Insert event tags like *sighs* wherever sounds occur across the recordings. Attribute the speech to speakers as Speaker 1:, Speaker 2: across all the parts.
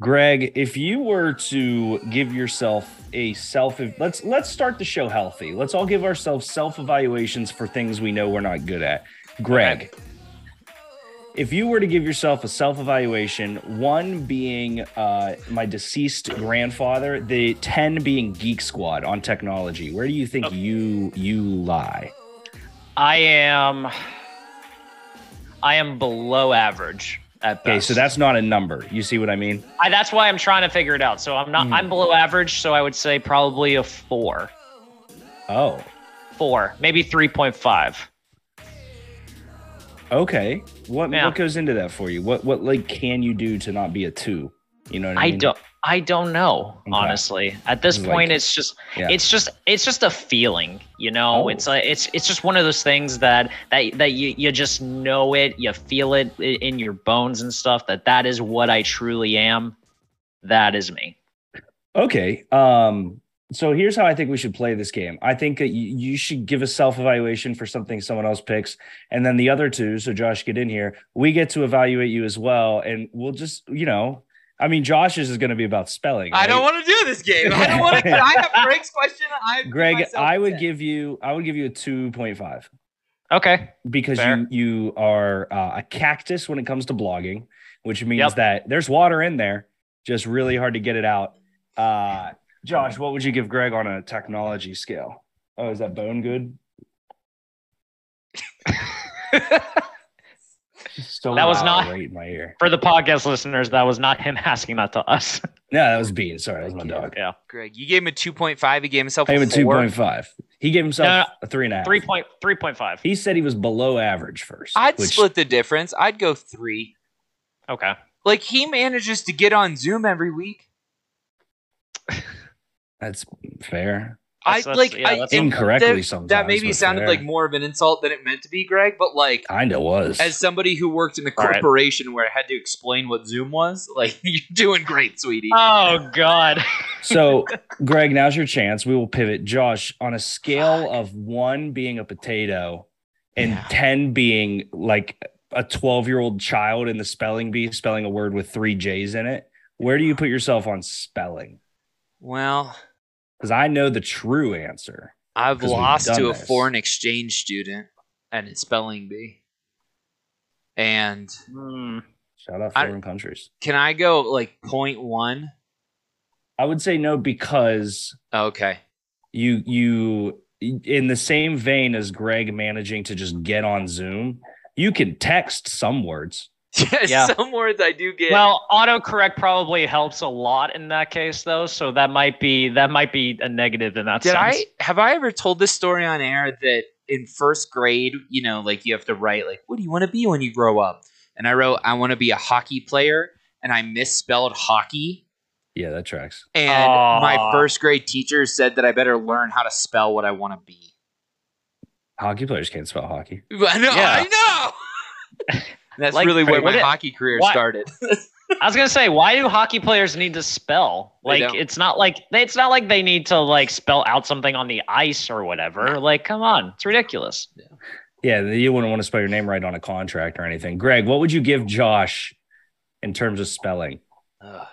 Speaker 1: Greg, if you were to give yourself a self let's let's start the show healthy. Let's all give ourselves self-evaluations for things we know we're not good at. Greg, if you were to give yourself a self-evaluation, one being uh, my deceased grandfather, the 10 being geek squad on technology, where do you think
Speaker 2: Okay.
Speaker 1: you you lie?
Speaker 2: I am. I am below average at best.
Speaker 1: Okay, so that's not a number. You see what I mean?
Speaker 2: I, that's why I'm trying to figure it out. So I'm not.
Speaker 1: Hmm.
Speaker 2: I'm below average. So I would say probably a four,
Speaker 1: Oh.
Speaker 2: four, maybe three point five.
Speaker 1: Okay. What
Speaker 2: Yeah.
Speaker 1: what goes into that for you? What what like can you do to not be a two? You know what I
Speaker 2: I
Speaker 1: mean?
Speaker 2: don't. I don't know,
Speaker 1: Okay.
Speaker 2: honestly. At this
Speaker 1: Like-
Speaker 2: point, it's just,
Speaker 1: Yeah.
Speaker 2: it's just, it's just a feeling, you know.
Speaker 1: Oh.
Speaker 2: It's like, it's, it's just one of those things that that that you you just know it, you feel it i- in your bones and stuff. That that is what I truly am. That is me.
Speaker 1: Okay. Um. So here's how I think we should play this game. I think that you, you should give a self evaluation for something someone else picks, and then the other two. So Josh, get in here. We get to evaluate you as well, and we'll just you know, I mean, Josh's is going to be about spelling.
Speaker 3: I don't
Speaker 1: right?
Speaker 3: want to do this game. I
Speaker 1: *laughs*
Speaker 3: don't want to. I have Greg's question. I
Speaker 1: Greg,
Speaker 3: myself
Speaker 1: I would
Speaker 3: said.
Speaker 1: give you, I would give you a two point five.
Speaker 2: Okay.
Speaker 1: because
Speaker 2: Fair.
Speaker 1: you you are uh, a cactus when it comes to blogging, which means
Speaker 2: Yep.
Speaker 1: that there's water in there, just really hard to get it out. Uh, Josh, what would you give Greg on a technology scale? Oh, is that bone good? So
Speaker 2: *laughs* That was not-
Speaker 1: right in my ear.
Speaker 2: For the podcast listeners, that was not him *laughs* asking that to us.
Speaker 1: No, that was Bean. Sorry, that was *laughs* my
Speaker 3: Thank
Speaker 1: dog.
Speaker 2: Yeah.
Speaker 3: Greg, you gave him a two point five. He gave himself.
Speaker 1: I gave him a two
Speaker 3: four.
Speaker 1: point five. He gave himself
Speaker 2: No, no,
Speaker 1: a three and a half.
Speaker 2: Three point three point five.
Speaker 1: He said he was below average first.
Speaker 3: I'd
Speaker 1: which-
Speaker 3: split the difference. I'd go three.
Speaker 2: Okay.
Speaker 3: Like he manages to get on Zoom every week.
Speaker 1: That's fair.
Speaker 2: That's-
Speaker 3: I
Speaker 2: that's-
Speaker 3: like
Speaker 2: yeah,
Speaker 3: I,
Speaker 2: that's-
Speaker 3: it-
Speaker 1: Incorrectly
Speaker 3: that,
Speaker 1: sometimes.
Speaker 3: that maybe
Speaker 1: but
Speaker 3: sounded
Speaker 1: fair.
Speaker 3: like more of an insult than it meant to be, Greg. But like
Speaker 1: kinda was.
Speaker 3: as somebody who worked in the
Speaker 2: All right.
Speaker 3: corporation where I had to explain what Zoom was, like *laughs* you're doing great, sweetie.
Speaker 2: Oh
Speaker 3: *laughs*
Speaker 2: God.
Speaker 1: So, Greg, now's your chance. We will pivot. Josh, on a scale of one being a potato and
Speaker 3: Yeah.
Speaker 1: 10 being like a 12 year old child in the spelling bee spelling a word with three J's in it, where do you put yourself on spelling?
Speaker 3: well,
Speaker 1: Because I know the true answer.
Speaker 3: I've
Speaker 1: 'Cause we've
Speaker 3: lost
Speaker 1: done
Speaker 3: to a
Speaker 1: this.
Speaker 3: foreign exchange student and a spelling bee. And
Speaker 2: Hmm.
Speaker 1: Shout out
Speaker 3: I-
Speaker 1: foreign countries.
Speaker 3: can I go like point one?
Speaker 1: I would say no because
Speaker 3: *laughs* Okay.
Speaker 1: you you in the same vein as Greg managing to just get on Zoom, you can text some words.
Speaker 2: Yeah.
Speaker 3: Some words I do get.
Speaker 2: Well, autocorrect probably helps a lot in that case, though. So that might be that might be a negative in that
Speaker 3: Did
Speaker 2: sense.
Speaker 3: I have I ever told this story on air that in first grade, you know, like you have to write like, what do you want to be when you grow up? And I wrote, I want to be a hockey player, and I misspelled hockey.
Speaker 1: Yeah, that tracks.
Speaker 3: And my
Speaker 2: Aw.
Speaker 3: first grade teacher said that I better learn how to spell what I want to be.
Speaker 1: Hockey players can't spell hockey.
Speaker 3: I know,
Speaker 2: Yeah.
Speaker 3: I know. *laughs* That's
Speaker 2: Like,
Speaker 3: really where
Speaker 2: what
Speaker 3: my
Speaker 2: it-
Speaker 3: hockey career
Speaker 2: what-
Speaker 3: started.
Speaker 2: I was gonna say, why do hockey players need to spell?
Speaker 3: They
Speaker 2: Like,
Speaker 3: don't.
Speaker 2: it's not like they- it's not like they need to like spell out something on the ice or whatever. Like, come on, it's ridiculous.
Speaker 1: Yeah, you wouldn't want to spell your name right on a contract or anything. Greg, what would you give Josh in terms of spelling?
Speaker 3: Ugh.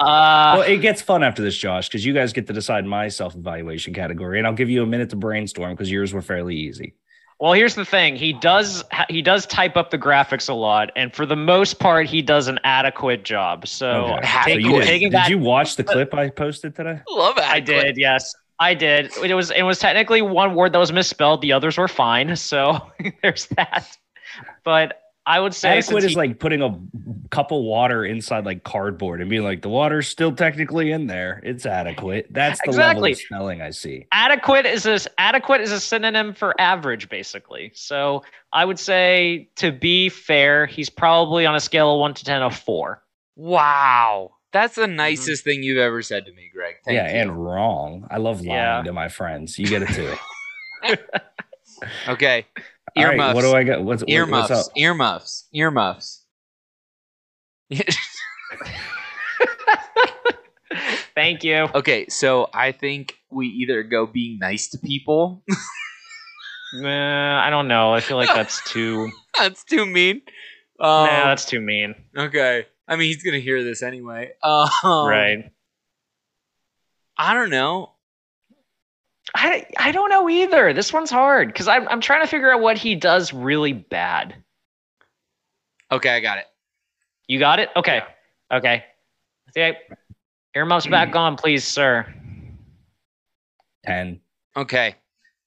Speaker 2: Uh,
Speaker 1: well, it gets fun after this, Josh, because you guys get to decide my self evaluation category, and I'll give you a minute to brainstorm because yours were fairly easy.
Speaker 2: Well, here's the thing. He does he does type up the graphics a lot, and for the most part, he does an adequate job. So
Speaker 1: Okay.
Speaker 3: I
Speaker 1: So
Speaker 2: take-
Speaker 1: you
Speaker 3: cool.
Speaker 1: did,
Speaker 2: taking
Speaker 1: did
Speaker 2: that,
Speaker 1: you watch the clip I posted today?
Speaker 3: Love it.
Speaker 2: I did. Yes, I did. It was it was technically one word that was misspelled. The others were fine. *laughs* So there's that. But I would say
Speaker 1: Adequate
Speaker 2: since
Speaker 1: is
Speaker 2: he-
Speaker 1: like putting a cup of water inside like cardboard and being like, the water's still technically in there. It's adequate. That's the level
Speaker 2: Exactly.
Speaker 1: of spelling I see.
Speaker 2: adequate is a, adequate is a synonym for average, basically. So I would say to be fair, he's probably on a scale of one to ten of four. *laughs*
Speaker 3: Wow. That's the nicest thing you've ever said to me, Greg. Thank
Speaker 1: Mm-hmm. yeah,
Speaker 3: you.
Speaker 1: and wrong. I love lying
Speaker 2: Yeah.
Speaker 1: to my friends. You get it too.
Speaker 3: okay.
Speaker 1: All right,
Speaker 3: Earmuffs.
Speaker 1: what do I got? What's, what- what's up?
Speaker 3: Earmuffs, earmuffs, earmuffs.
Speaker 2: Thank you.
Speaker 3: Okay, so I think we either go being nice to people. *laughs*
Speaker 2: Nah, I don't know. I feel like that's too.
Speaker 3: that's too mean. Um,
Speaker 2: nah, that's too mean.
Speaker 3: okay. I mean, he's gonna hear this anyway. Um,
Speaker 1: right.
Speaker 3: I don't know.
Speaker 2: I I don't know either. This one's hard because I'm I'm trying to figure out what he does really bad.
Speaker 3: Okay, I got it.
Speaker 2: You got it? Okay. Okay. Okay. Earmuffs
Speaker 3: Hmm.
Speaker 2: back on, please, sir.
Speaker 1: Ten.
Speaker 3: Okay.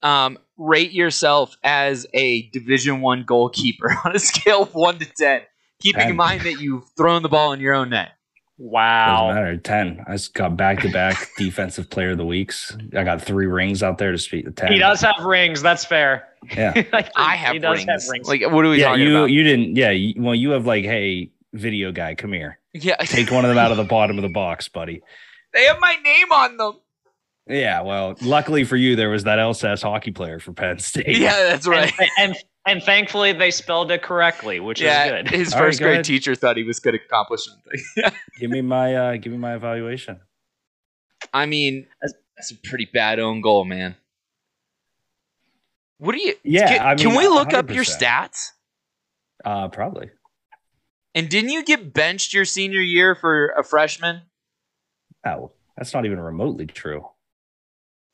Speaker 3: Um, rate yourself as a Division One goalkeeper *laughs* on a scale of one to ten, keeping
Speaker 1: Ten.
Speaker 3: in mind that you've thrown the ball in your own net.
Speaker 1: Doesn't
Speaker 2: Wow.
Speaker 1: matter. Ten. I just got back to
Speaker 3: *laughs*
Speaker 1: back defensive player of the weeks. I got three rings out there to speak the ten.
Speaker 2: He does have rings. That's fair.
Speaker 1: Yeah.
Speaker 2: *laughs* Like,
Speaker 3: I have,
Speaker 2: he does
Speaker 3: rings.
Speaker 2: have rings.
Speaker 3: Like, what are we
Speaker 1: yeah.
Speaker 3: talking
Speaker 1: You
Speaker 3: about?
Speaker 1: you didn't. Yeah. You, well, you have like, hey, video guy, come here.
Speaker 3: yeah,
Speaker 1: *laughs* Take one of them out of the bottom of the box, buddy.
Speaker 3: they have my name on them.
Speaker 1: Yeah. Well, luckily for you, there was that LSS hockey player for Penn State.
Speaker 3: Yeah, that's right.
Speaker 2: and, and and thankfully they spelled it correctly, which
Speaker 3: yeah,
Speaker 2: is good. *laughs*
Speaker 3: his
Speaker 1: All right,
Speaker 3: first
Speaker 1: go
Speaker 3: grade
Speaker 1: ahead.
Speaker 3: teacher thought he was going to accomplish something. *laughs*
Speaker 1: Give me my uh give me my evaluation.
Speaker 3: I mean,
Speaker 2: That's-
Speaker 3: that's a pretty bad own goal, man. What do you?
Speaker 1: Yeah,
Speaker 3: Can,
Speaker 1: I
Speaker 3: can
Speaker 1: mean,
Speaker 3: we look up your
Speaker 1: 100%.
Speaker 3: stats?
Speaker 1: Uh probably.
Speaker 3: And didn't you get benched your senior year for a freshman?
Speaker 1: Oh, that's not even remotely true.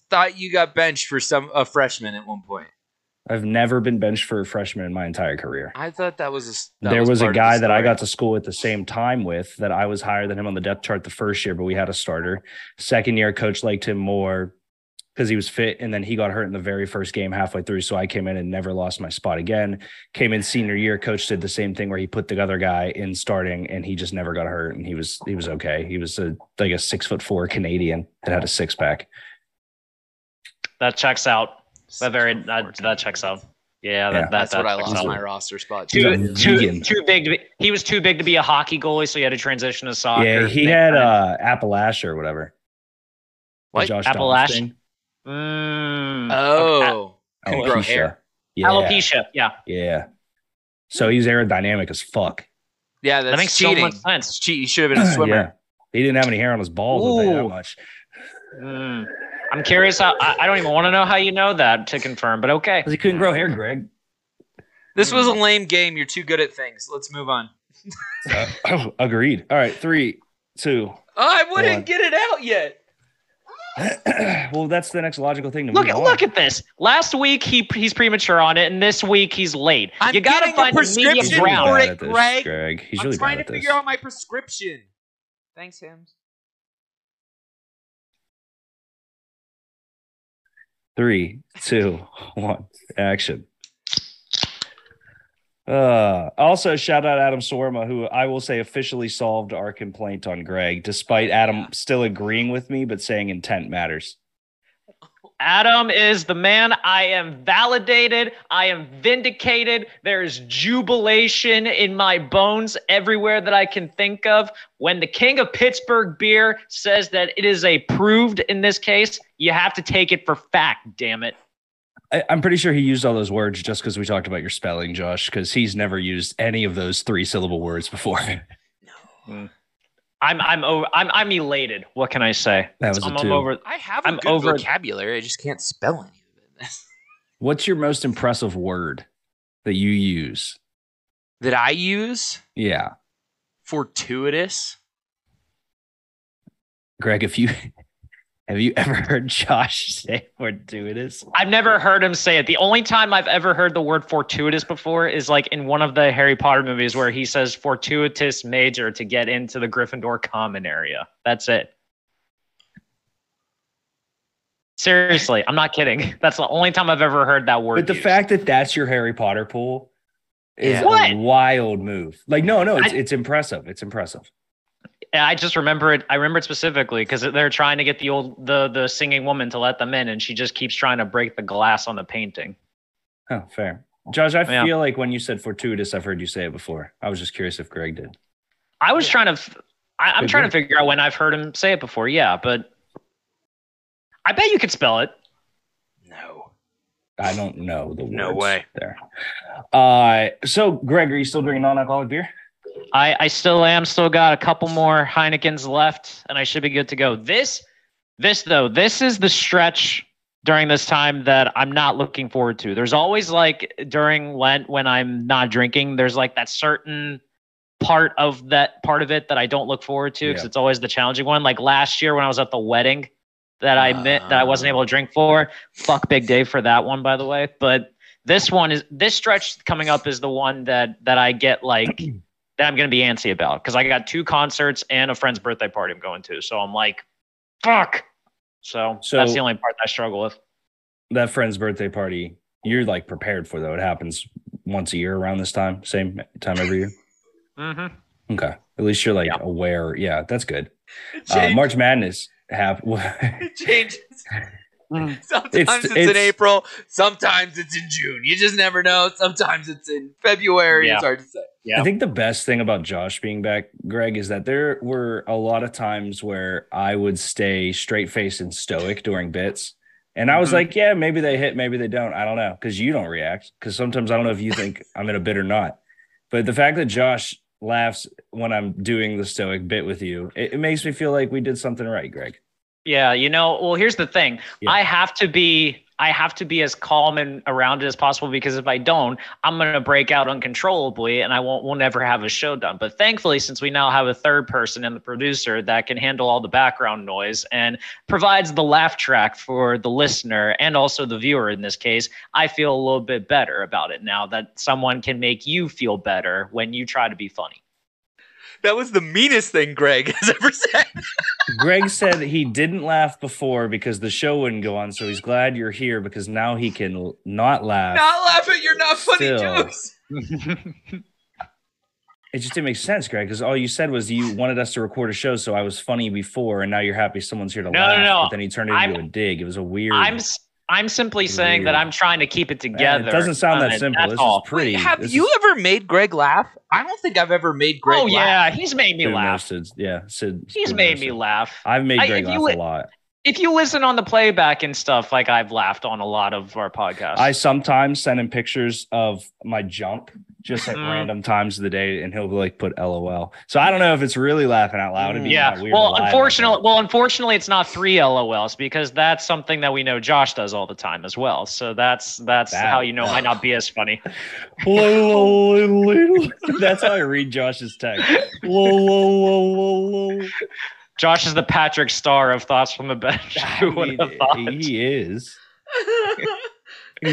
Speaker 3: Thought you got benched for some a freshman at one point.
Speaker 1: I've never been benched for a freshman in my entire career.
Speaker 3: I thought that was a. s- that
Speaker 1: there was, a
Speaker 3: part of the
Speaker 1: guy that I
Speaker 3: story.
Speaker 1: got to school at the same time with that I was higher than him on the depth chart the first year, but we had a starter. Second year, coach liked him more because he was fit, and then he got hurt in the very first game halfway through. So I came in and never lost my spot again. Came in senior year, coach did the same thing where he put the other guy in starting, and he just never got hurt, and he was he was okay. He was a like a six foot four Canadian that had a six pack.
Speaker 2: That checks out. That very that, that checks out. Yeah, that,
Speaker 1: Yeah.
Speaker 2: that,
Speaker 3: That's
Speaker 2: that
Speaker 3: what I
Speaker 2: checks
Speaker 3: lost
Speaker 2: out.
Speaker 1: out.
Speaker 3: my roster spot.
Speaker 1: He's a
Speaker 2: Too,
Speaker 1: vegan.
Speaker 2: too, too big to be, he was too big to be a hockey goalie, so he had to transition to soccer.
Speaker 1: Yeah, he
Speaker 2: They
Speaker 1: had
Speaker 2: kinda-
Speaker 1: uh Appalachia or whatever.
Speaker 3: What?
Speaker 1: Josh
Speaker 2: Appalachia?
Speaker 1: Donald's thing.
Speaker 2: *laughs* Mm,
Speaker 3: Oh, Couldn't grow
Speaker 1: Alopecia.
Speaker 3: hair.
Speaker 1: uh, Yeah.
Speaker 2: Alopecia. Yeah.
Speaker 1: Yeah. So he's aerodynamic as fuck.
Speaker 3: yeah, that's
Speaker 2: that makes
Speaker 3: cheating.
Speaker 2: so much sense.
Speaker 3: It's cheat. You should have
Speaker 1: *clears throat*
Speaker 3: been a swimmer.
Speaker 1: Yeah. He didn't have any hair on his balls. I'll tell you that
Speaker 2: Ooh.
Speaker 1: much.
Speaker 2: Mm. I'm curious how I, I don't even want to know how you know that to confirm, but okay.
Speaker 1: Because he couldn't grow hair, Greg.
Speaker 3: This was a lame game. You're too good at things. Let's move on.
Speaker 1: Uh, *clears throat* agreed. All right. Three, two. *clears throat*
Speaker 3: Oh, I wouldn't
Speaker 1: One.
Speaker 3: get it out yet.
Speaker 1: well, that's the next logical thing to
Speaker 2: Look
Speaker 1: move
Speaker 2: at
Speaker 1: on.
Speaker 2: look at this. Last week he he's premature on it, and this week he's late.
Speaker 3: I'm
Speaker 2: you gotta
Speaker 3: getting a
Speaker 2: find a medium
Speaker 3: prescription
Speaker 1: He's
Speaker 2: ground.
Speaker 3: for
Speaker 1: bad
Speaker 3: it,
Speaker 1: at this,
Speaker 3: Greg.
Speaker 1: Greg. He's
Speaker 3: I'm
Speaker 1: really
Speaker 3: trying
Speaker 1: bad at
Speaker 3: to
Speaker 1: this.
Speaker 3: figure out my prescription. Thanks, Hims.
Speaker 1: Three, two, *laughs* one, action. Uh, also, shout out Adam Sorma, who I will say officially solved our complaint on Greg, despite Adam still agreeing with me but saying intent matters.
Speaker 2: Adam is the man. I am validated. I am vindicated. There is jubilation in my bones everywhere that I can think of. When the king of Pittsburgh beer says that it is approved in this case, you have to take it for fact, damn it.
Speaker 1: I, I'm pretty sure he used all those words just because we talked about your spelling, Josh, because he's never used any of those three syllable words before. *laughs*
Speaker 2: I'm I'm over I'm I'm elated. What can I say?
Speaker 1: That was a
Speaker 2: I'm,
Speaker 1: two.
Speaker 2: over
Speaker 3: I have
Speaker 2: a
Speaker 3: a
Speaker 2: I'm good
Speaker 3: good
Speaker 2: over-
Speaker 3: vocabulary. I just can't spell any of it. *laughs*
Speaker 1: What's your most impressive word that you use?
Speaker 3: That I use
Speaker 1: Yeah.
Speaker 3: fortuitous.
Speaker 1: Greg, if you *laughs* have you ever heard Josh *laughs* say fortuitous?
Speaker 2: I've never heard him say it. The only time I've ever heard the word fortuitous before is like in one of the Harry Potter movies where he says fortuitous major to get into the Gryffindor common area. That's it. Seriously, I'm not kidding. *laughs* That's the only time I've ever heard that word.
Speaker 1: But the
Speaker 2: used.
Speaker 1: fact that that's your Harry Potter pool is
Speaker 3: Yeah.
Speaker 2: What?
Speaker 1: a wild move. Like, no, no, it's,
Speaker 2: I-
Speaker 1: it's impressive. It's impressive.
Speaker 2: And I just remember it. I remember it specifically because they're trying to get the old the the singing woman to let them in, and she just keeps trying to break the glass on the painting.
Speaker 1: Oh, fair. Josh, I
Speaker 2: Yeah.
Speaker 1: feel like when you said fortuitous, I've heard you say it before. I was just curious if Greg did.
Speaker 2: I was trying to, f- I, am
Speaker 1: Good
Speaker 2: trying to
Speaker 1: work.
Speaker 2: figure out when I've heard him say it before. Yeah, but I bet you could spell it.
Speaker 3: No.
Speaker 1: I don't know the words
Speaker 3: No way.
Speaker 1: there. Uh, so Greg, are you still drinking non-alcoholic beer?
Speaker 2: I, I still am. Still got a couple more Heinekens left, and I should be good to go. This, this though, this is the stretch during this time that I'm not looking forward to. There's always like during Lent when I'm not drinking. There's like that certain part of that part of it that I don't look forward to because
Speaker 1: Yeah.
Speaker 2: it's always the challenging one. Like last year when I was at the wedding that I met that I wasn't able to drink for. Fuck Big Dave for that one, by the way. But this one is this stretch coming up is the one that that I get like that I'm gonna be antsy about because I got two concerts and a friend's birthday party I'm going to. So I'm like, fuck. So,
Speaker 1: So-
Speaker 2: that's the only part that I struggle with.
Speaker 1: That friend's birthday party, you're like prepared for though. It happens once a year around this time, same time every year.
Speaker 2: Mm-hmm.
Speaker 1: Okay. At least you're like
Speaker 2: Yeah.
Speaker 1: aware. Yeah, that's good. Uh, March Madness *laughs* happened.
Speaker 3: it changes.
Speaker 2: Mm.
Speaker 3: Sometimes
Speaker 1: It's-
Speaker 3: it's,
Speaker 1: it's-
Speaker 3: in April, sometimes it's in June. You just never know. Sometimes it's in February.
Speaker 2: Yeah.
Speaker 3: It's hard to say.
Speaker 2: Yeah.
Speaker 1: I think the best thing about Josh being back, Greg, is that there were a lot of times where I would stay straight faced and stoic during bits. And I was
Speaker 3: Mhm.
Speaker 1: like, yeah, maybe they hit, maybe they don't. I don't know. Cause you don't react. Cause sometimes I don't know if you think I'm in a bit or not. But the fact that Josh laughs when I'm doing the stoic bit with you, it, it makes me feel like we did something right, Greg.
Speaker 2: Yeah, you know, well, here's the thing.
Speaker 1: Yeah.
Speaker 2: I have to be I have to be as calm and around it as possible because if I don't, I'm gonna break out uncontrollably and I won't we'll never have a show done. But thankfully, since we now have a third person and the producer that can handle all the background noise and provides the laugh track for the listener and also the viewer in this case, I feel a little bit better about it now that someone can make you feel better when you try to be funny.
Speaker 3: That was the meanest thing Greg *laughs* has ever said.
Speaker 1: Greg said that he didn't laugh before because the show wouldn't go on. So he's glad you're here because now he can l- not laugh.
Speaker 3: Not laugh at your not funny
Speaker 1: Still.
Speaker 3: jokes.
Speaker 1: It just didn't make sense, Greg, because all you said was you wanted us to record a show, so I was funny before, and now you're happy someone's here to
Speaker 2: No, no,
Speaker 1: laugh.
Speaker 2: no.
Speaker 1: But then he turned it into a dig. It was a weird.
Speaker 2: I'm s- I'm simply saying that
Speaker 1: Weird.
Speaker 2: I'm trying to keep it
Speaker 1: Eh,
Speaker 2: together.
Speaker 1: It doesn't sound
Speaker 2: Uh,
Speaker 1: that simple.
Speaker 2: that's
Speaker 1: This
Speaker 2: all.
Speaker 1: is pretty.
Speaker 3: have
Speaker 1: this
Speaker 3: you
Speaker 1: is-
Speaker 3: ever made Greg laugh? I don't think I've ever made Greg
Speaker 2: oh
Speaker 3: laugh.
Speaker 2: *laughs* yeah, he's made me
Speaker 1: Dude, no,
Speaker 2: laugh.
Speaker 1: Sid's- yeah, Sid.
Speaker 2: He's
Speaker 1: Sid
Speaker 2: made
Speaker 1: knows
Speaker 2: me
Speaker 1: it.
Speaker 2: laugh.
Speaker 1: I've made
Speaker 2: I-
Speaker 1: Greg
Speaker 2: if
Speaker 1: laugh
Speaker 2: you
Speaker 1: a
Speaker 2: would-
Speaker 1: lot.
Speaker 2: If you listen on the playback and stuff, like I've laughed on a lot of our podcasts.
Speaker 1: I sometimes send him pictures of my jump just at
Speaker 2: Mm.
Speaker 1: random times of the day, and he'll like put LOL. So I don't know if it's really laughing out loud. It'd be kinda
Speaker 2: Mm, yeah.
Speaker 1: weird
Speaker 2: Well,
Speaker 1: to lie about
Speaker 2: unfortunately, well, unfortunately, it's not three LOLs because that's something that we know Josh does all the time as well. So that's that's
Speaker 1: That-
Speaker 2: how you know it might not be as
Speaker 1: *laughs*
Speaker 2: funny.
Speaker 1: that. *laughs* That's how I read Josh's text.
Speaker 2: Josh is the Patrick Star of thoughts from the bench.
Speaker 1: I
Speaker 2: *laughs*
Speaker 1: *laughs*
Speaker 2: Who would
Speaker 1: mean,
Speaker 2: have thought?
Speaker 1: He *laughs* is.
Speaker 3: *laughs* what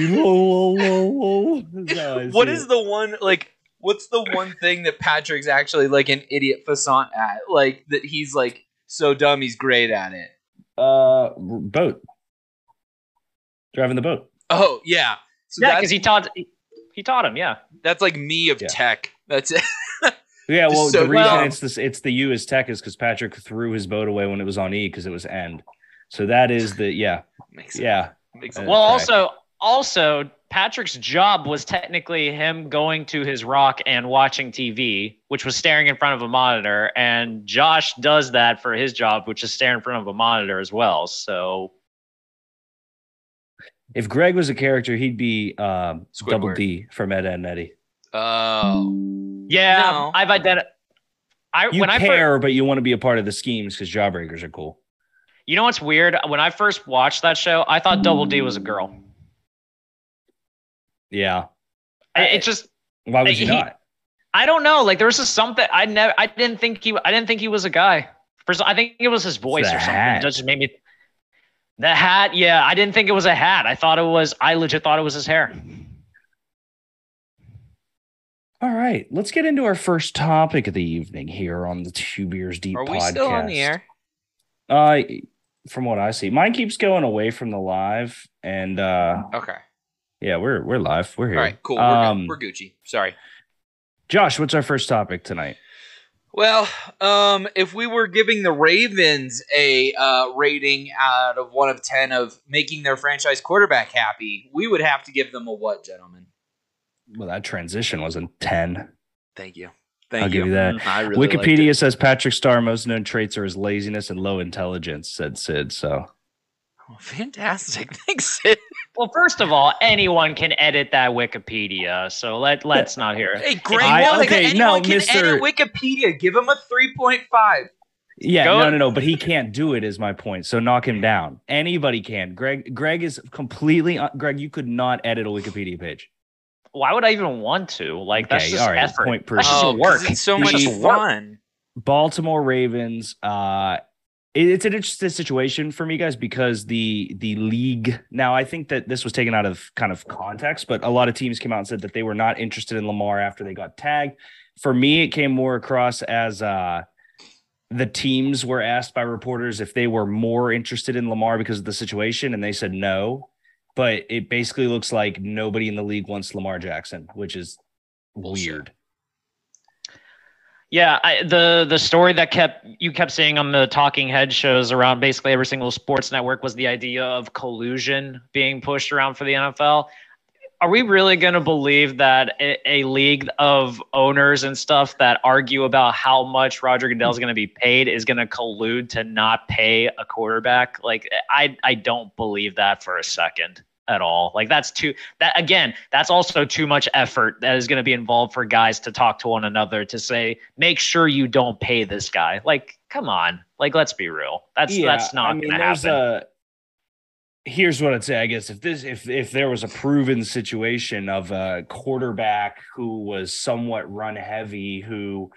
Speaker 3: is the one like? What's the one thing that Patrick's actually like an idiot facant at? Like that he's like so dumb he's great at it.
Speaker 1: uh boat? Driving the boat.
Speaker 3: Oh yeah, so
Speaker 2: yeah,
Speaker 3: that's
Speaker 2: because he taught he, he taught him. Yeah.
Speaker 3: that's like me of
Speaker 1: Yeah.
Speaker 3: tech. That's it. *laughs*
Speaker 1: Yeah, well,
Speaker 3: So
Speaker 1: the reason
Speaker 3: dumb.
Speaker 1: it's this it's the U is tech is because Patrick threw his boat away when it was on E because it was end. So that is the yeah,
Speaker 3: Makes sense.
Speaker 1: yeah.
Speaker 3: Makes
Speaker 1: Uh,
Speaker 3: sense.
Speaker 2: Well,
Speaker 1: Okay.
Speaker 2: also, also Patrick's job was technically him going to his rock and watching TV, which was staring in front of a monitor, and Josh does that for his job, which is stare in front of a monitor as well. So
Speaker 1: If Greg was a character, he'd be um double
Speaker 3: Squidward.
Speaker 1: D from Ed, Ed and Eddie.
Speaker 3: Oh,
Speaker 2: yeah,
Speaker 3: No.
Speaker 2: I've identified.
Speaker 3: *laughs*
Speaker 2: I,
Speaker 1: You
Speaker 2: when I first,
Speaker 1: care, but you want to be a part of the schemes because jawbreakers are cool.
Speaker 2: you know what's weird? When I first watched that show, I thought Double D was a girl.
Speaker 1: Yeah.
Speaker 2: I, it just
Speaker 1: Why would
Speaker 2: He-
Speaker 1: you not?
Speaker 2: I don't know. Like there was just something I never I didn't think he I didn't think he was a guy. First, I think it was his voice
Speaker 1: the
Speaker 2: or something.
Speaker 1: hat.
Speaker 2: That just made me the hat, yeah. I didn't think it was a hat. I thought it was I legit thought it was his hair.
Speaker 1: All right, let's get into our first topic of the evening here on the Two Beers Deep
Speaker 3: are we
Speaker 1: podcast.
Speaker 3: still on the air?
Speaker 1: Uh, from what I see, mine keeps going away from the live, and uh,
Speaker 3: Okay.
Speaker 1: yeah, we're we're live. We're here.
Speaker 3: All right. Cool. We're,
Speaker 1: Um,
Speaker 3: good. we're Gucci. Sorry.
Speaker 1: Josh, what's our first topic tonight?
Speaker 3: Well, um, if we were giving the Ravens a uh, rating out of one of ten of making their franchise quarterback happy, we would have to give them a what, gentlemen?
Speaker 1: Well, that transition was a ten.
Speaker 3: Thank you. Thank
Speaker 1: I'll give you that.
Speaker 3: I really liked
Speaker 1: Wikipedia
Speaker 3: it. *laughs*
Speaker 1: says Patrick Starr most known traits are his laziness and low intelligence," said Sid. So
Speaker 3: Oh, fantastic. Thanks, Sid.
Speaker 2: Well, first of all, anyone can edit that Wikipedia. So let let's not hear it.
Speaker 3: *laughs* Hey, Greg.
Speaker 1: I-
Speaker 3: well, if
Speaker 1: okay,
Speaker 3: anyone
Speaker 1: no,
Speaker 3: can
Speaker 1: Mr.
Speaker 3: edit Wikipedia. Give him a three point five.
Speaker 1: yeah,
Speaker 2: Go-
Speaker 1: no, no, no, but he can't do it. Is my point. So knock him down. uh, Anybody can. Greg, Greg is completely. Greg, you could not edit a Wikipedia page.
Speaker 2: why would I even want to? Like that's
Speaker 1: Okay,
Speaker 2: just
Speaker 1: all right,
Speaker 2: effort.
Speaker 1: point
Speaker 2: that's just
Speaker 1: proven.
Speaker 3: Oh, 'cause
Speaker 2: work.
Speaker 3: It's so
Speaker 1: It's
Speaker 3: much
Speaker 1: just
Speaker 2: work.
Speaker 3: fun.
Speaker 1: Baltimore Ravens. Uh, it- it's an interesting situation for me, guys, because the the league now. I think that this was taken out of kind of context, but a lot of teams came out and said that they were not interested in Lamar after they got tagged. For me, it came more across as uh, the teams were asked by reporters if they were more interested in Lamar because of the situation, and they said no. But it basically looks like nobody in the league wants Lamar Jackson, which is
Speaker 3: Bullshit.
Speaker 1: weird.
Speaker 2: Yeah, I, the the story that kept you kept seeing on the talking head shows around basically every single sports network was the idea of collusion being pushed around for the NFL. Are we really going to believe that a, a league of owners and stuff that argue about how much Roger Goodell is going to be paid is going to collude to not pay a quarterback? Like, I I don't believe that for a second at all. Like, that's too that again that's also too much effort that is going to be involved for guys to talk to one another to say make sure you don't pay this guy like come on like let's be real that's that's not going to
Speaker 1: there's A,
Speaker 2: happen
Speaker 1: here's what I'd say. I guess if this if if there was a proven situation of a quarterback who was somewhat run heavy, who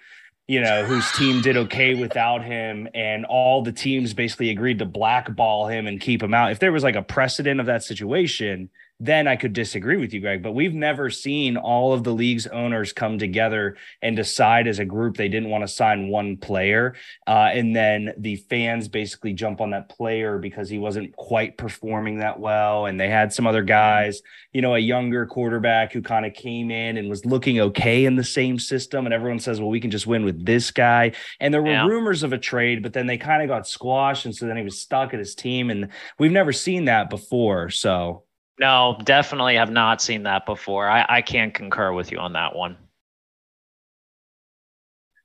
Speaker 1: you know whose team did okay without him, and all the teams basically agreed to blackball him and keep him out. If there was like a precedent of that situation. Then I could disagree with you, Greg, but we've never seen all of the league's owners come together and decide as a group they didn't want to sign one player uh, and then the fans basically jump on that player because he wasn't quite performing that well. And they had some other guys, you know, a younger quarterback who kind of came in and was looking okay in the same system. And everyone says, well, we can just win with this guy. And there were
Speaker 2: Yeah.
Speaker 1: rumors of a trade, but then they kind of got squashed. And so then he was stuck at his team. And we've never seen that before. So
Speaker 2: no definitely have not seen that before i i can't concur with you on that one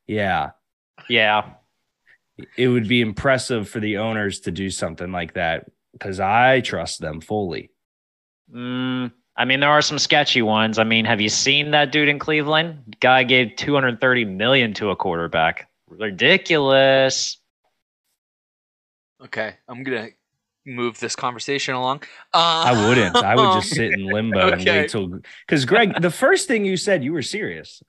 Speaker 1: yeah,
Speaker 2: yeah
Speaker 1: it would be impressive for the owners to do something like that because I trust them fully.
Speaker 2: mm, i mean there are some sketchy ones i mean have you seen that dude in cleveland guy gave 230 million to a quarterback ridiculous
Speaker 3: Okay, I'm gonna move this conversation along. Uh,
Speaker 1: I wouldn't. I would
Speaker 3: *laughs*
Speaker 1: just sit in limbo and
Speaker 3: Okay.
Speaker 1: wait till because Greg, the first thing you said, you were serious.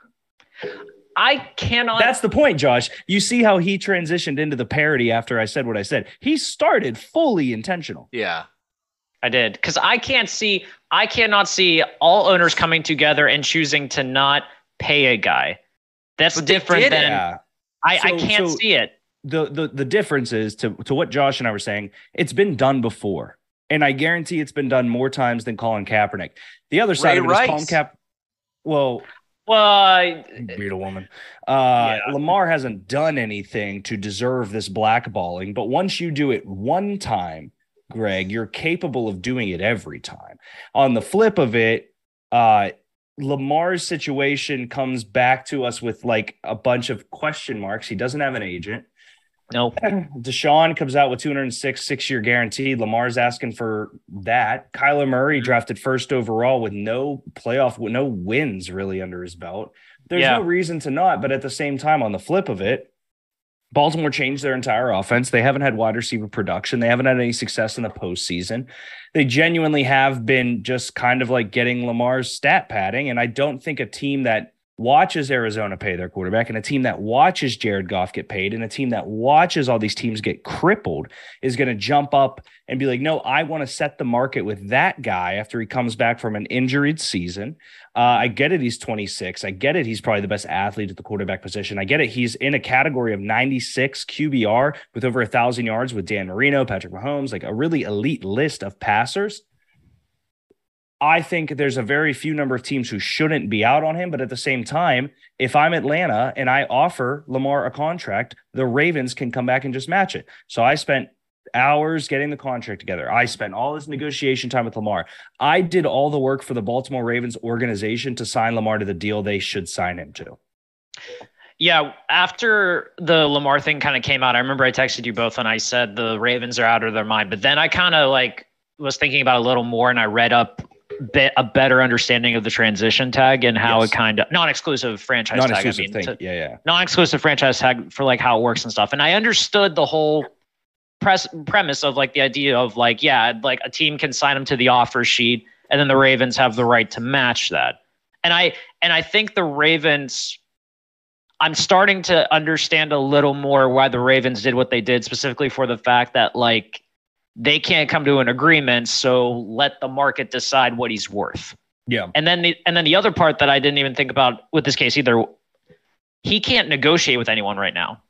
Speaker 2: i cannot
Speaker 1: That's the point, Josh. You see how he transitioned into the parody after I said what I said. He started fully intentional.
Speaker 3: Yeah.
Speaker 2: I did because I can't see, I cannot see all owners coming together and choosing to not pay a guy. That's
Speaker 3: But they
Speaker 2: different
Speaker 3: did
Speaker 2: than
Speaker 1: Yeah.
Speaker 2: I, I
Speaker 1: So-
Speaker 2: can't
Speaker 1: so-
Speaker 2: see it.
Speaker 1: The the the difference is to to what Josh and I were saying, it's been done before. And I guarantee it's been done more times than Colin Kaepernick. The other side
Speaker 3: Ray
Speaker 1: of it is
Speaker 3: Rice.
Speaker 1: Colin Kaep. Well,
Speaker 2: Well, I-
Speaker 1: Bearded woman. Uh, Lamar hasn't done anything to deserve this blackballing, but once you do it one time, Greg, you're capable of doing it every time. On the flip of it, uh, Lamar's situation comes back to us with like a bunch of question marks. He doesn't have an agent.
Speaker 2: no,
Speaker 1: Deshaun comes out with 206 six year guaranteed. Lamar's asking for that. Kyler Murray drafted first overall with no playoff, with no wins really under his belt. There's
Speaker 2: Yeah.
Speaker 1: no reason to not. But at the same time, on the flip of it, Baltimore changed their entire offense. They haven't had wide receiver production. They haven't had any success in the postseason. They genuinely have been just kind of like getting Lamar's stat padding. And I don't think a team that watches Arizona pay their quarterback and a team that watches Jared Goff get paid and a team that watches all these teams get crippled is going to jump up and be like, no, I want to set the market with that guy after he comes back from an injured season. Uh, I get it. He's 26. I get it. He's probably the best athlete at the quarterback position. I get it. He's in a category of 96 QBR with over a thousand yards with Dan Marino, Patrick Mahomes, like a really elite list of passers. I think there's a very few number of teams who shouldn't be out on him. But at the same time, if I'm Atlanta and I offer Lamar a contract, the Ravens can come back and just match it. So I spent hours getting the contract together. I spent all this negotiation time with Lamar. I did all the work for the Baltimore Ravens organization to sign Lamar to the deal they should sign him to.
Speaker 2: yeah. After the Lamar thing kind of came out, I remember I texted you both and I said the Ravens are out of their mind. But then I kind of like was thinking about it a little more and I read up bit, a better understanding of the transition tag and how
Speaker 1: Yes.
Speaker 2: it kind of non-exclusive franchise
Speaker 1: Not
Speaker 2: tag. I
Speaker 1: exclusive
Speaker 2: mean,
Speaker 1: thing.
Speaker 2: to-
Speaker 1: yeah, yeah.
Speaker 2: non-exclusive franchise tag for like how it works and stuff. And I understood the whole press premise of like the idea of like yeah, like a team can sign them to the offer sheet, and then the Ravens have the right to match that. and I and I think the Ravens I'm starting to understand a little more why the Ravens did what they did specifically for the fact that like they can't come to an agreement so let the market decide what he's worth.
Speaker 1: Yeah.
Speaker 2: And then the and then the other part that I didn't even think about with this case either, he can't negotiate with anyone right now.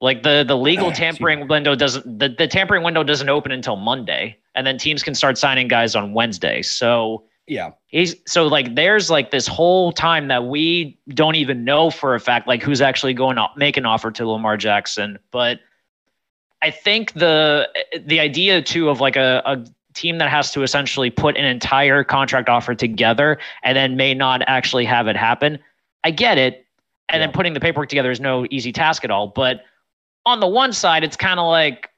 Speaker 2: Like the the legal
Speaker 1: Excuse
Speaker 2: tampering window doesn't the, the tampering window doesn't open until Monday, and then teams can start signing guys on Wednesday. So
Speaker 1: Yeah.
Speaker 2: he's so like there's like this whole time that we don't even know for a fact like who's actually going to make an offer to Lamar Jackson, but I think the the idea too of like a, a team that has to essentially put an entire contract offer together and then may not actually have it happen. I get it. And then
Speaker 1: Yeah.
Speaker 2: putting the paperwork together is no easy task at all. But on the one side, it's kind of like,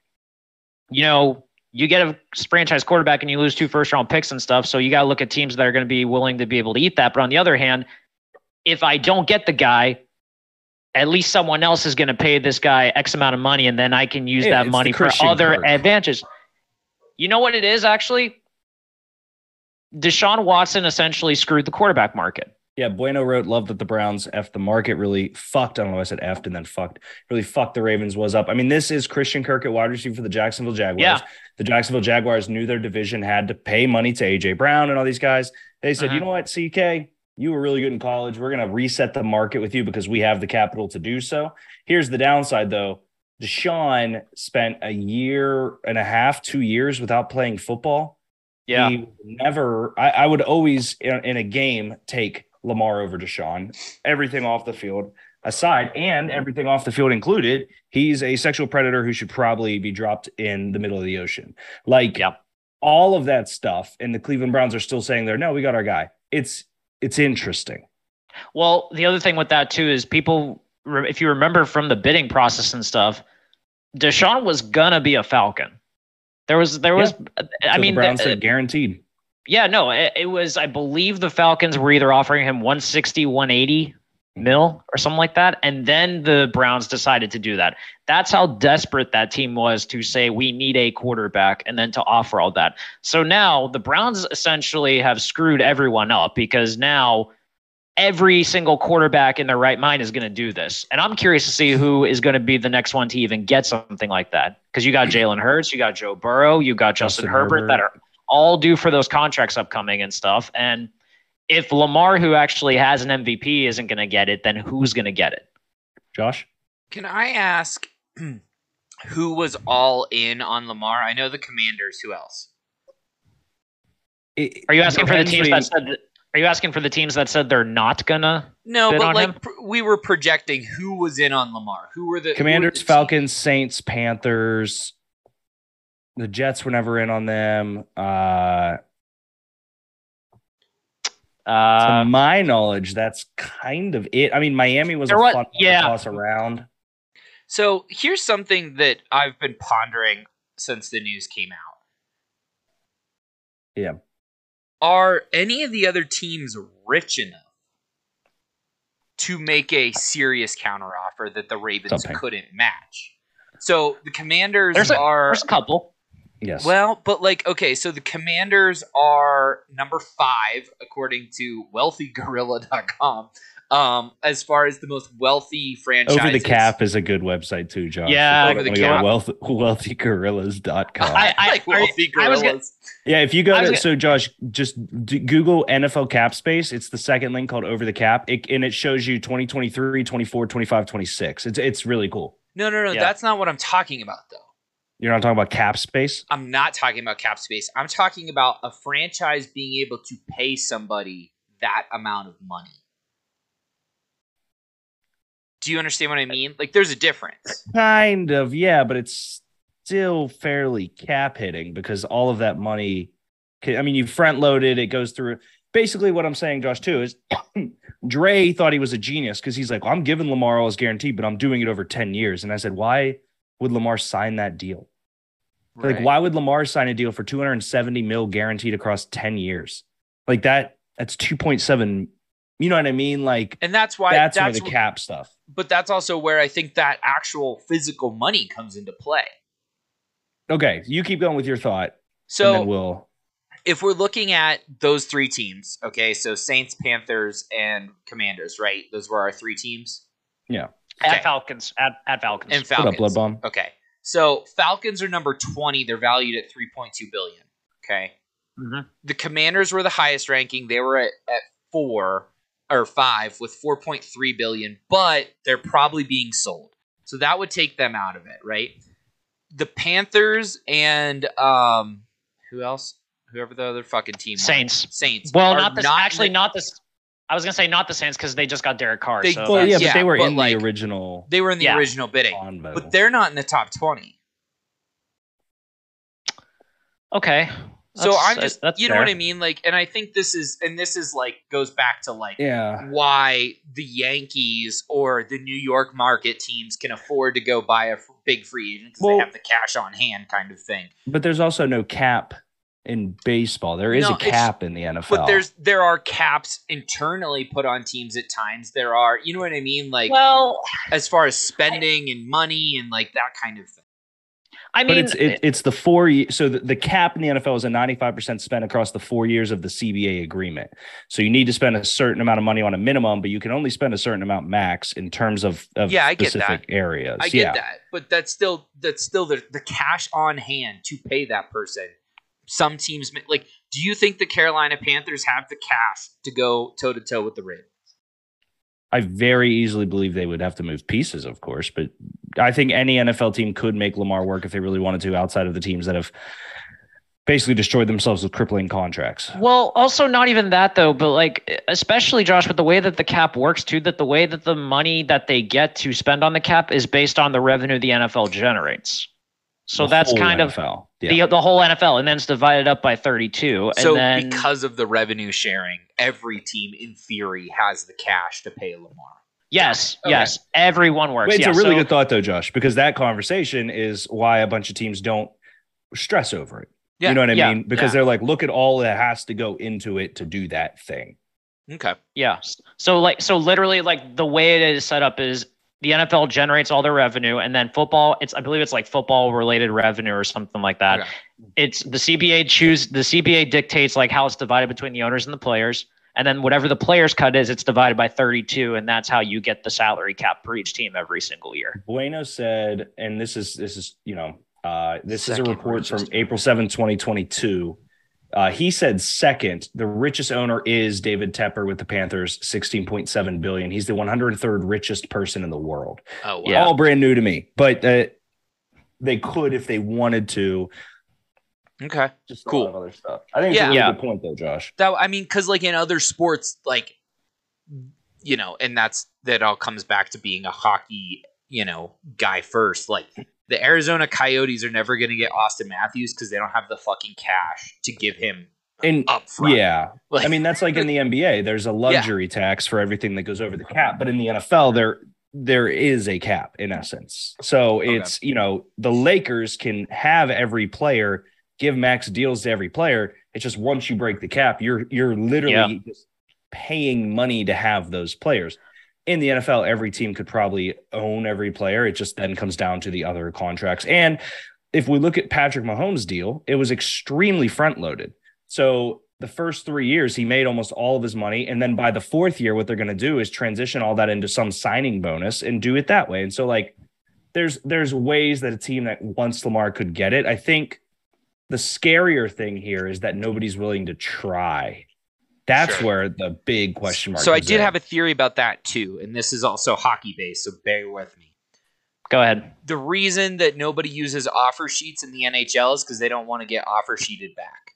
Speaker 2: you know, you get a franchise quarterback and you lose two first round picks and stuff. So you got to look at teams that are going to be willing to be able to eat that. But on the other hand, if I don't get the guy, at least someone else is going to pay this guy X amount of money, and then I can use
Speaker 1: Yeah, it's
Speaker 2: that
Speaker 1: the
Speaker 2: money for
Speaker 1: Christian
Speaker 2: other
Speaker 1: perk.
Speaker 2: advantages. You know what it is actually? Deshaun Watson essentially screwed the quarterback market.
Speaker 1: Yeah, Bueno wrote, love that the Browns effed the market, really fucked. I don't know why I said effed and then fucked, really fucked the Ravens was up. I mean, this is Christian Kirk at wide receiver for the Jacksonville Jaguars.
Speaker 2: Yeah.
Speaker 1: The Jacksonville Jaguars knew their division had to pay money to AJ Brown and all these guys. They said,
Speaker 2: Uh-huh.
Speaker 1: you know what, CK, you were really good in college. We're going to reset the market with you because we have the capital to do so. Here's the downside, though. Deshaun spent a year and a half, two years without playing football. He would never, I, I would always in, in a game take Lamar over Deshaun, everything off the field aside, and
Speaker 2: Mm-hmm.
Speaker 1: everything off the field included. He's a sexual predator who should probably be dropped in the middle of the ocean. Like
Speaker 2: Yep.
Speaker 1: all of that stuff. And the Cleveland Browns are still saying there, no, we got our guy. It's, it's interesting.
Speaker 2: Well, the other thing with that too is people, re- if you remember from the bidding process and stuff, Deshaun was gonna be a Falcon. There was, there was, I
Speaker 1: So
Speaker 2: mean,
Speaker 1: the Browns
Speaker 2: the- uh,
Speaker 1: said guaranteed.
Speaker 2: yeah, no, it, it was, I believe the Falcons were either offering him 160, 180 mil or something like that. And then the Browns decided to do that. That's how desperate that team was to say, we need a quarterback and then to offer all that. So now the Browns essentially have screwed everyone up because now every single quarterback in their right mind is going to do this. And I'm curious to see who is going to be the next one to even get something like that. Because you got Jalen Hurts, you got Joe Burrow, you got Justin,
Speaker 1: Justin
Speaker 2: Herbert,
Speaker 1: Herbert.
Speaker 2: that are all due for those contracts upcoming and stuff. And if Lamar, who actually has an MVP, isn't going to get it, then who's going to get it?
Speaker 1: Josh?
Speaker 3: Can I ask *clears throat* who was all in on Lamar? I know the Commanders. Who else?
Speaker 1: It-
Speaker 2: Are you asking for the teams that
Speaker 1: Henry-
Speaker 2: said? Are you asking for the teams that said they're not gonna?
Speaker 3: No,
Speaker 2: Bid
Speaker 3: but
Speaker 2: on
Speaker 3: like
Speaker 2: him?
Speaker 3: pr- we were projecting who was in on Lamar. Who were the who were the
Speaker 1: Commanders,
Speaker 3: team-
Speaker 1: Falcons, Saints, Panthers. The Jets were never in on them. Uh, to
Speaker 2: Uh,
Speaker 1: my knowledge, that's kind of it. I mean, Miami was a
Speaker 2: There was-
Speaker 1: fun one
Speaker 2: yeah.
Speaker 1: to toss around.
Speaker 3: So here's something that I've been pondering since the news came out.
Speaker 1: Yeah.
Speaker 3: Are any of the other teams rich enough to make a serious counteroffer that the Ravens
Speaker 1: Something.
Speaker 3: couldn't match? So the Commanders
Speaker 2: There's a-
Speaker 3: are
Speaker 2: first couple.
Speaker 1: Yes.
Speaker 3: well, but like, okay, so the commanders are number five, according to wealthygorilla.com, um, as far as the most wealthy franchise.
Speaker 1: over the cap is a good website too, Josh.
Speaker 2: Yeah.
Speaker 1: If you
Speaker 3: Over the
Speaker 1: wanna go
Speaker 3: cap.
Speaker 1: Wealth, wealthygorillas.com.
Speaker 2: I- I-
Speaker 3: *laughs* like
Speaker 2: are you-
Speaker 3: wealthy
Speaker 2: I was
Speaker 3: gorillas.
Speaker 2: gonna-
Speaker 1: yeah, if you go
Speaker 2: I
Speaker 1: to
Speaker 2: was gonna-
Speaker 1: so Josh, just d- Google NFL cap space. It's the second link called Over the Cap, it, and it shows you 2023, 24, 25, 26. It's it's really cool.
Speaker 3: no, no, no.
Speaker 2: Yeah.
Speaker 3: That's not what I'm talking about, though.
Speaker 1: You're not talking about cap space.
Speaker 3: I'm not talking about cap space. I'm talking about a franchise being able to pay somebody that amount of money. Do you understand what I mean? Like, there's a difference.
Speaker 1: Kind of, yeah, but it's still fairly cap hitting because all of that money. ca- I mean, you front loaded, it goes through. Basically, what I'm saying, Josh, too, is *clears throat* Dre thought he was a genius because he's like, I'm giving Lamar all his guarantee, but I'm doing it over 10 years. And I said, Why would Lamar sign that deal? Like, why would Lamar sign a deal for 270 mil guaranteed across 10 years? Like that, that's 2.7. You know what I mean? Like,
Speaker 3: And that's why
Speaker 1: that's,
Speaker 3: that's,
Speaker 1: where the
Speaker 3: wh-
Speaker 1: cap stuff.
Speaker 3: but that's also where I think that actual physical money comes into play.
Speaker 1: Okay, you keep going with your thought, and
Speaker 3: So
Speaker 1: then we'll
Speaker 3: if we're looking at those three teams, okay, so Saints, Panthers, and Commanders, right? Those were our three teams. Okay.
Speaker 2: At Falcons. At, at Falcons.
Speaker 3: And
Speaker 1: What up,
Speaker 3: Falcons.
Speaker 1: Blood Bomb?
Speaker 3: Okay. So Falcons are number 20. They're valued at 3.2 billion. Okay.
Speaker 2: Mhm.
Speaker 3: The Commanders were the highest ranking. They were at, at 4 or 5 with 4.3 billion, but they're probably being sold. So that would take them out of it, right? The Panthers and um who else? Whoever the other fucking team was.
Speaker 2: Saints.
Speaker 3: Saints.
Speaker 2: Well,
Speaker 3: are
Speaker 2: not this. actually,
Speaker 3: the-
Speaker 2: not this. I was gonna say not the Saints because they just got Derek Carr.
Speaker 3: They-
Speaker 2: so
Speaker 3: well,
Speaker 1: Well,
Speaker 2: that's-
Speaker 1: yeah, but
Speaker 3: Oh, yeah,
Speaker 1: they were
Speaker 3: but
Speaker 1: in
Speaker 3: like-
Speaker 1: the original
Speaker 3: they were in the
Speaker 2: Yeah.
Speaker 3: original bidding.
Speaker 1: convo.
Speaker 3: But they're not in the top 20.
Speaker 2: Okay.
Speaker 3: So
Speaker 2: That's-
Speaker 3: I'm just
Speaker 2: that's
Speaker 3: you know
Speaker 2: fair.
Speaker 3: what I mean? Like and I think this is and this is like goes back to like
Speaker 1: yeah.
Speaker 3: why the Yankees or the New York market teams can afford to go buy a f- big free agent because
Speaker 1: Well-
Speaker 3: they have the cash on hand kind of thing.
Speaker 1: But there's also no cap in baseball. There is
Speaker 3: No,
Speaker 1: a
Speaker 3: it's-
Speaker 1: cap in the NFL.
Speaker 3: But there's there are caps internally put on teams at times. There are you know what I mean, like
Speaker 2: well,
Speaker 3: as far as spending and money and like that kind of thing.
Speaker 2: I
Speaker 1: but
Speaker 2: mean,
Speaker 1: it's it, it's the four ye So the, the cap in the NFL is a 95% spent across the four years of the CBA agreement. So you need to spend a certain amount of money on a minimum, but you can only spend a certain amount max in terms of, of
Speaker 3: Yeah, I get
Speaker 1: specific areas.
Speaker 3: I get
Speaker 1: yeah.
Speaker 3: that, but that's still that's still the the cash on hand to pay that person. Some teams ma- like. Do you think the Carolina Panthers have the cash to go toe to toe with the Ravens?
Speaker 1: I very easily believe they would have to move pieces, of course, but I think any NFL team could make Lamar work if they really wanted to outside of the teams that have basically destroyed themselves with crippling contracts.
Speaker 2: uh, Well, also not even that though, but like e, especially Josh with the way that the cap works too, that the way that the money that they get to spend on the cap is based on the revenue the NFL generates. So
Speaker 1: The
Speaker 2: that's
Speaker 1: whole
Speaker 2: kind of
Speaker 1: NFL. Yeah.
Speaker 2: the the whole NFL, and then it's divided up by thirty two, and
Speaker 3: so
Speaker 2: then
Speaker 3: because of the revenue sharing, every team in theory has the cash to pay Lamar.
Speaker 2: yes,
Speaker 3: Okay.
Speaker 2: yes, everyone works.
Speaker 1: Wait, it's
Speaker 2: yeah,
Speaker 1: a really
Speaker 2: so-
Speaker 1: good thought though, Josh, because that conversation is why a bunch of teams don't stress over it.
Speaker 3: Yeah,
Speaker 1: you know what I
Speaker 2: yeah,
Speaker 1: mean? Because they're like, look at all that has to go into it to do that thing.
Speaker 3: Okay.
Speaker 2: Yeah. So like so literally like the way it is set up is the NFL generates all their revenue and then football it's I believe it's like football related revenue or something like that.
Speaker 3: Okay.
Speaker 2: It's the CBA choose the CBA dictates like how it's divided between the owners and the players and then whatever the players cut is it's divided by 32 and that's how you get the salary cap for each team every single year.
Speaker 1: Bueno said, and this is this is you know uh, this
Speaker 3: Second
Speaker 1: is a report from
Speaker 3: richest owner.
Speaker 1: April seventh, twenty 2022. Uh, he said second, the richest owner is David Tepper with the Panthers, 16.7 billion. He's the 103rd richest person in the world.
Speaker 3: Oh wow.
Speaker 2: Yeah.
Speaker 1: All brand new to me, but uh, they could if they wanted to.
Speaker 3: Okay.
Speaker 1: Just
Speaker 3: a Cool. lot of
Speaker 1: other stuff. I think
Speaker 3: it's a
Speaker 1: it's a
Speaker 3: Yeah.
Speaker 2: really Yeah.
Speaker 1: good point though, Josh.
Speaker 3: That I mean, because like in other sports, like you know, and that's that all comes back to being a hockey, you know, guy first. Like the Arizona Coyotes are never going to get Austin Matthews because they don't have the fucking cash to give him
Speaker 1: And
Speaker 3: up front.
Speaker 1: yeah,
Speaker 3: Like,
Speaker 1: I mean, that's like in the NBA.
Speaker 3: *laughs*
Speaker 1: There's a luxury tax for everything that goes over the cap, but in the NFL, there there is a cap in essence. So
Speaker 3: Okay.
Speaker 1: it's you know the Lakers can have every player give max deals to every player. It's just once you break the cap, you're you're literally just paying money to have those players. In the NFL, every team could probably own every player. It just then comes down to the other contracts. And if we look at Patrick Mahomes' deal, it was extremely front loaded. So the first three years, he made almost all of his money. And then by the fourth year, what they're going to do is transition all that into some signing bonus and do it that way. And so, like, there's there's ways that a team that wants Lamar could get it. I think the scarier thing here is that nobody's willing to try. That's
Speaker 3: Sure.
Speaker 1: where the big question mark.
Speaker 3: So I
Speaker 1: comes
Speaker 3: did
Speaker 1: in.
Speaker 3: have a theory about that too, and this is also hockey based, so bear with me.
Speaker 2: Go ahead.
Speaker 3: the reason that nobody uses offer sheets in the NHL is because they don't want to get offer sheeted back.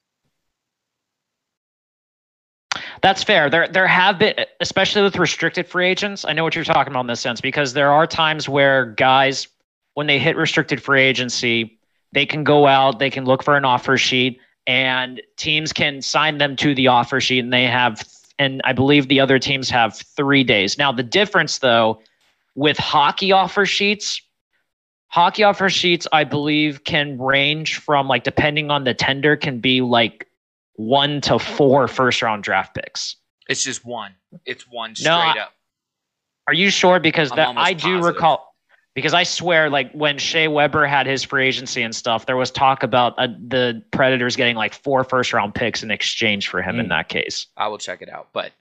Speaker 2: That's fair. There there have been especially with restricted free agents. I know what you're talking about in this sense because there are times where guys when they hit restricted free agency, they can go out, they can look for an offer sheet and teams can sign them to the offer sheet and they have and I believe the other teams have 3 days. Now the difference though with hockey offer sheets hockey offer sheets I believe can range from like depending on the tender can be like one to four first round draft picks.
Speaker 3: It's just one. It's one straight
Speaker 2: No, I-
Speaker 3: up.
Speaker 2: Are you sure? Because
Speaker 3: I'm
Speaker 2: that
Speaker 3: almost
Speaker 2: I do
Speaker 3: positive.
Speaker 2: recall Because I swear, like when Shea Weber had his free agency and stuff, there was talk about uh, the Predators getting like four first round picks in exchange for him in
Speaker 1: Mm.
Speaker 2: that case.
Speaker 3: I will check it out. But,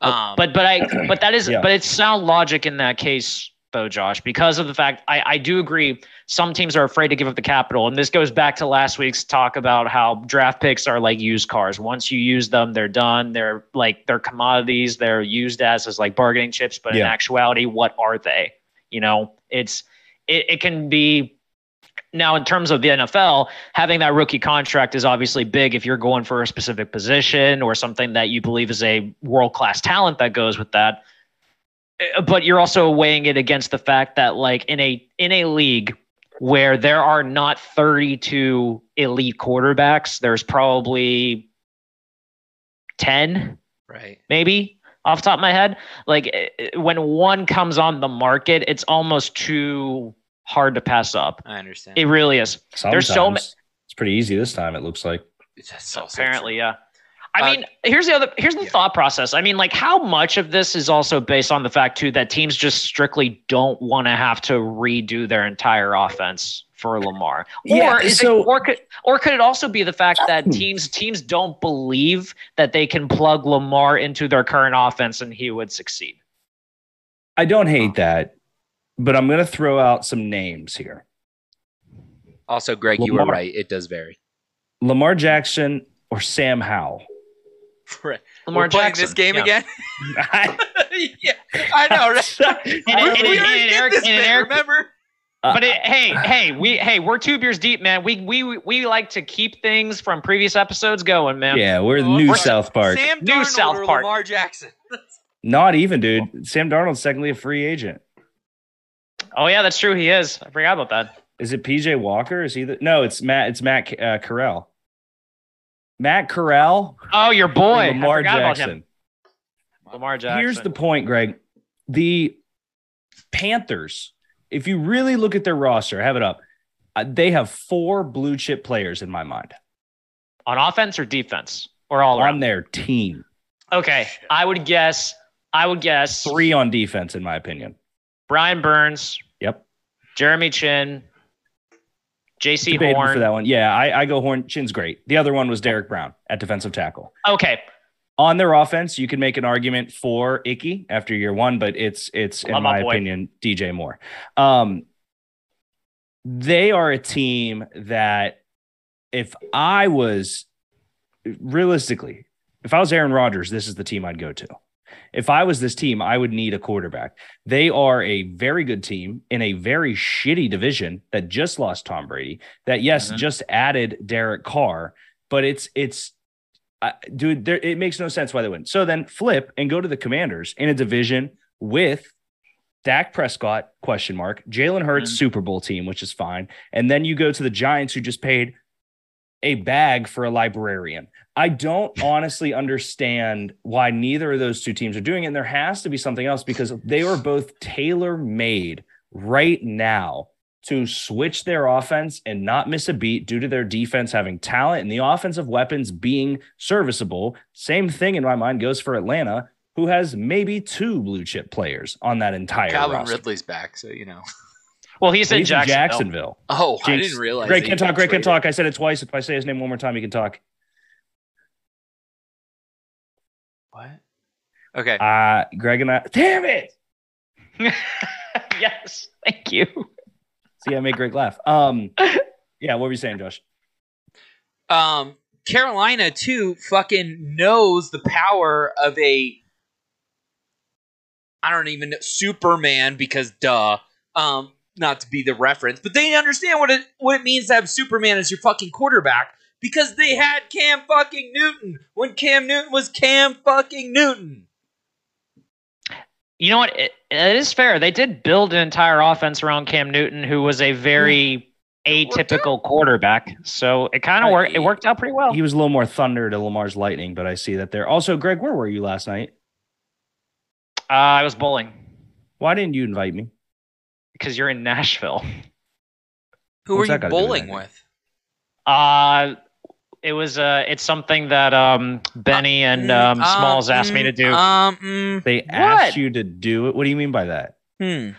Speaker 2: But-
Speaker 3: um,
Speaker 2: Uh, but but
Speaker 1: *clears throat*
Speaker 2: I but that is
Speaker 1: Yeah.
Speaker 2: but it's sound logic in that case though, Josh, because of the fact I, I do agree some teams are afraid to give up the capital. And this goes back to last week's talk about how draft picks are like used cars. Once you use them, they're done. They're like they're commodities. They're used as as like bargaining chips, but in
Speaker 1: Yeah.
Speaker 2: actuality, what are they? You know, it's it, it can be now in terms of the NFL, having that rookie contract is obviously big if you're going for a specific position or something that you believe is a world class talent that goes with that. Uh, But you're also weighing it against the fact that like in a in a league where there are not 32 elite quarterbacks, there's probably 10
Speaker 3: right.
Speaker 2: maybe off the top of my head. Like eh, eh, when one comes on the market, it's almost too hard to pass up.
Speaker 3: I understand.
Speaker 2: It really is.
Speaker 1: Sometimes.
Speaker 2: There's so ma-
Speaker 1: It's pretty easy this time. It looks like.
Speaker 3: It's just so- so
Speaker 2: Apparently,
Speaker 3: true.
Speaker 2: yeah. I
Speaker 3: Uh,
Speaker 2: mean, here's the other here's the
Speaker 3: yeah.
Speaker 2: thought process. I mean, like how much of this is also based on the fact too that teams just strictly don't want to have to redo their entire offense for Lamar. Or
Speaker 1: Yeah,
Speaker 2: is
Speaker 1: so-
Speaker 2: it, or could or could it also be the fact that teams teams don't believe that they can plug Lamar into their current offense and he would succeed?
Speaker 1: I don't hate that, but I'm going to throw out some names here.
Speaker 3: Also, Greg, you were
Speaker 1: Lamar.
Speaker 3: right. It does
Speaker 2: *laughs*
Speaker 3: vary.
Speaker 1: Lamar Jackson or Sam Howell. *laughs*
Speaker 3: Right.
Speaker 2: Lamar
Speaker 3: we're playing
Speaker 2: Jackson.
Speaker 3: this game
Speaker 2: yeah.
Speaker 3: again. *laughs*
Speaker 1: I,
Speaker 3: yeah,
Speaker 2: *laughs*
Speaker 3: I know. Right?
Speaker 2: And-
Speaker 3: We-
Speaker 2: and-
Speaker 3: we
Speaker 2: and-
Speaker 3: already
Speaker 2: and
Speaker 3: did
Speaker 2: Eric-
Speaker 3: this
Speaker 2: and
Speaker 3: bit,
Speaker 2: Eric-
Speaker 3: remember?
Speaker 2: But it, hey, hey, we hey, we're two beers deep, man. We we we like to keep things from previous episodes going, man.
Speaker 1: yeah, we're the new
Speaker 3: We're-
Speaker 1: South Park.
Speaker 3: Sam
Speaker 2: New
Speaker 3: Darnold
Speaker 2: South
Speaker 3: or
Speaker 2: Park.
Speaker 3: Lamar Jackson.
Speaker 1: Not even, dude. Sam Darnold's secondly a free agent.
Speaker 2: Oh yeah, that's true. He is. I forgot about that.
Speaker 1: Is it PJ Walker? Is he the no? It's Matt. It's Matt uh, Corral. Matt Corral.
Speaker 2: Oh, your boy, I
Speaker 1: Lamar
Speaker 2: forgot about him.
Speaker 1: Jackson.
Speaker 2: Lamar Jackson.
Speaker 1: Here's the point, Greg. The Panthers, if you really look at their roster, I have it up. Uh, they have four blue chip players in my mind
Speaker 2: on offense or defense or all
Speaker 1: on
Speaker 2: around.
Speaker 1: their team.
Speaker 2: Okay, I would guess. I would guess
Speaker 1: Three on defense, in my opinion.
Speaker 2: Brian Burns,
Speaker 1: Yep.
Speaker 2: Jeremy Chin, J.C.
Speaker 1: Debatable for
Speaker 2: Horn.
Speaker 1: that one. Yeah, I, I go Horn. Chin's great. The other one was Derek Brown at defensive tackle.
Speaker 2: Okay,
Speaker 1: On their offense, you can make an argument for Icky after year one, but it's it's in
Speaker 2: Love my
Speaker 1: my
Speaker 2: boy.
Speaker 1: opinion DJ Moore. Um, they are a team that, if I was realistically, if I was Aaron Rodgers, this is the team I'd go to. If I was this team, I would need a quarterback. They are a very good team in a very shitty division that just lost Tom Brady. That yes,
Speaker 2: Mhm.
Speaker 1: just added Derek Carr, but it's it's I dude, there, it makes no sense why they wouldn't. So then flip and go to the Commanders in a division with Dak Prescott question mark, Jalen Hurts
Speaker 2: Mhm.
Speaker 1: Super Bowl team, which is fine, and then you go to the Giants who just paid a bag for a librarian. I don't honestly understand why neither of those two teams are doing it. And there has to be something else because they are both tailor made right now to switch their offense and not miss a beat due to their defense having talent and the offensive weapons being serviceable. Same thing in my mind goes for Atlanta, who has maybe two blue chip players on that entire
Speaker 3: Calvin
Speaker 1: roster.
Speaker 3: Ridley's back, so you know.
Speaker 2: well he's in
Speaker 1: He's in Jacksonville.
Speaker 2: Jacksonville.
Speaker 3: Oh, I
Speaker 1: Jinx.
Speaker 3: didn't realize.
Speaker 1: Greg
Speaker 3: that
Speaker 1: can
Speaker 3: he got
Speaker 1: talk. Greg can
Speaker 3: traded.
Speaker 1: talk. I said it twice. If I say his name one more time, he can talk.
Speaker 3: What? Okay.
Speaker 1: Uh, Greg and I. Damn it!
Speaker 2: *laughs* yes, thank you.
Speaker 1: See, I made Greg laugh.
Speaker 2: *laughs*
Speaker 1: Um, yeah. What were you saying, Josh?
Speaker 3: Um, Carolina too fucking knows the power of a. I don't even know Superman because duh. Um, not to be the reference, but they understand what it what it means to have Superman as your fucking quarterback because they had Cam fucking Newton when Cam Newton was Cam fucking Newton.
Speaker 2: You know what? It, it is fair. They did build an entire offense around Cam Newton, who was a very atypical quarterback. So it kind
Speaker 1: Uh,
Speaker 2: of worked. It worked out pretty well.
Speaker 1: He was a little more thunder to Lamar's lightning, but I see that there. Also, Greg, where were you last night?
Speaker 2: Uh, I was bowling
Speaker 1: Why didn't you invite me?
Speaker 2: because you're in Nashville.
Speaker 3: Who
Speaker 1: What's
Speaker 3: are
Speaker 1: that got to
Speaker 3: you
Speaker 1: do with
Speaker 3: bowling
Speaker 1: anything?
Speaker 3: with?
Speaker 2: Uh, it was. Uh, it's something that um, Benny and um,
Speaker 3: Mm,
Speaker 2: Smalls asked me
Speaker 3: mm,
Speaker 2: to do.
Speaker 3: Um, mm,
Speaker 1: They asked you to do it. What do you mean by that?
Speaker 3: hmm.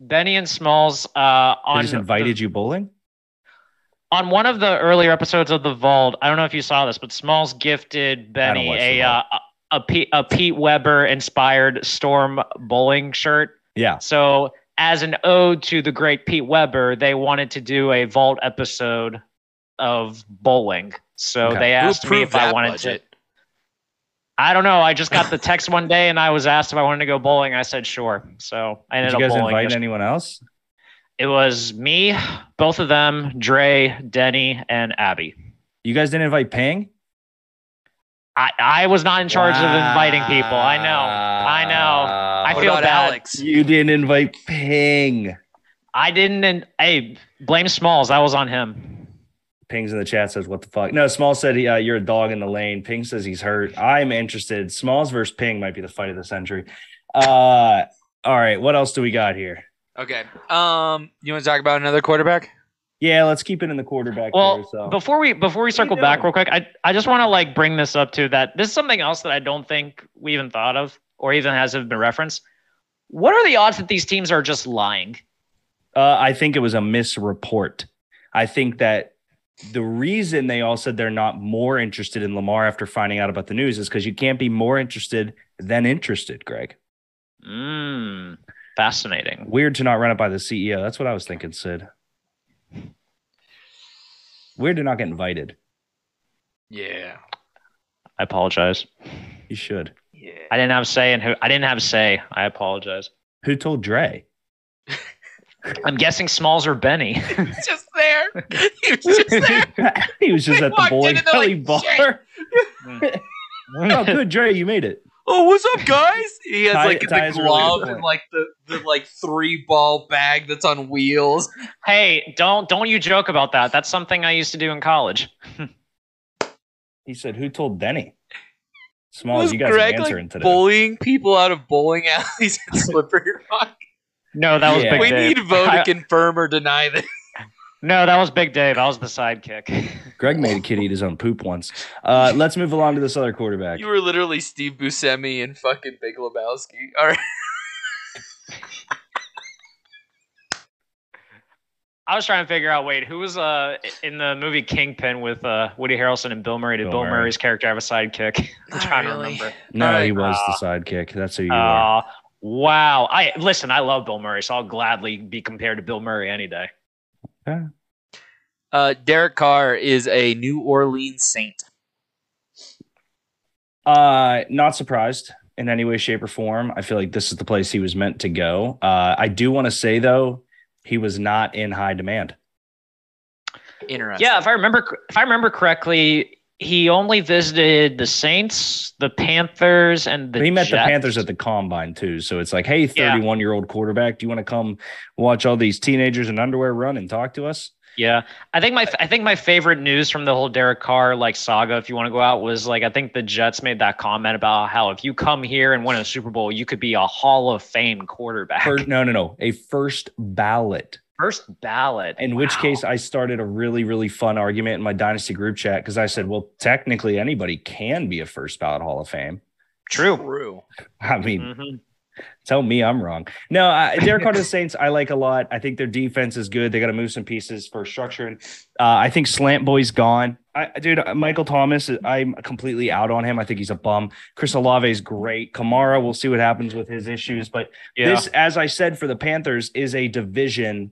Speaker 2: Benny and Smalls uh, on
Speaker 1: I just invited you bowling.
Speaker 2: on one of the earlier episodes of the Vault, I don't know if you saw this, but Smalls gifted Benny
Speaker 1: watch
Speaker 2: a
Speaker 1: The
Speaker 2: uh, a, Pete, a Pete Weber inspired Storm bowling shirt.
Speaker 1: Yeah.
Speaker 2: So as an ode to the great Pete Weber, they wanted to do a Vault episode of bowling. So
Speaker 1: Okay.
Speaker 2: they
Speaker 3: Who
Speaker 2: asked me if
Speaker 3: approved
Speaker 2: I
Speaker 3: that
Speaker 2: wanted
Speaker 3: budget?
Speaker 2: to. I don't know. I just got the text one day and I was asked if I wanted to go bowling. I said sure. So I
Speaker 1: Did
Speaker 2: ended
Speaker 1: you
Speaker 2: up
Speaker 1: guys
Speaker 2: bowling.
Speaker 1: invite
Speaker 2: this-
Speaker 1: anyone else?
Speaker 2: It was me, both of them, Dre, Denny, and Abby.
Speaker 1: You guys didn't invite Ping?
Speaker 2: I, I was not in charge of inviting people. I know. I know. I
Speaker 3: What
Speaker 2: feel
Speaker 3: about
Speaker 2: bad.
Speaker 3: Alex?
Speaker 1: You didn't invite Ping.
Speaker 2: I didn't. And hey, blame Smalls. That was on him.
Speaker 1: Ping's in the chat says, "What the fuck?" No, Small said, uh, "You're a dog in the lane." Ping says he's hurt. I'm interested. Smalls versus Ping might be the fight of the century. Uh, all right, what else do we got here?
Speaker 3: Okay. Um, you want to talk about another quarterback?
Speaker 1: Yeah, let's keep it in the quarterback.
Speaker 2: Well,
Speaker 1: there, so.
Speaker 2: before we
Speaker 1: What
Speaker 2: before we
Speaker 1: are you
Speaker 2: circle back
Speaker 1: doing?
Speaker 2: real quick, I I just want to like bring this up too. That this is something else that I don't think we even thought of or even has been referenced. What are the odds that these teams are just lying?
Speaker 1: Uh, I think it was a misreport. I think that the reason they all said they're not more interested in Lamar after finding out about the news is because you can't be more interested than interested, Greg.
Speaker 2: Mm, fascinating.
Speaker 1: Weird to not run it by the CEO. That's what I was thinking, Sid. Weird to not get invited.
Speaker 3: Yeah.
Speaker 2: I apologize.
Speaker 1: You should.
Speaker 3: Yeah.
Speaker 2: I didn't have say in who. I didn't have say. I apologize.
Speaker 1: Who told
Speaker 3: *laughs*
Speaker 1: Dre? *laughs*
Speaker 2: I'm guessing Smalls or Benny.
Speaker 3: just there. He was just there.
Speaker 1: he was just
Speaker 3: They
Speaker 1: at the
Speaker 3: walked
Speaker 1: Bowling
Speaker 3: in and they're
Speaker 1: Alley
Speaker 3: like,
Speaker 1: bar. *laughs* oh, good, Dre, you made it.
Speaker 3: Oh, what's up, guys? He has
Speaker 1: Ty-
Speaker 3: like the
Speaker 1: Ty's really
Speaker 3: glove
Speaker 1: good
Speaker 3: and like the, the like three ball bag that's on wheels.
Speaker 2: *laughs* Hey, don't don't you joke about that. That's something I used to do in college.
Speaker 1: He said, "Who told Denny?" Smalls,
Speaker 3: was
Speaker 1: you guys
Speaker 3: Greg
Speaker 1: are answering
Speaker 3: like
Speaker 1: today.
Speaker 3: bullying people out of bowling alleys and slippery rock?
Speaker 2: No, that was
Speaker 1: Yeah.
Speaker 2: Big
Speaker 3: we
Speaker 2: Dave.
Speaker 3: need vote to
Speaker 2: I-
Speaker 3: confirm or deny this.
Speaker 2: no, that was Big Dave. I was the sidekick. *laughs*
Speaker 1: Greg made a kid eat his own poop once. Uh, let's move along to this other quarterback.
Speaker 3: You were literally Steve Buscemi and fucking Big Lebowski. All right.
Speaker 2: I was trying to figure out. Wait, who was uh in the movie Kingpin with uh Woody Harrelson and Bill Murray? Did
Speaker 1: Bill
Speaker 2: Bill
Speaker 1: Murray.
Speaker 2: Murray's character have a sidekick? *laughs* I'm trying to remember.
Speaker 1: No,
Speaker 3: Alright.
Speaker 1: he was
Speaker 3: "Ah."
Speaker 1: the sidekick. That's who you are.
Speaker 2: Uh, wow. I listen. I love Bill Murray, so I'll gladly be compared to Bill Murray any day.
Speaker 3: Uh, Derek Carr is a New Orleans Saint.
Speaker 1: Uh, not surprised in any way, shape, or form. I feel like this is the place he was meant to go. Uh, I do want to say though, he was not in high demand.
Speaker 3: Interesting.
Speaker 2: Yeah, if I remember, if I remember correctly, he only visited the Saints, the Panthers, and the.
Speaker 1: But he met the
Speaker 2: Jets.
Speaker 1: Panthers at the combine too, so it's like, hey,
Speaker 2: Yeah.
Speaker 1: thirty-one-year-old quarterback, do you want to come watch all these teenagers in underwear run and talk to us?
Speaker 2: Yeah, I think my I think my favorite news from the whole Derek Carr like saga, if you want to go out, was like I think the Jets made that comment about how if you come here and win a Super Bowl, you could be a Hall of Fame quarterback,
Speaker 1: Fir-
Speaker 2: *laughs* first,
Speaker 1: no, no, no, a first ballot.
Speaker 2: ballot.
Speaker 1: In which
Speaker 2: Wow.
Speaker 1: case, I started a really, really fun argument in my Dynasty group chat because I said, well, technically anybody can be a first ballot Hall of Fame. *laughs*
Speaker 2: true.
Speaker 3: True.
Speaker 1: I mean,
Speaker 2: Mhm.
Speaker 1: tell me I'm wrong. No,
Speaker 3: *laughs*
Speaker 1: I, Derek Carr to the Saints, I like a lot. I think their defense is good. They got to move some pieces for structuring. Uh, I think Slant Boy's gone. I, dude, uh, Michael Thomas, I'm completely out on him. I think he's a bum. Chris Olave is great. Kamara, we'll see what happens with his issues. But
Speaker 2: Yeah.
Speaker 1: this, as I said, for the Panthers, is a division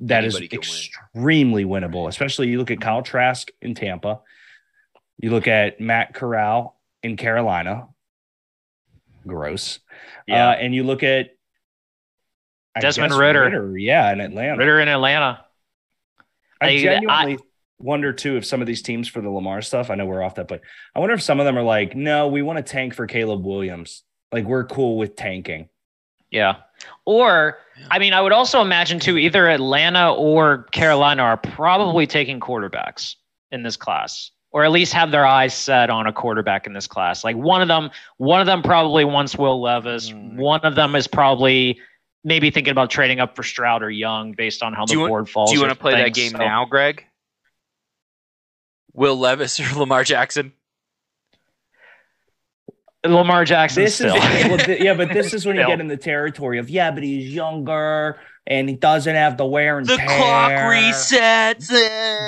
Speaker 1: that is
Speaker 3: Anybody can
Speaker 1: extremely winnable. Especially you look at Kyle Trask in Tampa, you look at Matt Corral in Carolina. Gross.
Speaker 2: yeah.
Speaker 1: Uh, and you look at I
Speaker 2: Desmond
Speaker 1: guess
Speaker 2: Ritter.
Speaker 1: yeah, in Atlanta.
Speaker 2: Ritter in Atlanta.
Speaker 1: I
Speaker 2: I-
Speaker 1: genuinely wonder too if some of these teams for the Lamar stuff. I know we're off that, but I wonder if some of them are like, no, we want to tank for Caleb Williams. Like we're cool with tanking.
Speaker 2: Yeah. Or I mean, I would also imagine too, either Atlanta or Carolina are probably taking quarterbacks in this class, or at least have their eyes set on a quarterback in this class. Like one of them, one of them probably wants Will Levis.
Speaker 3: Mm.
Speaker 2: One of them is probably maybe thinking about trading up for Stroud or Young based on how the
Speaker 3: Do you want-
Speaker 2: board falls.
Speaker 3: Do you want to
Speaker 2: with
Speaker 3: play that game
Speaker 2: things. So-
Speaker 3: now, Greg? *laughs* Will Levis or Lamar Jackson?
Speaker 2: Lamar Jackson
Speaker 1: This is
Speaker 2: still.
Speaker 1: well, th- yeah, but this is when you
Speaker 2: Still.
Speaker 1: get in the territory of yeah, but he's younger and he doesn't have the wear and
Speaker 3: The
Speaker 1: tear.
Speaker 3: clock resets.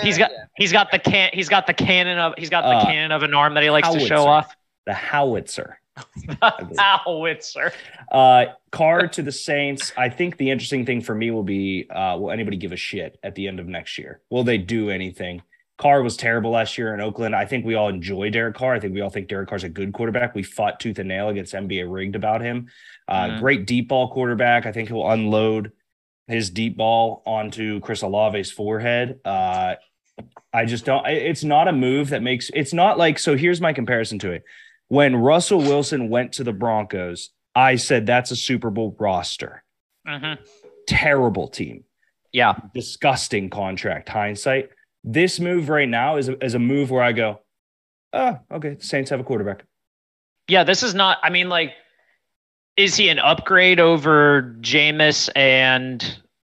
Speaker 2: *laughs* he's got he's got the can he's got the cannon of he's got the
Speaker 1: Uh,
Speaker 2: cannon of an arm that he likes to
Speaker 1: howitzer.
Speaker 2: show off. *laughs*
Speaker 1: the howitzer.
Speaker 2: Howitzer.
Speaker 1: Uh, card to the Saints. I think the interesting thing for me will be uh, will anybody give a shit at the end of next year? Will they do anything? Carr was terrible last year in Oakland. I think we all enjoy Derek Carr. I think we all think Derek Carr's a good quarterback. We fought tooth and nail against NBA rigged about him. Uh,
Speaker 2: Mhm.
Speaker 1: Great deep ball quarterback. I think he'll unload his deep ball onto Chris Olave's forehead. Uh, I just don't. I- It's not a move that makes. It's not like. So here's my comparison to it. When Russell Wilson went to the Broncos, I said that's a Super Bowl roster.
Speaker 2: Mhm.
Speaker 1: Terrible team.
Speaker 2: Yeah.
Speaker 1: Disgusting contract. Hindsight. This move right now is a, is a move where I go, oh, okay, the Saints have a quarterback.
Speaker 2: Yeah, this is not I mean like is he an upgrade over Jameis and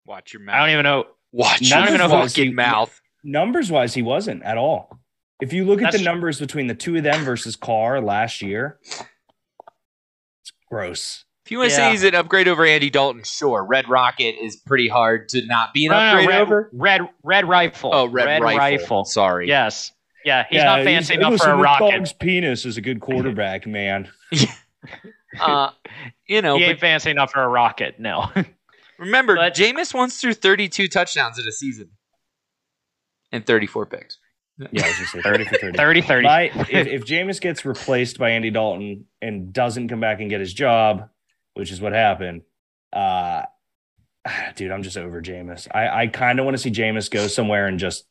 Speaker 3: Watch your mouth.
Speaker 2: I don't even know
Speaker 3: Watch
Speaker 1: I don't
Speaker 3: your
Speaker 1: even know if I was-
Speaker 3: fucking mouth.
Speaker 1: Numbers wise, he wasn't at all. If you look at
Speaker 2: That's
Speaker 1: the
Speaker 2: true.
Speaker 1: numbers between the two of them versus Carr last year, it's gross.
Speaker 3: If you want to
Speaker 2: Yeah.
Speaker 3: say he's an upgrade over Andy Dalton, sure. Red Rocket is pretty hard to not be an
Speaker 2: No, no, no,
Speaker 3: upgrade
Speaker 2: red,
Speaker 3: over.
Speaker 2: red red rifle.
Speaker 3: Oh, Red, Rifle. Sorry.
Speaker 2: Yes. Yeah, he's not fancy
Speaker 1: he's-
Speaker 2: enough
Speaker 1: listen,
Speaker 2: for a
Speaker 1: this
Speaker 2: rocket.
Speaker 1: Dog's penis is a good quarterback, man.
Speaker 3: *laughs* Uh, you know,
Speaker 2: he
Speaker 3: but
Speaker 2: ain't fancy enough for a rocket. No. *laughs*
Speaker 3: Remember,
Speaker 2: But-
Speaker 3: Jameis once threw 32 touchdowns in a season and 34 picks.
Speaker 1: Yeah, I was just 30 for
Speaker 2: *laughs*
Speaker 1: 30.
Speaker 2: 30 30.
Speaker 1: My, if, if Jameis gets replaced by Andy Dalton and doesn't come back and get his job, which is what happened, uh, *sighs* dude, I'm just over Jameis. I, I kind of want to see Jameis go somewhere and just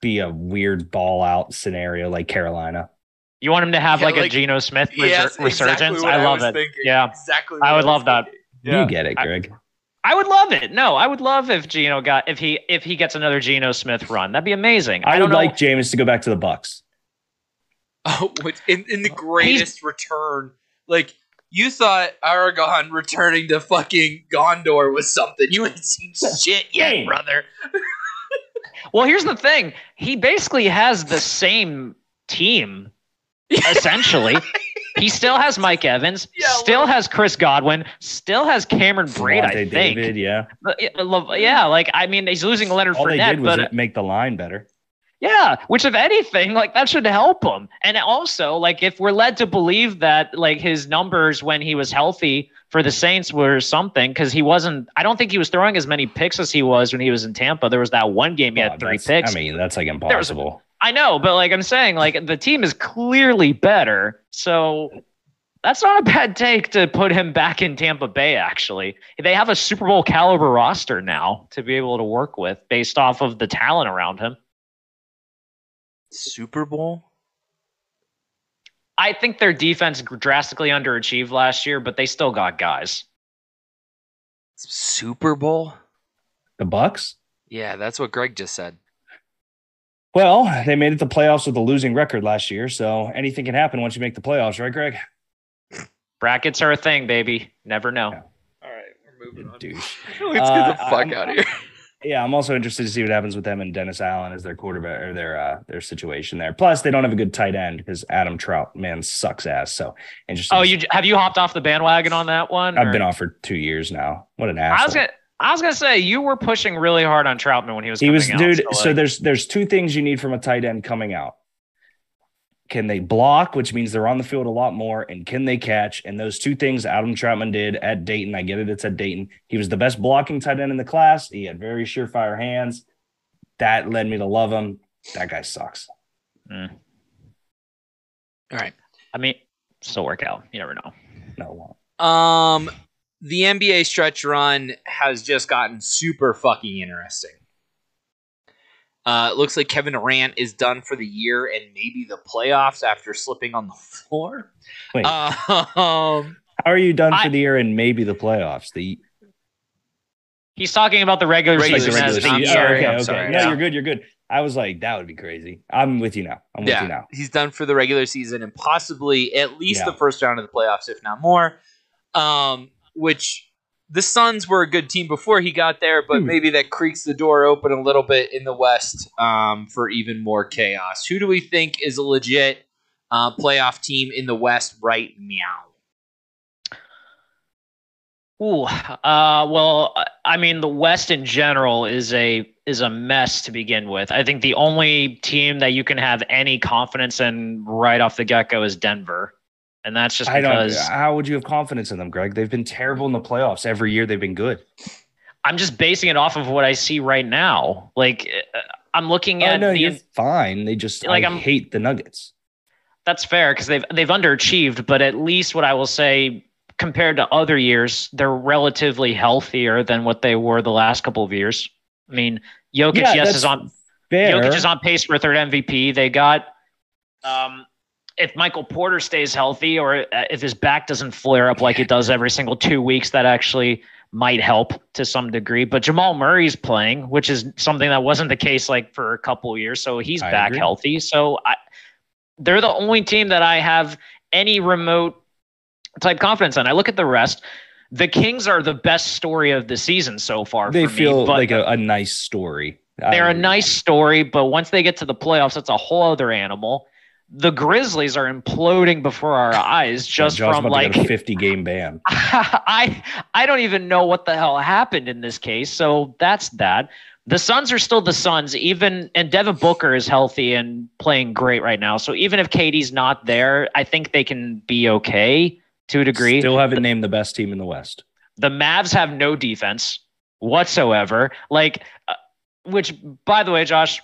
Speaker 1: be a weird ball out scenario like Carolina.
Speaker 2: You want him to have
Speaker 3: Yeah,
Speaker 2: like, a
Speaker 3: like-
Speaker 2: Geno Smith reser- resurgence? I love it.
Speaker 3: Thinking.
Speaker 2: Yeah.
Speaker 3: exactly.
Speaker 2: I would love that.
Speaker 1: You get it,
Speaker 2: I-
Speaker 1: Greg.
Speaker 2: I would love it. No, I would love if Geno got if he if he gets another Geno Smith run. That'd be amazing.
Speaker 1: I,
Speaker 2: I,
Speaker 1: would
Speaker 2: don't know.
Speaker 1: like Jameis to go back to the Bucks.
Speaker 3: *laughs* Oh, which, in, in the greatest return, like you thought Aragon returning to fucking Gondor was something. You ain't *laughs* seen shit yet,
Speaker 1: Damn.
Speaker 3: brother.
Speaker 2: Well, here's the thing. He basically has the same team essentially. he still has Mike Evans,
Speaker 3: Yeah,
Speaker 2: still has Chris Godwin, still has Cameron Braid, I
Speaker 1: Devontae
Speaker 2: think.
Speaker 1: David, yeah.
Speaker 2: But, yeah, lo- Yeah, like I mean he's losing Leonard
Speaker 1: All they did
Speaker 2: Fournette,
Speaker 1: was
Speaker 2: but uh,
Speaker 1: make the line better.
Speaker 2: Yeah, which if anything, like that should help him. And also, like if we're led to believe that like his numbers when he was healthy for the Saints were something cuz he wasn't I don't think he was throwing as many picks as he was when he was in Tampa. There was that one game he
Speaker 1: Oh,
Speaker 2: had 3
Speaker 1: that's-
Speaker 2: picks.
Speaker 1: I
Speaker 2: I,
Speaker 1: mean, that's like
Speaker 2: was-
Speaker 1: impossible.
Speaker 2: know, but like I'm saying like the team is clearly better. So that's not a bad take to put him back in Tampa Bay actually. They have a Super Bowl caliber roster now to be able to work with based off of the talent around him.
Speaker 3: Super Bowl.
Speaker 2: I think their defense drastically underachieved last year, but they still got guys.
Speaker 3: Super Bowl.
Speaker 1: The Bucks?
Speaker 3: Yeah, that's what Greg just said.
Speaker 1: Well, they made it to playoffs with a losing record last year, so anything can happen once you make the playoffs, right, Greg?
Speaker 2: Brackets are a thing, baby. Never know.
Speaker 3: All right, we're moving on.
Speaker 1: Douche.
Speaker 3: *laughs* Let's get the
Speaker 1: Uh,
Speaker 3: fuck
Speaker 1: I'm-
Speaker 3: out of here.
Speaker 1: Yeah, I'm also interested to see what happens with them and Dennis Allen as their quarterback or their uh, their situation there. Plus, they don't have a good tight end because Adam Trout, man, sucks ass. So interesting.
Speaker 2: Oh, you have you hopped off the bandwagon on that one?
Speaker 1: I've
Speaker 2: or-
Speaker 1: been off for two years now. What an asshole.
Speaker 2: I was gonna. I was gonna say you were pushing really hard on Troutman when he was.
Speaker 1: he was,
Speaker 2: coming out,
Speaker 1: dude.
Speaker 2: so,
Speaker 1: so
Speaker 2: like,
Speaker 1: there's there's two things you need from a tight end coming out. Can they block, which means they're on the field a lot more, and can they catch? And those two things Adam Troutman did at Dayton. I get it, it's at Dayton. He was the best blocking tight end in the class. He had very surefire hands. That led me to love him. That guy sucks.
Speaker 3: All right.
Speaker 2: I mean, still work out. You never know.
Speaker 1: No, it won't.
Speaker 3: Um, the NBA stretch run has just gotten super fucking interesting. Uh, it looks like Kevin Durant is done for the year and maybe the playoffs after slipping on the floor.
Speaker 1: Wait.
Speaker 3: *laughs* Um,
Speaker 1: How are you done
Speaker 2: I-
Speaker 1: for the year and maybe the playoffs? The
Speaker 2: He's talking about the regular,
Speaker 3: Regular
Speaker 1: like the
Speaker 2: season.
Speaker 1: regular
Speaker 2: as the
Speaker 3: I'm
Speaker 1: season.
Speaker 2: year.
Speaker 1: Oh, okay,
Speaker 3: I'm
Speaker 1: okay.
Speaker 3: sorry.
Speaker 1: No,
Speaker 2: Yeah.
Speaker 1: you're good. You're good. I was like, that would be crazy. I'm with you now. I'm with you
Speaker 3: yeah,
Speaker 1: now.
Speaker 3: he's done for the regular season and possibly at least
Speaker 1: Yeah.
Speaker 3: the first round of the playoffs, if not more. Um, which the Suns were a good team before he got there, but
Speaker 1: Hmm.
Speaker 3: maybe that creaks the door open a little bit in the West um, for even more chaos. Who do we think is legit? uh, playoff team in the West right
Speaker 1: *laughs*
Speaker 3: now.
Speaker 2: Ooh, uh, well, I mean, the West in general is a is a mess to begin with. I think the only team that you can have any confidence in right off the get go is Denver, and that's just
Speaker 1: I don't.
Speaker 2: because
Speaker 1: How would you have confidence in them, Greg? They've been terrible in the playoffs every year. They've been good.
Speaker 2: I'm just basing it off of what I see right now. Like, uh, I'm looking at
Speaker 1: oh no,
Speaker 2: the
Speaker 1: you're fine. They just
Speaker 2: Like,
Speaker 1: I
Speaker 2: I'm-
Speaker 1: hate the Nuggets.
Speaker 2: That's fair because they've they've underachieved, but at least what I will say compared to other years, they're relatively healthier than what they were the last couple of years. I mean, Jokic
Speaker 1: Yeah,
Speaker 2: yes
Speaker 1: that's
Speaker 2: is on
Speaker 1: Fair.
Speaker 2: Jokic is on pace for third MVP. They got um if Michael Porter stays healthy or uh, if his back doesn't flare up like it does every single two weeks, that actually might help to some degree. But Jamal Murray's playing, which is something that wasn't the case like for a couple of years. So he's
Speaker 1: I
Speaker 2: back
Speaker 1: agree.
Speaker 2: healthy. So I, they're the only team that I have any remote type confidence in. I look at the rest. The Kings are the best story of the season so far.
Speaker 1: they
Speaker 2: for me,
Speaker 1: feel
Speaker 2: but-
Speaker 1: like a, a nice story.
Speaker 2: they're a
Speaker 1: I-
Speaker 2: nice story, but once they get to the playoffs, it's a whole other animal. The Grizzlies are imploding
Speaker 1: *laughs*
Speaker 2: before our eyes just
Speaker 1: Josh
Speaker 2: from
Speaker 1: about to go
Speaker 2: like *laughs*
Speaker 1: to 50 game ban.
Speaker 2: I I don't even know what the hell happened in this case. So that's that. The Suns are still the Suns, even and Devin Booker is healthy and playing great right now. So even if Katie's not there, I think they can be okay to a degree.
Speaker 1: Still haven't named the best team in the West.
Speaker 2: The Mavs have no defense whatsoever. Like, uh, which, by the way, Josh,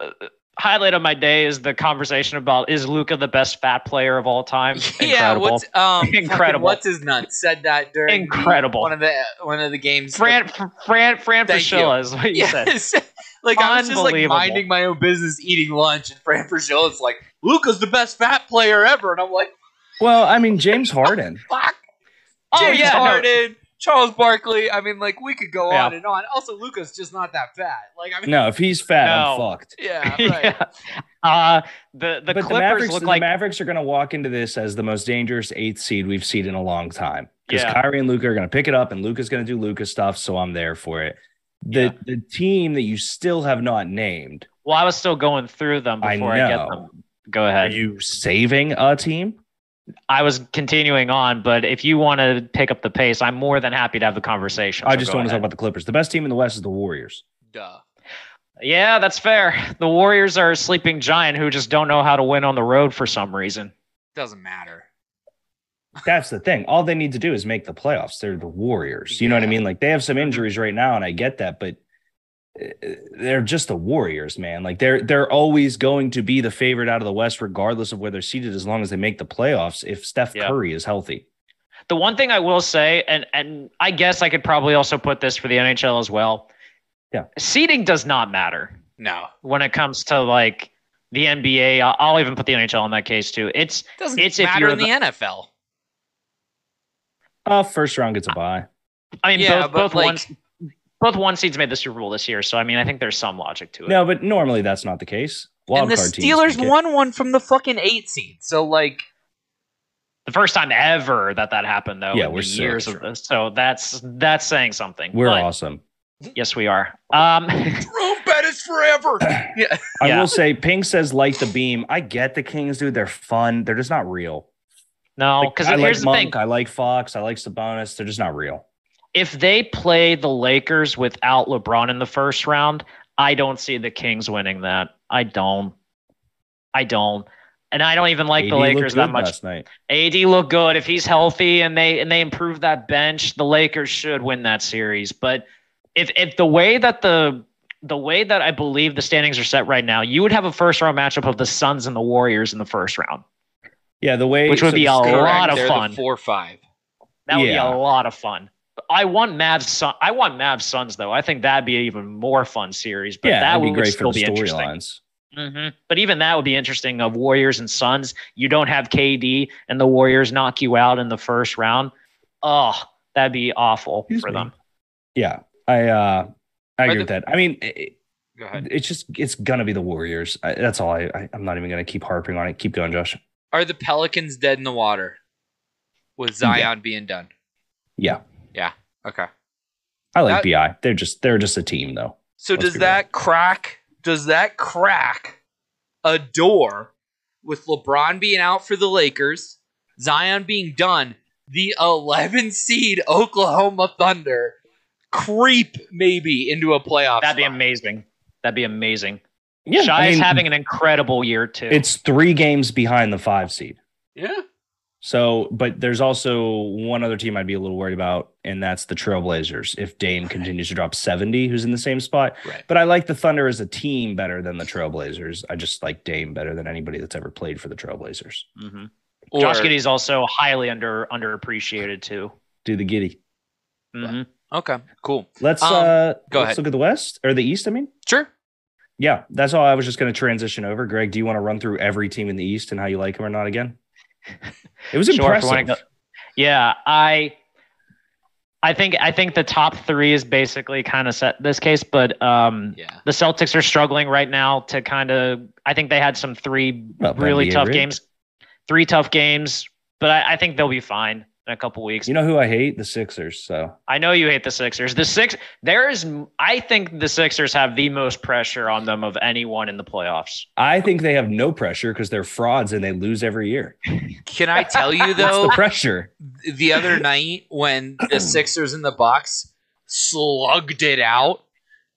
Speaker 2: uh, highlight of my day is the conversation about is Luca the best fat player of all time?
Speaker 3: *laughs* Yeah,
Speaker 2: Incredible.
Speaker 3: what's um fucking
Speaker 2: Incredible.
Speaker 3: What's his nuts said that during
Speaker 2: Incredible.
Speaker 3: one of the one of the games.
Speaker 2: Fran, Fran, Fran
Speaker 3: Thank
Speaker 2: Priscilla is what you said.
Speaker 3: *laughs* Yes. like I was just like
Speaker 2: Unbelievable.
Speaker 3: minding my own business, eating lunch, and Fran Frazilla's like, "Luca's the best fat player ever," and I'm like,
Speaker 1: Well, I mean, James Harden.
Speaker 3: "Fuck."
Speaker 2: Oh,
Speaker 3: James
Speaker 2: yeah, no.
Speaker 3: Harden, Charles Barkley. I mean, like we could go
Speaker 2: Yeah.
Speaker 3: on and on. Also, Luca's just not that fat. Like I mean,
Speaker 1: No, if he's fat, I'm
Speaker 2: No.
Speaker 1: fucked.
Speaker 3: *laughs* yeah,
Speaker 2: *laughs* *laughs*
Speaker 3: right.
Speaker 2: yeah. Uh, the the
Speaker 1: but the
Speaker 2: Clippers
Speaker 1: Mavericks,
Speaker 2: look
Speaker 1: the
Speaker 2: like
Speaker 1: Mavericks are going to walk into this as the most dangerous eighth seed we've seen in a long time because
Speaker 2: Yeah.
Speaker 1: Kyrie and Luca are going to pick it up, and Luca's going to do Luca stuff. So I'm there for it. The
Speaker 2: Yeah.
Speaker 1: the team that you still have not named.
Speaker 2: well, I was still going through them
Speaker 1: I
Speaker 2: before I, get
Speaker 1: know.
Speaker 2: them. Go
Speaker 1: Are
Speaker 2: ahead.
Speaker 1: you saving a team?
Speaker 2: I was continuing on, but if you want to pick up the pace, I'm more than happy to have the conversation.
Speaker 1: I
Speaker 2: so
Speaker 1: just
Speaker 2: go
Speaker 1: want to talk
Speaker 2: ahead.
Speaker 1: about the Clippers. The best team in the West is the Warriors.
Speaker 3: Duh.
Speaker 2: Yeah, that's fair. The Warriors are a sleeping giant who just don't know how to win on the road for some reason.
Speaker 3: Doesn't matter.
Speaker 1: That's the thing. All they need to do is make the playoffs. They're the Warriors. You know what I
Speaker 3: Yeah.
Speaker 1: mean? Like they have some injuries right now, and I get that, but uh, they're just the Warriors, man. Like they're they're always going to be the favorite out of the West, regardless of where they're seated, as long as they make the playoffs. If Steph
Speaker 2: Yeah.
Speaker 1: Curry is healthy,
Speaker 2: The one thing I will say, and and I guess I could probably also put this for the NHL as well.
Speaker 1: Yeah.
Speaker 2: seating does not matter.
Speaker 3: No,
Speaker 2: when it comes to like the NBA. I'll, I'll even put the NHL in that case too. It's
Speaker 3: doesn't
Speaker 2: It's if
Speaker 3: matter
Speaker 2: you're
Speaker 3: in the, NFL.
Speaker 1: uh, first round gets a bye.
Speaker 2: I mean
Speaker 3: Yeah,
Speaker 2: both
Speaker 3: but,
Speaker 2: both
Speaker 3: like-
Speaker 2: ones both one seeds made the Super Bowl this year, so I mean I think there's some logic to it.
Speaker 1: No, but normally that's not the case. Wild
Speaker 3: and the
Speaker 1: card teams
Speaker 3: Steelers
Speaker 1: make it.
Speaker 3: won one from the fucking eight seed.
Speaker 2: *coughs*
Speaker 3: So like,
Speaker 2: The first time ever that that happened though.
Speaker 1: Yeah,
Speaker 2: in
Speaker 1: we're
Speaker 2: the
Speaker 1: so
Speaker 2: years of
Speaker 1: extra.
Speaker 2: this, so that's that's saying something.
Speaker 1: We're
Speaker 2: But-
Speaker 1: awesome.
Speaker 2: Yes, we are. Um, *laughs*
Speaker 3: Rome bet is forever. yeah.
Speaker 1: I
Speaker 2: Yeah.
Speaker 1: will say, Ping says light the beam. I get the Kings, dude. They're fun. They're just not real.
Speaker 2: no,
Speaker 1: Like,
Speaker 2: because
Speaker 1: I
Speaker 2: Oh,
Speaker 1: like
Speaker 2: here's the
Speaker 1: Monk.
Speaker 2: thing:
Speaker 1: I like Fox. I like Sabonis. They're just not real.
Speaker 2: if they play the Lakers without LeBron in the first round, I don't see the Kings winning that. I don't. I don't. And I don't even like
Speaker 1: AD
Speaker 2: the
Speaker 1: looked
Speaker 2: Lakers that
Speaker 1: good
Speaker 2: much.
Speaker 1: last night.
Speaker 2: AD look good if he's healthy and they and they improve that bench. The Lakers should win that series. But if if the way that the the way that I believe the standings are set right now, you would have a first round matchup of the Suns and the Warriors in the first round.
Speaker 1: Yeah, the way
Speaker 2: Which would be
Speaker 1: the
Speaker 2: a
Speaker 1: score-
Speaker 2: lot of
Speaker 3: They're the
Speaker 2: fun.
Speaker 3: Four five.
Speaker 2: That would
Speaker 1: Yeah.
Speaker 2: be a lot of fun. I want Mavs. Sun- I want Mavs Suns though. I think that'd be an even more fun series. But
Speaker 1: Yeah,
Speaker 2: that
Speaker 1: that'd
Speaker 2: would
Speaker 1: be great
Speaker 2: still
Speaker 1: for the
Speaker 2: be interesting.
Speaker 1: storylines.
Speaker 2: hmm But even that would be interesting of Warriors and Suns. You don't have KD and the Warriors knock you out in the first round. Oh, that'd be awful
Speaker 1: Excuse
Speaker 2: for
Speaker 1: me.
Speaker 2: them.
Speaker 1: Yeah, I uh, I agree
Speaker 3: the-
Speaker 1: with that. I mean, it,
Speaker 3: Go ahead.
Speaker 1: it's just it's gonna be the Warriors. I, that's all. I, I I'm not even gonna keep harping on it. Keep going, Josh.
Speaker 3: Are the Pelicans dead in the water? With Zion being done.
Speaker 1: Yeah,
Speaker 3: Okay.
Speaker 1: I like
Speaker 3: That-
Speaker 1: Bi. They're just they're just a team though.
Speaker 3: So
Speaker 1: Let's
Speaker 3: does
Speaker 1: be
Speaker 3: that crack does that crack a door with LeBron being out for the Lakers, Zion being done, the 11 seed *laughs* Oklahoma Thunder creep maybe into a playoff.
Speaker 2: That'd be
Speaker 3: spot.
Speaker 2: amazing. That'd be amazing.
Speaker 1: Yeah,
Speaker 2: Shai
Speaker 1: I
Speaker 2: is
Speaker 1: mean,
Speaker 2: having an incredible year too.
Speaker 1: it's three games behind the five seed.
Speaker 3: Yeah.
Speaker 1: So, but there's also one other team I'd be a little worried about, and that's the Trailblazers. If Dame continues to drop 70, who's in the same spot.
Speaker 3: Right.
Speaker 1: But I like the Thunder as a team better than the Trailblazers. I just like Dame better than anybody that's ever played for the Trailblazers.
Speaker 2: Mhm.
Speaker 3: Or,
Speaker 2: Josh Giddy's also highly under underappreciated too.
Speaker 1: Do the giddy.
Speaker 2: Mhm.
Speaker 3: Okay. Cool.
Speaker 1: Let's
Speaker 3: Um,
Speaker 1: uh
Speaker 3: go
Speaker 1: let's
Speaker 3: ahead.
Speaker 1: look at the West or the East, I mean.
Speaker 3: Sure.
Speaker 1: Yeah, that's all I was just going to transition over. Greg, do you want to run through every team in the East and how you like them or not
Speaker 2: *laughs*
Speaker 1: again? It was
Speaker 2: Sure, if you
Speaker 1: impressive.
Speaker 2: wanna go- Yeah, I I think I think the top 3 is basically kind of set this case, but um
Speaker 3: Yeah.
Speaker 2: the Celtics are struggling right now to kind of I think they had some three
Speaker 1: Well,
Speaker 2: really
Speaker 1: NBA
Speaker 2: tough
Speaker 1: rigged.
Speaker 2: games. Three tough games, but I, I think they'll be fine in a couple weeks.
Speaker 1: You know who I hate? The Sixers. So
Speaker 2: I know you hate the Sixers. The Six there is I think the Sixers have the most pressure on them of anyone in the playoffs.
Speaker 1: I think they have no pressure because they're frauds and they lose every year.
Speaker 3: Can I
Speaker 1: *laughs*
Speaker 3: tell you
Speaker 1: What's
Speaker 3: though?
Speaker 1: the pressure?
Speaker 3: the other night when the Sixers and the Bucks slugged it out,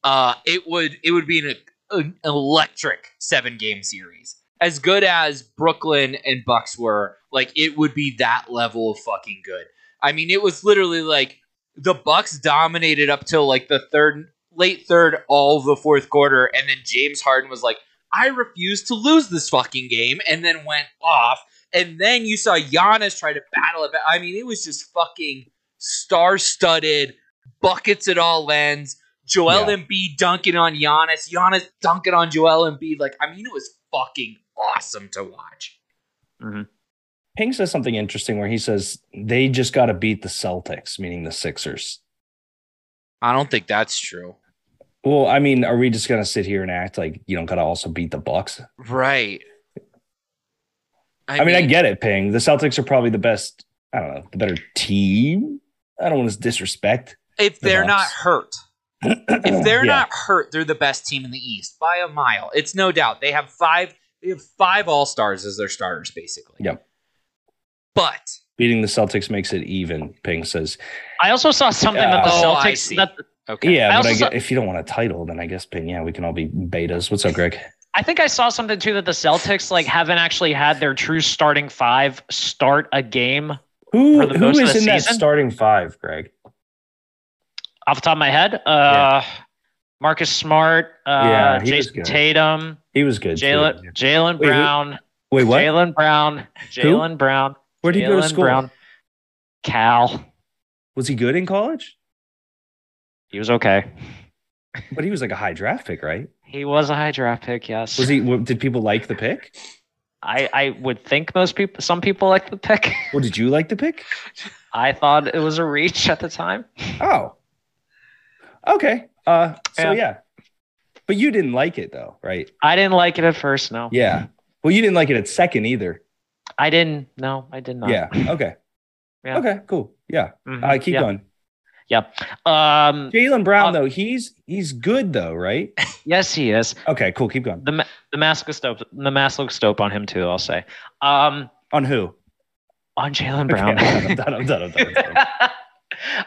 Speaker 3: uh, it would it would be an, an electric seven game series. As good as Brooklyn and Bucks were, like it would be that level of fucking good. I mean, it was literally like the Bucks dominated up till like the third, late third, all of the fourth quarter, and then James Harden was like, "I refuse to lose this fucking game," and then went off. And then you saw Giannis try to battle it. back. I mean, it was just fucking star-studded buckets at all ends. Joel
Speaker 1: Yeah.
Speaker 3: Embiid dunking on Giannis, Giannis dunking on Joel Embiid. Like, I mean, it was fucking awesome to watch.
Speaker 1: Ping says something interesting where he says they just got to beat the Celtics, meaning the Sixers.
Speaker 3: I don't think that's true.
Speaker 1: Well, I mean, are we just going to sit here and act like you don't got to also beat the Bucks?
Speaker 3: Right.
Speaker 1: I mean, I get it, Ping. The Celtics are probably the best, I don't know, the better team. I don't want to disrespect.
Speaker 3: if
Speaker 1: the
Speaker 3: they're not
Speaker 1: Bucks.
Speaker 3: hurt,
Speaker 1: *clears throat*
Speaker 3: if they're
Speaker 1: Yeah.
Speaker 3: not hurt, they're the best team in the East by a mile. It's no doubt. They have five. They have five All Stars as their starters, basically.
Speaker 1: Yep.
Speaker 3: But
Speaker 1: beating the Celtics makes it even, Ping says.
Speaker 2: I also saw something that the
Speaker 3: Oh, I
Speaker 2: Celtics
Speaker 3: see.
Speaker 2: that
Speaker 3: okay.
Speaker 1: Yeah,
Speaker 2: I
Speaker 1: but
Speaker 2: also
Speaker 1: I
Speaker 2: saw-
Speaker 1: get, if you don't want a title, then I guess, Ping, yeah, we can all be betas. What's up, Greg?
Speaker 2: I think I saw something too that the Celtics like haven't actually had their true starting five start a game
Speaker 1: Who,
Speaker 2: For the
Speaker 1: who
Speaker 2: most of
Speaker 1: is
Speaker 2: the
Speaker 1: in that
Speaker 2: season?
Speaker 1: starting five, Greg?
Speaker 2: off the top of my head. Uh, Marcus Smart, uh,
Speaker 1: Yeah, he was
Speaker 2: Jason
Speaker 1: good.
Speaker 2: Tatum,
Speaker 1: He was good. too.
Speaker 2: Jalen Jalen
Speaker 1: Wait, who-
Speaker 2: Brown,
Speaker 1: Wait, what?
Speaker 2: Jalen Brown, Jalen Brown,
Speaker 1: Where did he go to
Speaker 2: Jaylen
Speaker 1: school?
Speaker 2: Brown, Cal.
Speaker 1: Was he good in college?
Speaker 2: He was okay.
Speaker 1: But he was like a high draft pick, right?
Speaker 2: He was a high draft pick. Yes,
Speaker 1: Was he? w- Did people like the pick?
Speaker 2: I I would think most people, some people like the pick. *laughs*
Speaker 1: Well, did you like the pick?
Speaker 2: I thought it was a reach at the time.
Speaker 1: Oh, okay. Uh, so
Speaker 2: Yeah.
Speaker 1: yeah. but you didn't like it though, right?
Speaker 2: I didn't like it at first. No,
Speaker 1: Yeah. Well, you didn't like it at second either.
Speaker 2: I didn't. No, I did not.
Speaker 1: Yeah. Okay.
Speaker 2: Yeah.
Speaker 1: Okay. Cool. Yeah.
Speaker 2: Mhm,
Speaker 1: I keep
Speaker 2: yeah.
Speaker 1: going.
Speaker 2: Um,
Speaker 1: Jalen Brown
Speaker 2: Uh,
Speaker 1: though, he's he's good though, right?
Speaker 2: yes, he is.
Speaker 1: Okay. Cool. Keep going.
Speaker 2: The ma- the mask is dope. The mask looks dope on him too. I'll say. Um,
Speaker 1: On who?
Speaker 2: on Jalen
Speaker 1: Okay, *laughs*
Speaker 2: *laughs* Brown. *laughs*
Speaker 1: I'm done. I'm done. I'm done. I'm done.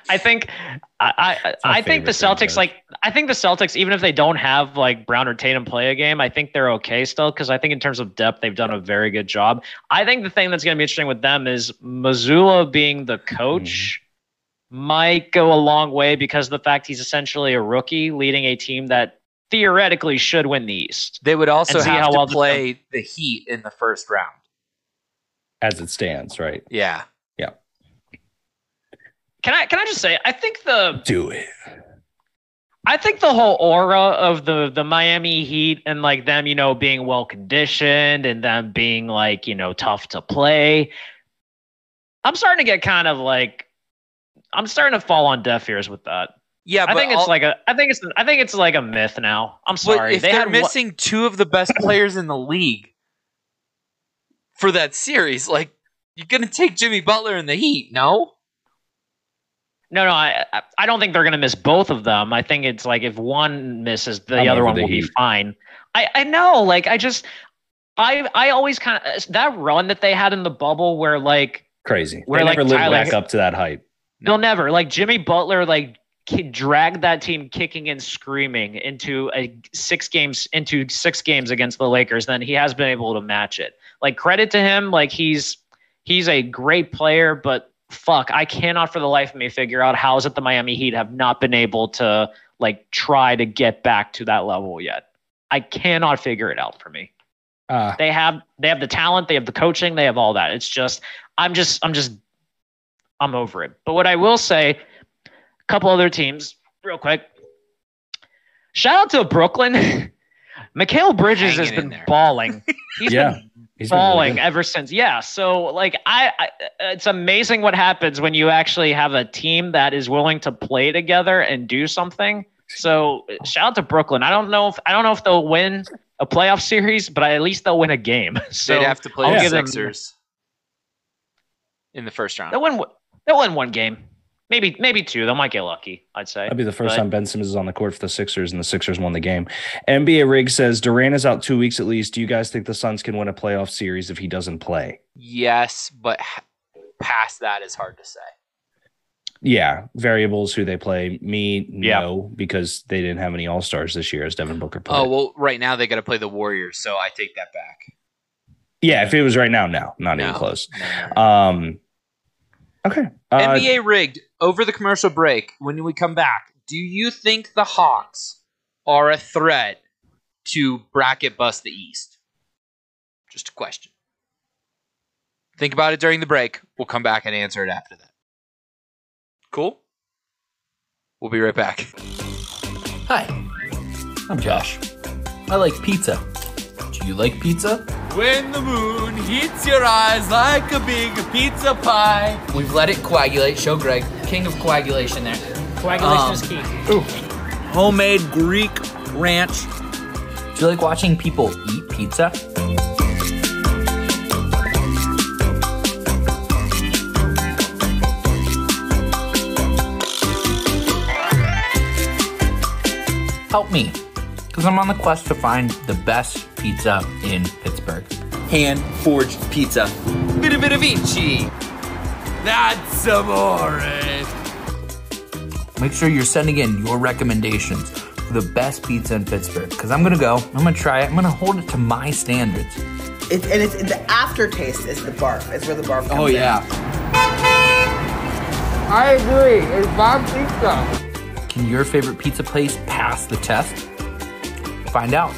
Speaker 2: I think I I,
Speaker 1: my
Speaker 2: I think the
Speaker 1: favorite thing,
Speaker 2: Celtics
Speaker 1: Josh.
Speaker 2: like I think the Celtics even if they don't have like Brown or Tatum play a game I think they're okay still because I think in terms of depth they've done a very good job. I think the thing that's going to be interesting with them is Missoula being the coach
Speaker 1: Mm-hmm.
Speaker 2: might go a long way because of the fact he's essentially a rookie leading a team that theoretically should win the East.
Speaker 3: They would also
Speaker 2: And see
Speaker 3: have
Speaker 2: how
Speaker 3: to
Speaker 2: well the-
Speaker 3: play the Heat in the first round.
Speaker 1: As it stands, right?
Speaker 3: Yeah.
Speaker 2: Can I can I just say I think the
Speaker 1: Do it.
Speaker 2: I think the whole aura of the the Miami Heat and like them, you know, being well conditioned and them being like, you know, tough to play. I'm starting to get kind of like I'm starting to fall on deaf ears with that.
Speaker 3: Yeah,
Speaker 2: I
Speaker 3: but
Speaker 2: think it's
Speaker 3: all-
Speaker 2: like a I think it's I think it's like a myth now. I'm
Speaker 3: but
Speaker 2: sorry.
Speaker 3: if they are
Speaker 2: one-
Speaker 3: missing two of
Speaker 1: *clears throat*
Speaker 3: the best players in the league for that series, like you're gonna take Jimmy Butler and the Heat, no?
Speaker 2: No, no, I I- I don't think they're going to miss both of them. I think it's like if one misses, the
Speaker 1: I'm
Speaker 2: other
Speaker 1: over
Speaker 2: one
Speaker 1: the
Speaker 2: will be
Speaker 1: Heat.
Speaker 2: fine. I I know, like I just I I always kind of that run that they had in the bubble where like
Speaker 1: Crazy.
Speaker 2: We're
Speaker 1: they
Speaker 2: like
Speaker 1: never lived
Speaker 2: Tyler-
Speaker 1: back up to that hype.
Speaker 2: they'll never like Jimmy Butler like ki- dragged that team kicking and screaming into a six games into six games against the Lakers. Then he has been able to match it. Like credit to him, like he's he's a great player, but fuck, I cannot for the life of me figure out how is it the Miami Heat have not been able to like try to get back to that level yet. I cannot figure it out for me.
Speaker 4: Uh,
Speaker 2: they have they have the talent they have the coaching they have all that it's just i'm just i'm just i'm over it but what i will say a couple other teams real quick shout out to brooklyn *laughs* Mikhail Bridges has
Speaker 3: Hanging in
Speaker 2: been
Speaker 3: there. *laughs*
Speaker 2: balling. He's
Speaker 1: Yeah,
Speaker 2: been
Speaker 1: He's been really
Speaker 2: balling
Speaker 1: good.
Speaker 2: ever since. Yeah. So like I, I, it's amazing what happens when you actually have a team that is willing to play together and do something. So shout out to Brooklyn. I don't know if I don't know if they'll win a playoff series, but at least they'll win a game. *laughs* So
Speaker 3: They'd have to play
Speaker 2: I'll
Speaker 3: the
Speaker 2: give them-
Speaker 3: Sixers in the first round.
Speaker 2: they'll win. one- They'll win one game, maybe maybe two. They might get lucky. I'd say.
Speaker 1: That'd be the first
Speaker 2: But-
Speaker 1: time Ben Simmons is on the court for the Sixers, and the Sixers won the game. NBA Rig says Durant is out two weeks at least. Do you guys think the Suns can win a playoff series if he doesn't play?
Speaker 3: Yes, but h- past that is hard to say.
Speaker 1: Yeah, variables who they play. Me,
Speaker 2: Yeah.
Speaker 1: no, because they didn't have any All Stars this year, as Devin Booker put
Speaker 3: Oh
Speaker 1: it.
Speaker 3: well, right now they got to play the Warriors, so I take that back.
Speaker 1: yeah, if it was right now, no, not even
Speaker 3: No.
Speaker 1: close.
Speaker 3: No, no, no.
Speaker 1: Um, okay. Uh,
Speaker 3: NBA rigged over the commercial break. When we come back, do you think the Hawks are a threat to bracket bust the East? Just a question. Think about it during the break. We'll come back and answer it after that. Cool. We'll be right back.
Speaker 5: Hi, I'm Josh. I like pizza. Do you like pizza?
Speaker 6: When the moon hits your eyes like a big pizza pie.
Speaker 5: We've let it coagulate. Show Greg, king of coagulation there.
Speaker 7: Coagulation
Speaker 5: Um,
Speaker 7: is key.
Speaker 6: Homemade Greek ranch.
Speaker 5: Do you like watching people eat pizza? Help me, because I'm on the quest to find the best pizza in Pittsburgh.
Speaker 6: Hand forged pizza. Bit a bit of eachy. That's amore.
Speaker 5: Make sure you're sending in your recommendations for the best pizza in Pittsburgh, because I'm gonna go, I'm gonna try it, I'm gonna hold it to my standards.
Speaker 8: It, and it's the aftertaste is the barf. Is where the barf. Comes
Speaker 5: Oh, yeah.
Speaker 6: I agree. It's my pizza.
Speaker 5: Can your favorite pizza place pass the test? Find out.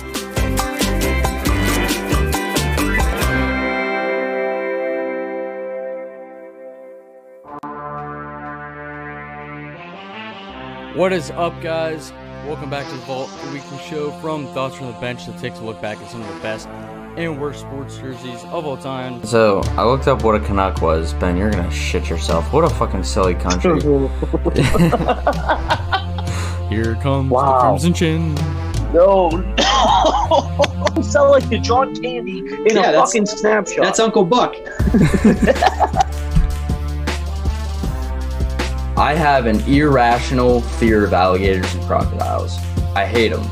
Speaker 9: What is up, guys? Welcome back to the Vault, the weekly show from Thoughts from the Bench that takes a look back at some of the best and worst sports jerseys of all time.
Speaker 10: So I looked up what a Canuck was. Ben, you're gonna shit yourself. What a fucking silly country.
Speaker 9: Here comes
Speaker 7: Wow.
Speaker 9: the Crimson Chin.
Speaker 7: No, no. You sound like the John Candy in
Speaker 11: Yeah,
Speaker 7: a
Speaker 11: that's-
Speaker 7: fucking snapshot.
Speaker 11: That's Uncle Buck.
Speaker 10: I have an irrational fear of alligators and crocodiles. I hate them.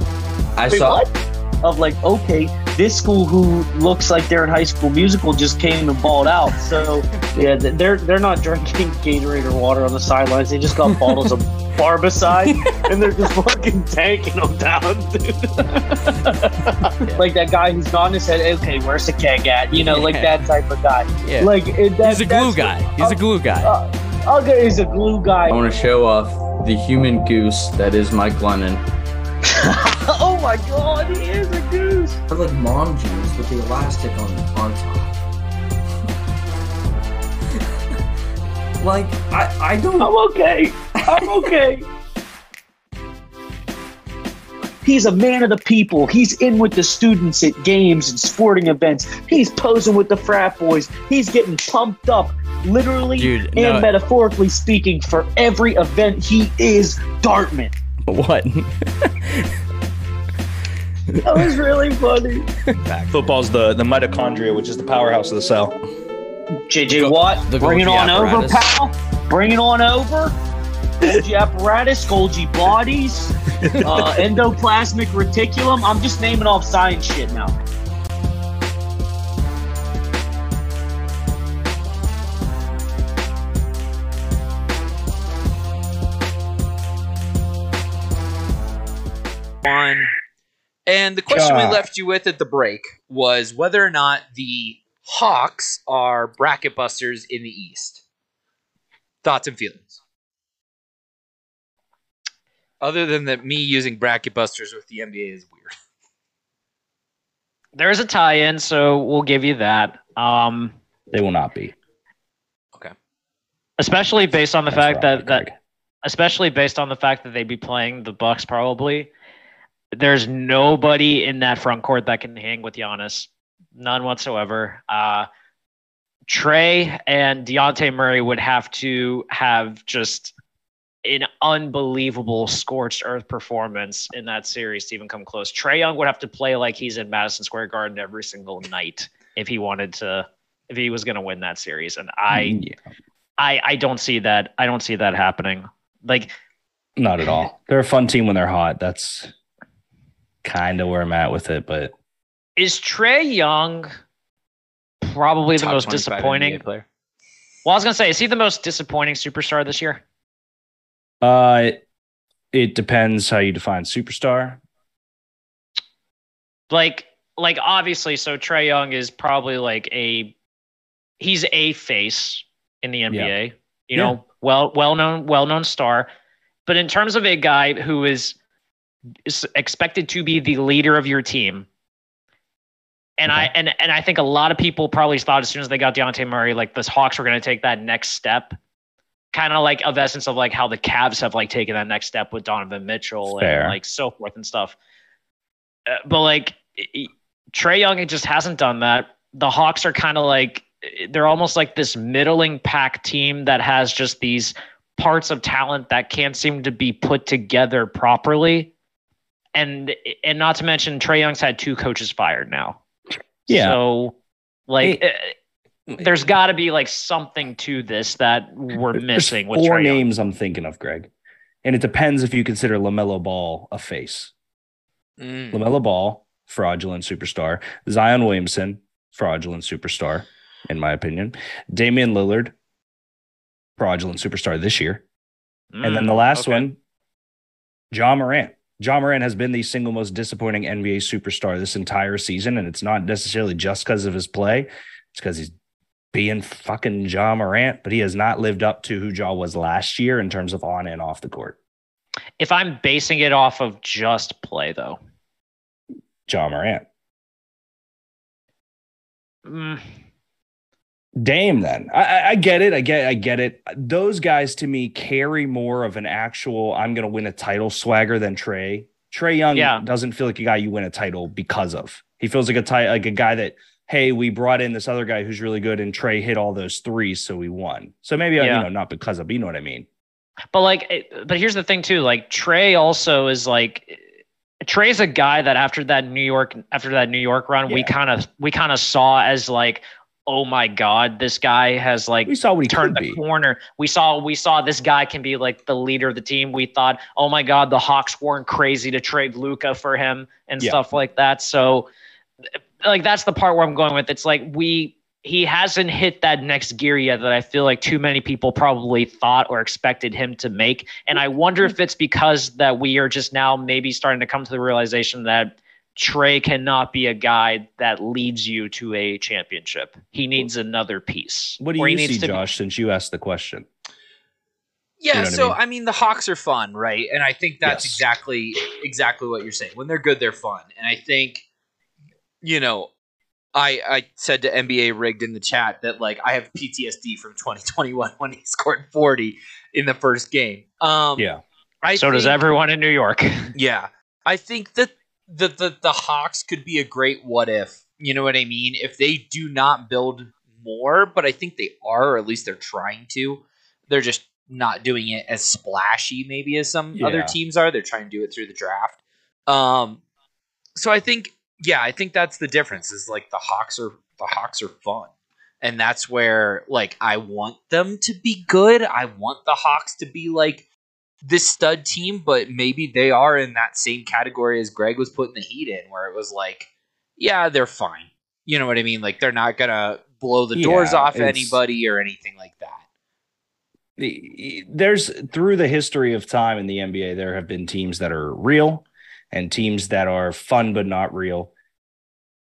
Speaker 10: I
Speaker 7: Wait,
Speaker 10: saw.
Speaker 7: what? Of like, okay, this school who looks like they're in High School Musical just came and balled out. So yeah, th- they're they're not drinking Gatorade or water on the sidelines. They just got bottles of barbicide and they're just fucking tanking them down, dude. like that guy who's gone and said, "Okay, where's the keg at?" You know, like
Speaker 9: Yeah.
Speaker 7: that type of guy.
Speaker 9: Yeah.
Speaker 7: Like it, that,
Speaker 9: He's a glue guy. He's a glue guy.
Speaker 7: Okay, he's a glue
Speaker 10: I
Speaker 7: guy.
Speaker 10: want to show off the human goose that is Mike Glennon.
Speaker 7: Oh my god, he is a goose.
Speaker 5: They're like mom jeans with the elastic on, on top. like, I, I don't.
Speaker 7: I'm okay. I'm okay. He's a man of the people. He's in with the students at games and sporting events. He's posing with the frat boys. He's getting pumped up, literally
Speaker 9: Dude,
Speaker 7: and
Speaker 9: no-
Speaker 7: metaphorically speaking, for every event. He is Dartmouth.
Speaker 9: What?
Speaker 7: That was really funny.
Speaker 1: Football's the the mitochondria, which is the powerhouse of the cell.
Speaker 7: JJ Watt,
Speaker 5: the
Speaker 7: bring it
Speaker 5: Golgi
Speaker 7: on
Speaker 5: apparatus.
Speaker 7: over, pal. Bring it on over. Golgi apparatus, Golgi
Speaker 5: *laughs*
Speaker 7: bodies, uh, endoplasmic reticulum. I'm just naming off science shit now.
Speaker 3: one. And the question we
Speaker 1: God.
Speaker 3: left you with at the break was whether or not the Hawks are bracket busters in the East. Thoughts and feelings. Other than that, me using bracket busters with the NBA is weird.
Speaker 2: There is a tie-in, so we'll give you that. Um,
Speaker 1: They will not be.
Speaker 2: especially based on the
Speaker 1: That's
Speaker 2: fact
Speaker 1: right,
Speaker 2: that, that especially based on the fact that they'd be playing the Bucks probably. There's nobody in that front court that can hang with Giannis, none whatsoever. Uh, Trey and Deontay Murray would have to have just an unbelievable scorched earth performance in that series to even come close. Trey Young would have to play like he's in Madison Square Garden every single night if he wanted to, if he was going to win that series. And I,
Speaker 1: Yeah.
Speaker 2: I I don't see that. I don't see that happening. Like
Speaker 1: Not at all. They're a fun team when they're hot. That's kind of where I'm at with it, but
Speaker 2: is Trey Young probably the
Speaker 3: Top
Speaker 2: most
Speaker 3: 25
Speaker 2: disappointing
Speaker 3: NBA player.
Speaker 2: Well, I was going to say is he the most disappointing superstar this year?
Speaker 1: uh it depends how you define superstar.
Speaker 2: Like like obviously so Trey Young is probably like a he's a face in the NBA. You know,
Speaker 1: Yeah.
Speaker 2: well well-known well-known star. But in terms of a guy who is, is expected to be the leader of your team, and I and and I think a lot of people probably thought as soon as they got Deontay Murray, like the Hawks were going to take that next step, kind of like of essence of like how the Cavs have like taken that next step with Donovan Mitchell
Speaker 1: Fair.
Speaker 2: and like so forth and stuff. Uh, but like Trey Young, it just hasn't done that. The Hawks are kind of like they're almost like this middling pack team that has just these parts of talent that can't seem to be put together properly. And and not to mention Trey Young's had two coaches fired now.
Speaker 1: Yeah.
Speaker 2: So
Speaker 1: It-
Speaker 2: like eh, there's got to be like something to this that we're missing with
Speaker 1: There's four
Speaker 2: Trae Young.
Speaker 1: names I'm thinking of, Greg. And it depends if you consider LaMelo Ball a face.
Speaker 2: Hmm.
Speaker 3: Mm.
Speaker 1: LaMelo Ball, fraudulent superstar. Zion Williamson, fraudulent superstar, in my opinion. Damian Lillard, fraudulent superstar this year. And
Speaker 2: Mm.
Speaker 1: then the last
Speaker 3: okay.
Speaker 1: one, John Morant. John Morant has been the single most disappointing NBA superstar this entire season. And it's not necessarily just because of his play, it's because he's being fucking John Morant, but he has not lived up to who Jaw was last year in terms of on and off the court.
Speaker 2: If I'm basing it off of just play though,
Speaker 1: John Morant.
Speaker 2: Mm,
Speaker 1: Dame, then I, I- I get it. I get. I get it. Those guys to me carry more of an actual "I'm going to win a title" swagger than Trey. Trey Young
Speaker 2: Yeah.
Speaker 1: doesn't feel like a guy you win a title because of. He feels like a ti- like a guy that hey, we brought in this other guy who's really good, and Trey hit all those threes, so we won. So maybe
Speaker 2: Yeah.
Speaker 1: you know not because of. But you know what I mean?
Speaker 2: But like, it- but here's the thing too. Like Trey also is like, Trey's a guy that after that New York after that New York run, we
Speaker 1: Yeah.
Speaker 2: kind of we kind of saw as like, oh my god, this guy has like
Speaker 1: We saw what he
Speaker 2: turned
Speaker 1: could
Speaker 2: the
Speaker 1: be.
Speaker 2: corner. We saw we saw this guy can be like the leader of the team. We thought, oh my god, the Hawks weren't crazy to trade Luca for him and
Speaker 1: Yeah.
Speaker 2: stuff like that. So, like that's the part where I'm going with. It's like we he hasn't hit that next gear yet that I feel like too many people probably thought or expected him to make. And I wonder if it's because that we are just now maybe starting to come to the realization that Trey cannot be a guy that leads you to a championship. He needs another piece.
Speaker 1: What do
Speaker 2: Or he
Speaker 1: you
Speaker 2: needs
Speaker 1: see,
Speaker 2: to be-
Speaker 1: Josh? Since you asked the question,
Speaker 3: Yeah,
Speaker 1: You know what I
Speaker 3: so I
Speaker 1: mean?
Speaker 3: mean? the Hawks are fun, right? And I think that's
Speaker 1: Yes.
Speaker 3: exactly exactly what you're saying. When they're good, they're fun. And I think you know, I I said to NBA rigged in the chat that like I have PTSD from 2021 *laughs* when he scored 40 in the first game. Um
Speaker 1: yeah,
Speaker 3: I
Speaker 2: so does
Speaker 3: think-
Speaker 2: everyone in New *laughs* York.
Speaker 3: *laughs* yeah. I think that the, the the Hawks could be a great what if. You know what I mean? If they do not build more, but I think they are, or at least they're trying to. They're just not doing it as splashy, maybe as some other
Speaker 1: Yeah.
Speaker 3: teams are. They're trying to do it through the draft. Um, so I think, yeah, I think that's the difference. Is like the Hawks are the Hawks are fun, and that's where like I want them to be good. I want the Hawks to be like this stud team, but maybe they are in that same category as Greg was putting the Heat in, where it was like, yeah, they're fine. You know what I mean? Like they're not gonna blow the doors
Speaker 1: Yeah,
Speaker 3: off
Speaker 1: it's-
Speaker 3: anybody or anything like that.
Speaker 1: e, the- there's through the history of time in the NBA, there have been teams that are real and teams that are fun but not real.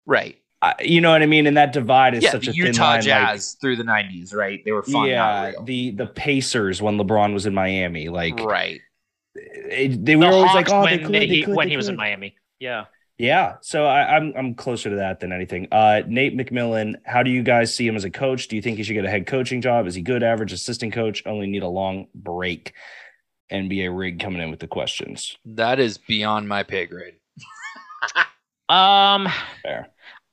Speaker 3: Right.
Speaker 1: I, you know what I mean? And that divide is
Speaker 3: yeah,
Speaker 1: such
Speaker 3: the
Speaker 1: a thin
Speaker 3: Utah
Speaker 1: line. like-
Speaker 3: Jazz through the '90s, right? They were fun. not
Speaker 1: yeah,
Speaker 3: real.
Speaker 1: the the Pacers when LeBron was in Miami, like eh,
Speaker 3: right.
Speaker 1: it- they
Speaker 2: The
Speaker 1: were always like,
Speaker 2: Hawks
Speaker 1: oh,
Speaker 2: when
Speaker 1: they could,
Speaker 2: they-
Speaker 1: they
Speaker 2: he,
Speaker 1: could,
Speaker 2: when
Speaker 1: they
Speaker 2: he was in
Speaker 1: could.
Speaker 2: Miami. Yeah.
Speaker 1: Yeah, so I, I'm I'm closer to that than anything. Uh, Nate McMillan, how do you guys see him as a coach? Do you think he should get a head coaching job? Is he good? Average assistant coach? Only need a long break. NBA rig coming in with the questions.
Speaker 3: That is beyond my pay grade.
Speaker 2: Um,
Speaker 1: Fair.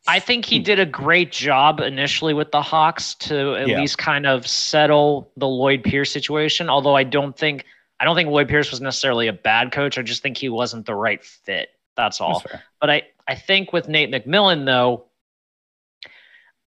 Speaker 2: I think he did a great job initially with the Hawks to at
Speaker 1: Yeah.
Speaker 2: least kind of settle the Lloyd Pierce situation. Although I don't think I don't think Lloyd Pierce was necessarily a bad coach. I just think he wasn't the right fit. That's all.
Speaker 1: That's fair.
Speaker 2: But I, I think with Nate McMillan though,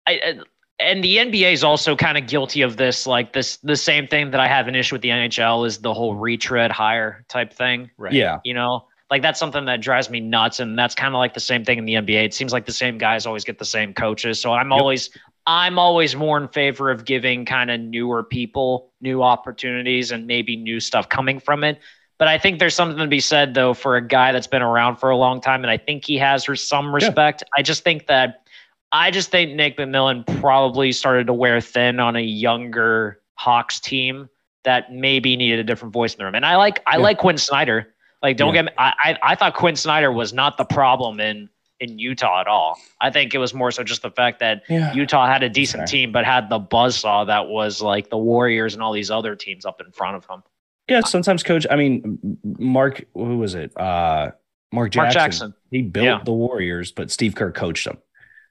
Speaker 2: I, I and the NBA is also kind of guilty of this, like this the same thing that I have an issue with the NHL is the whole retread hire type thing.
Speaker 3: Right.
Speaker 1: Yeah,
Speaker 2: You know, like that's something that drives me nuts, and that's kind of like the same thing in the NBA. It seems like the same guys always get the same coaches, so I'm always I'm always more in favor of giving kind of newer people new opportunities and maybe new stuff coming from it. But I think there's something to be said though for a guy that's been around for a long time, and I think he has res- some respect. I just think that I just think Nick McMillan probably started to wear thin on a younger Hawks team that maybe needed a different voice in the room. And I like I like Quinn Snyder. Like, don't get me. I, I I thought Quinn Snyder was not the problem in in Utah at all. I think it was more so just the fact that
Speaker 1: Yeah.
Speaker 2: Utah had a decent
Speaker 1: Sorry.
Speaker 2: team, but had the buzzsaw that was like the Warriors and all these other teams up in front of him.
Speaker 1: yeah. Sometimes coach. I mean, Mark. Who was it? Uh, Mark Jackson.
Speaker 2: Mark Jackson.
Speaker 1: He built
Speaker 2: Yeah. Uh-huh.
Speaker 1: the Warriors, but Steve Kerr coached them.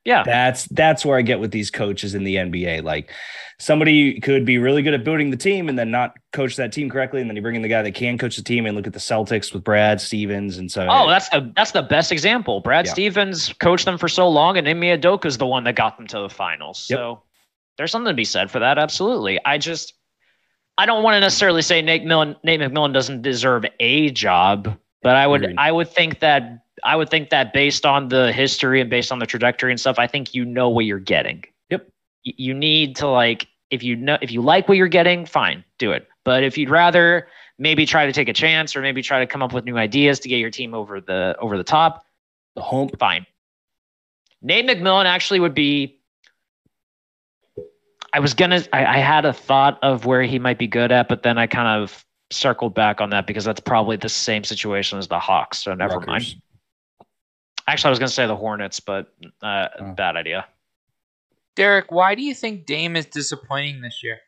Speaker 2: Yeah.
Speaker 1: That's that's where I get with these coaches in the NBA. Like somebody could be really good at building the team and then not coach that team correctly, and then you bring in the guy that can coach the team and look at the Celtics with Brad Stevens and so.
Speaker 2: Oh, that's the that's the best example. Brad
Speaker 1: Yeah.
Speaker 2: Stevens coached them for so long, and Ime Adoka's the one that got them to the finals.
Speaker 1: Yep.
Speaker 2: So there's something to be said for that. Absolutely. I just I don't want to necessarily say Nate Millen, Nate McMillan doesn't deserve a job, but I would
Speaker 1: Agreed.
Speaker 2: I would think that I would think that based on the history and based on the trajectory and stuff, I think you know what you're getting.
Speaker 1: Yep.
Speaker 2: Y- you need to like if you know if you like what you're getting, fine, do it. But if you'd rather maybe try to take a chance or maybe try to come up with new ideas to get your team over the over the top
Speaker 1: the home.
Speaker 2: fine nate mcmillan actually would be i was gonna I, I had a thought of where he might be good at but then i kind of circled back on that because that's probably the same situation as the hawks so never mind
Speaker 1: Rutgers.
Speaker 2: actually i was gonna say the hornets but uh,
Speaker 1: Oh.
Speaker 2: bad idea
Speaker 3: Derek, why do you think Dame is disappointing this year?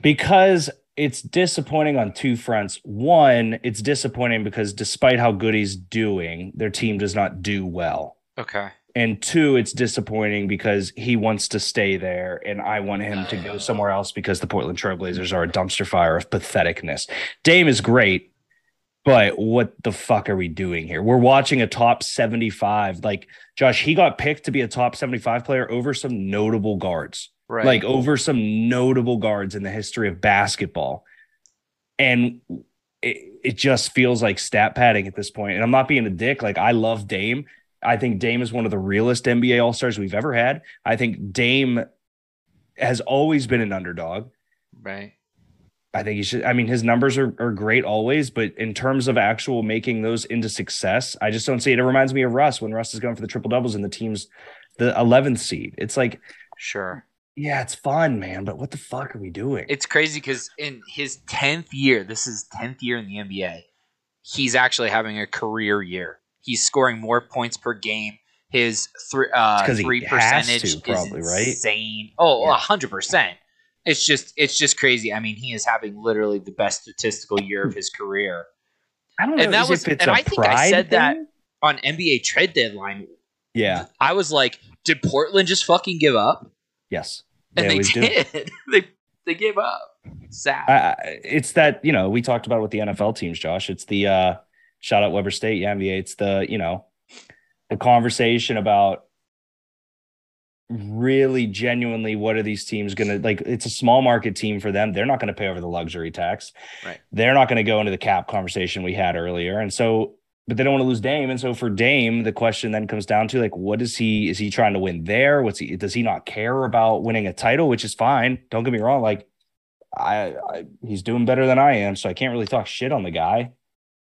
Speaker 1: because it's disappointing on two fronts. One, it's disappointing because despite how good he's doing, their team does not do well.
Speaker 3: Okay.
Speaker 1: and two it's disappointing because he wants to stay there and i want him to go somewhere else because the portland trailblazers are a dumpster fire of patheticness dame is great but what the fuck are we doing here we're watching a top 75 like josh he got picked to be a top 75 player over some notable guards
Speaker 3: Right.
Speaker 1: like over some notable guards in the history of basketball. And it, it just feels like stat padding at this point. And I'm not being a dick. Like, I love Dame. I think Dame is one of the realest NBA All Stars we've ever had. I think Dame has always been an underdog.
Speaker 3: right.
Speaker 1: I think he should. I mean, his numbers are, are great always, but in terms of actual making those into success, I just don't see it. It reminds me of Russ when Russ is going for the triple doubles and the team's the 11th seed. It's like,
Speaker 3: Sure.
Speaker 1: yeah, it's fun, man, but what the fuck are we doing?
Speaker 3: It's crazy because in his tenth year, this is tenth year in the NBA, he's actually having a career year. He's scoring more points per game. His three uh,
Speaker 1: It's 'cause he
Speaker 3: three
Speaker 1: has to,
Speaker 3: percentage
Speaker 1: probably,
Speaker 3: is
Speaker 1: right?
Speaker 3: insane. Oh,
Speaker 1: Yeah.
Speaker 3: a hundred percent. It's just it's just crazy. I mean, he is having literally the best statistical year of his career.
Speaker 1: I don't know.
Speaker 3: And that
Speaker 1: is
Speaker 3: was-
Speaker 1: if it's
Speaker 3: and
Speaker 1: a
Speaker 3: I think I
Speaker 1: pride
Speaker 3: said that-
Speaker 1: thing?
Speaker 3: On NBA trade deadline,
Speaker 1: Yeah.
Speaker 3: I was like, did Portland just fucking give up?
Speaker 1: Yes.
Speaker 3: And they, *laughs*
Speaker 1: always do.
Speaker 3: did. they they gave up. Sad.
Speaker 1: I, I, it's that you know we talked about with the NFL teams, Josh. It's the uh, shout out Weber State, yeah, NBA. It's the you know the conversation about really genuinely what are these teams going to like it's a small market team for them they're not going to pay over the luxury tax
Speaker 3: Right.
Speaker 1: they're not going to go into the cap conversation we had earlier and so but they don't want to lose dame and so for dame the question then comes down to like what is he is he trying to win there what's he does he not care about winning a title which is fine don't get me wrong like I, I he's doing better than I am, so I can't really talk shit on the guy.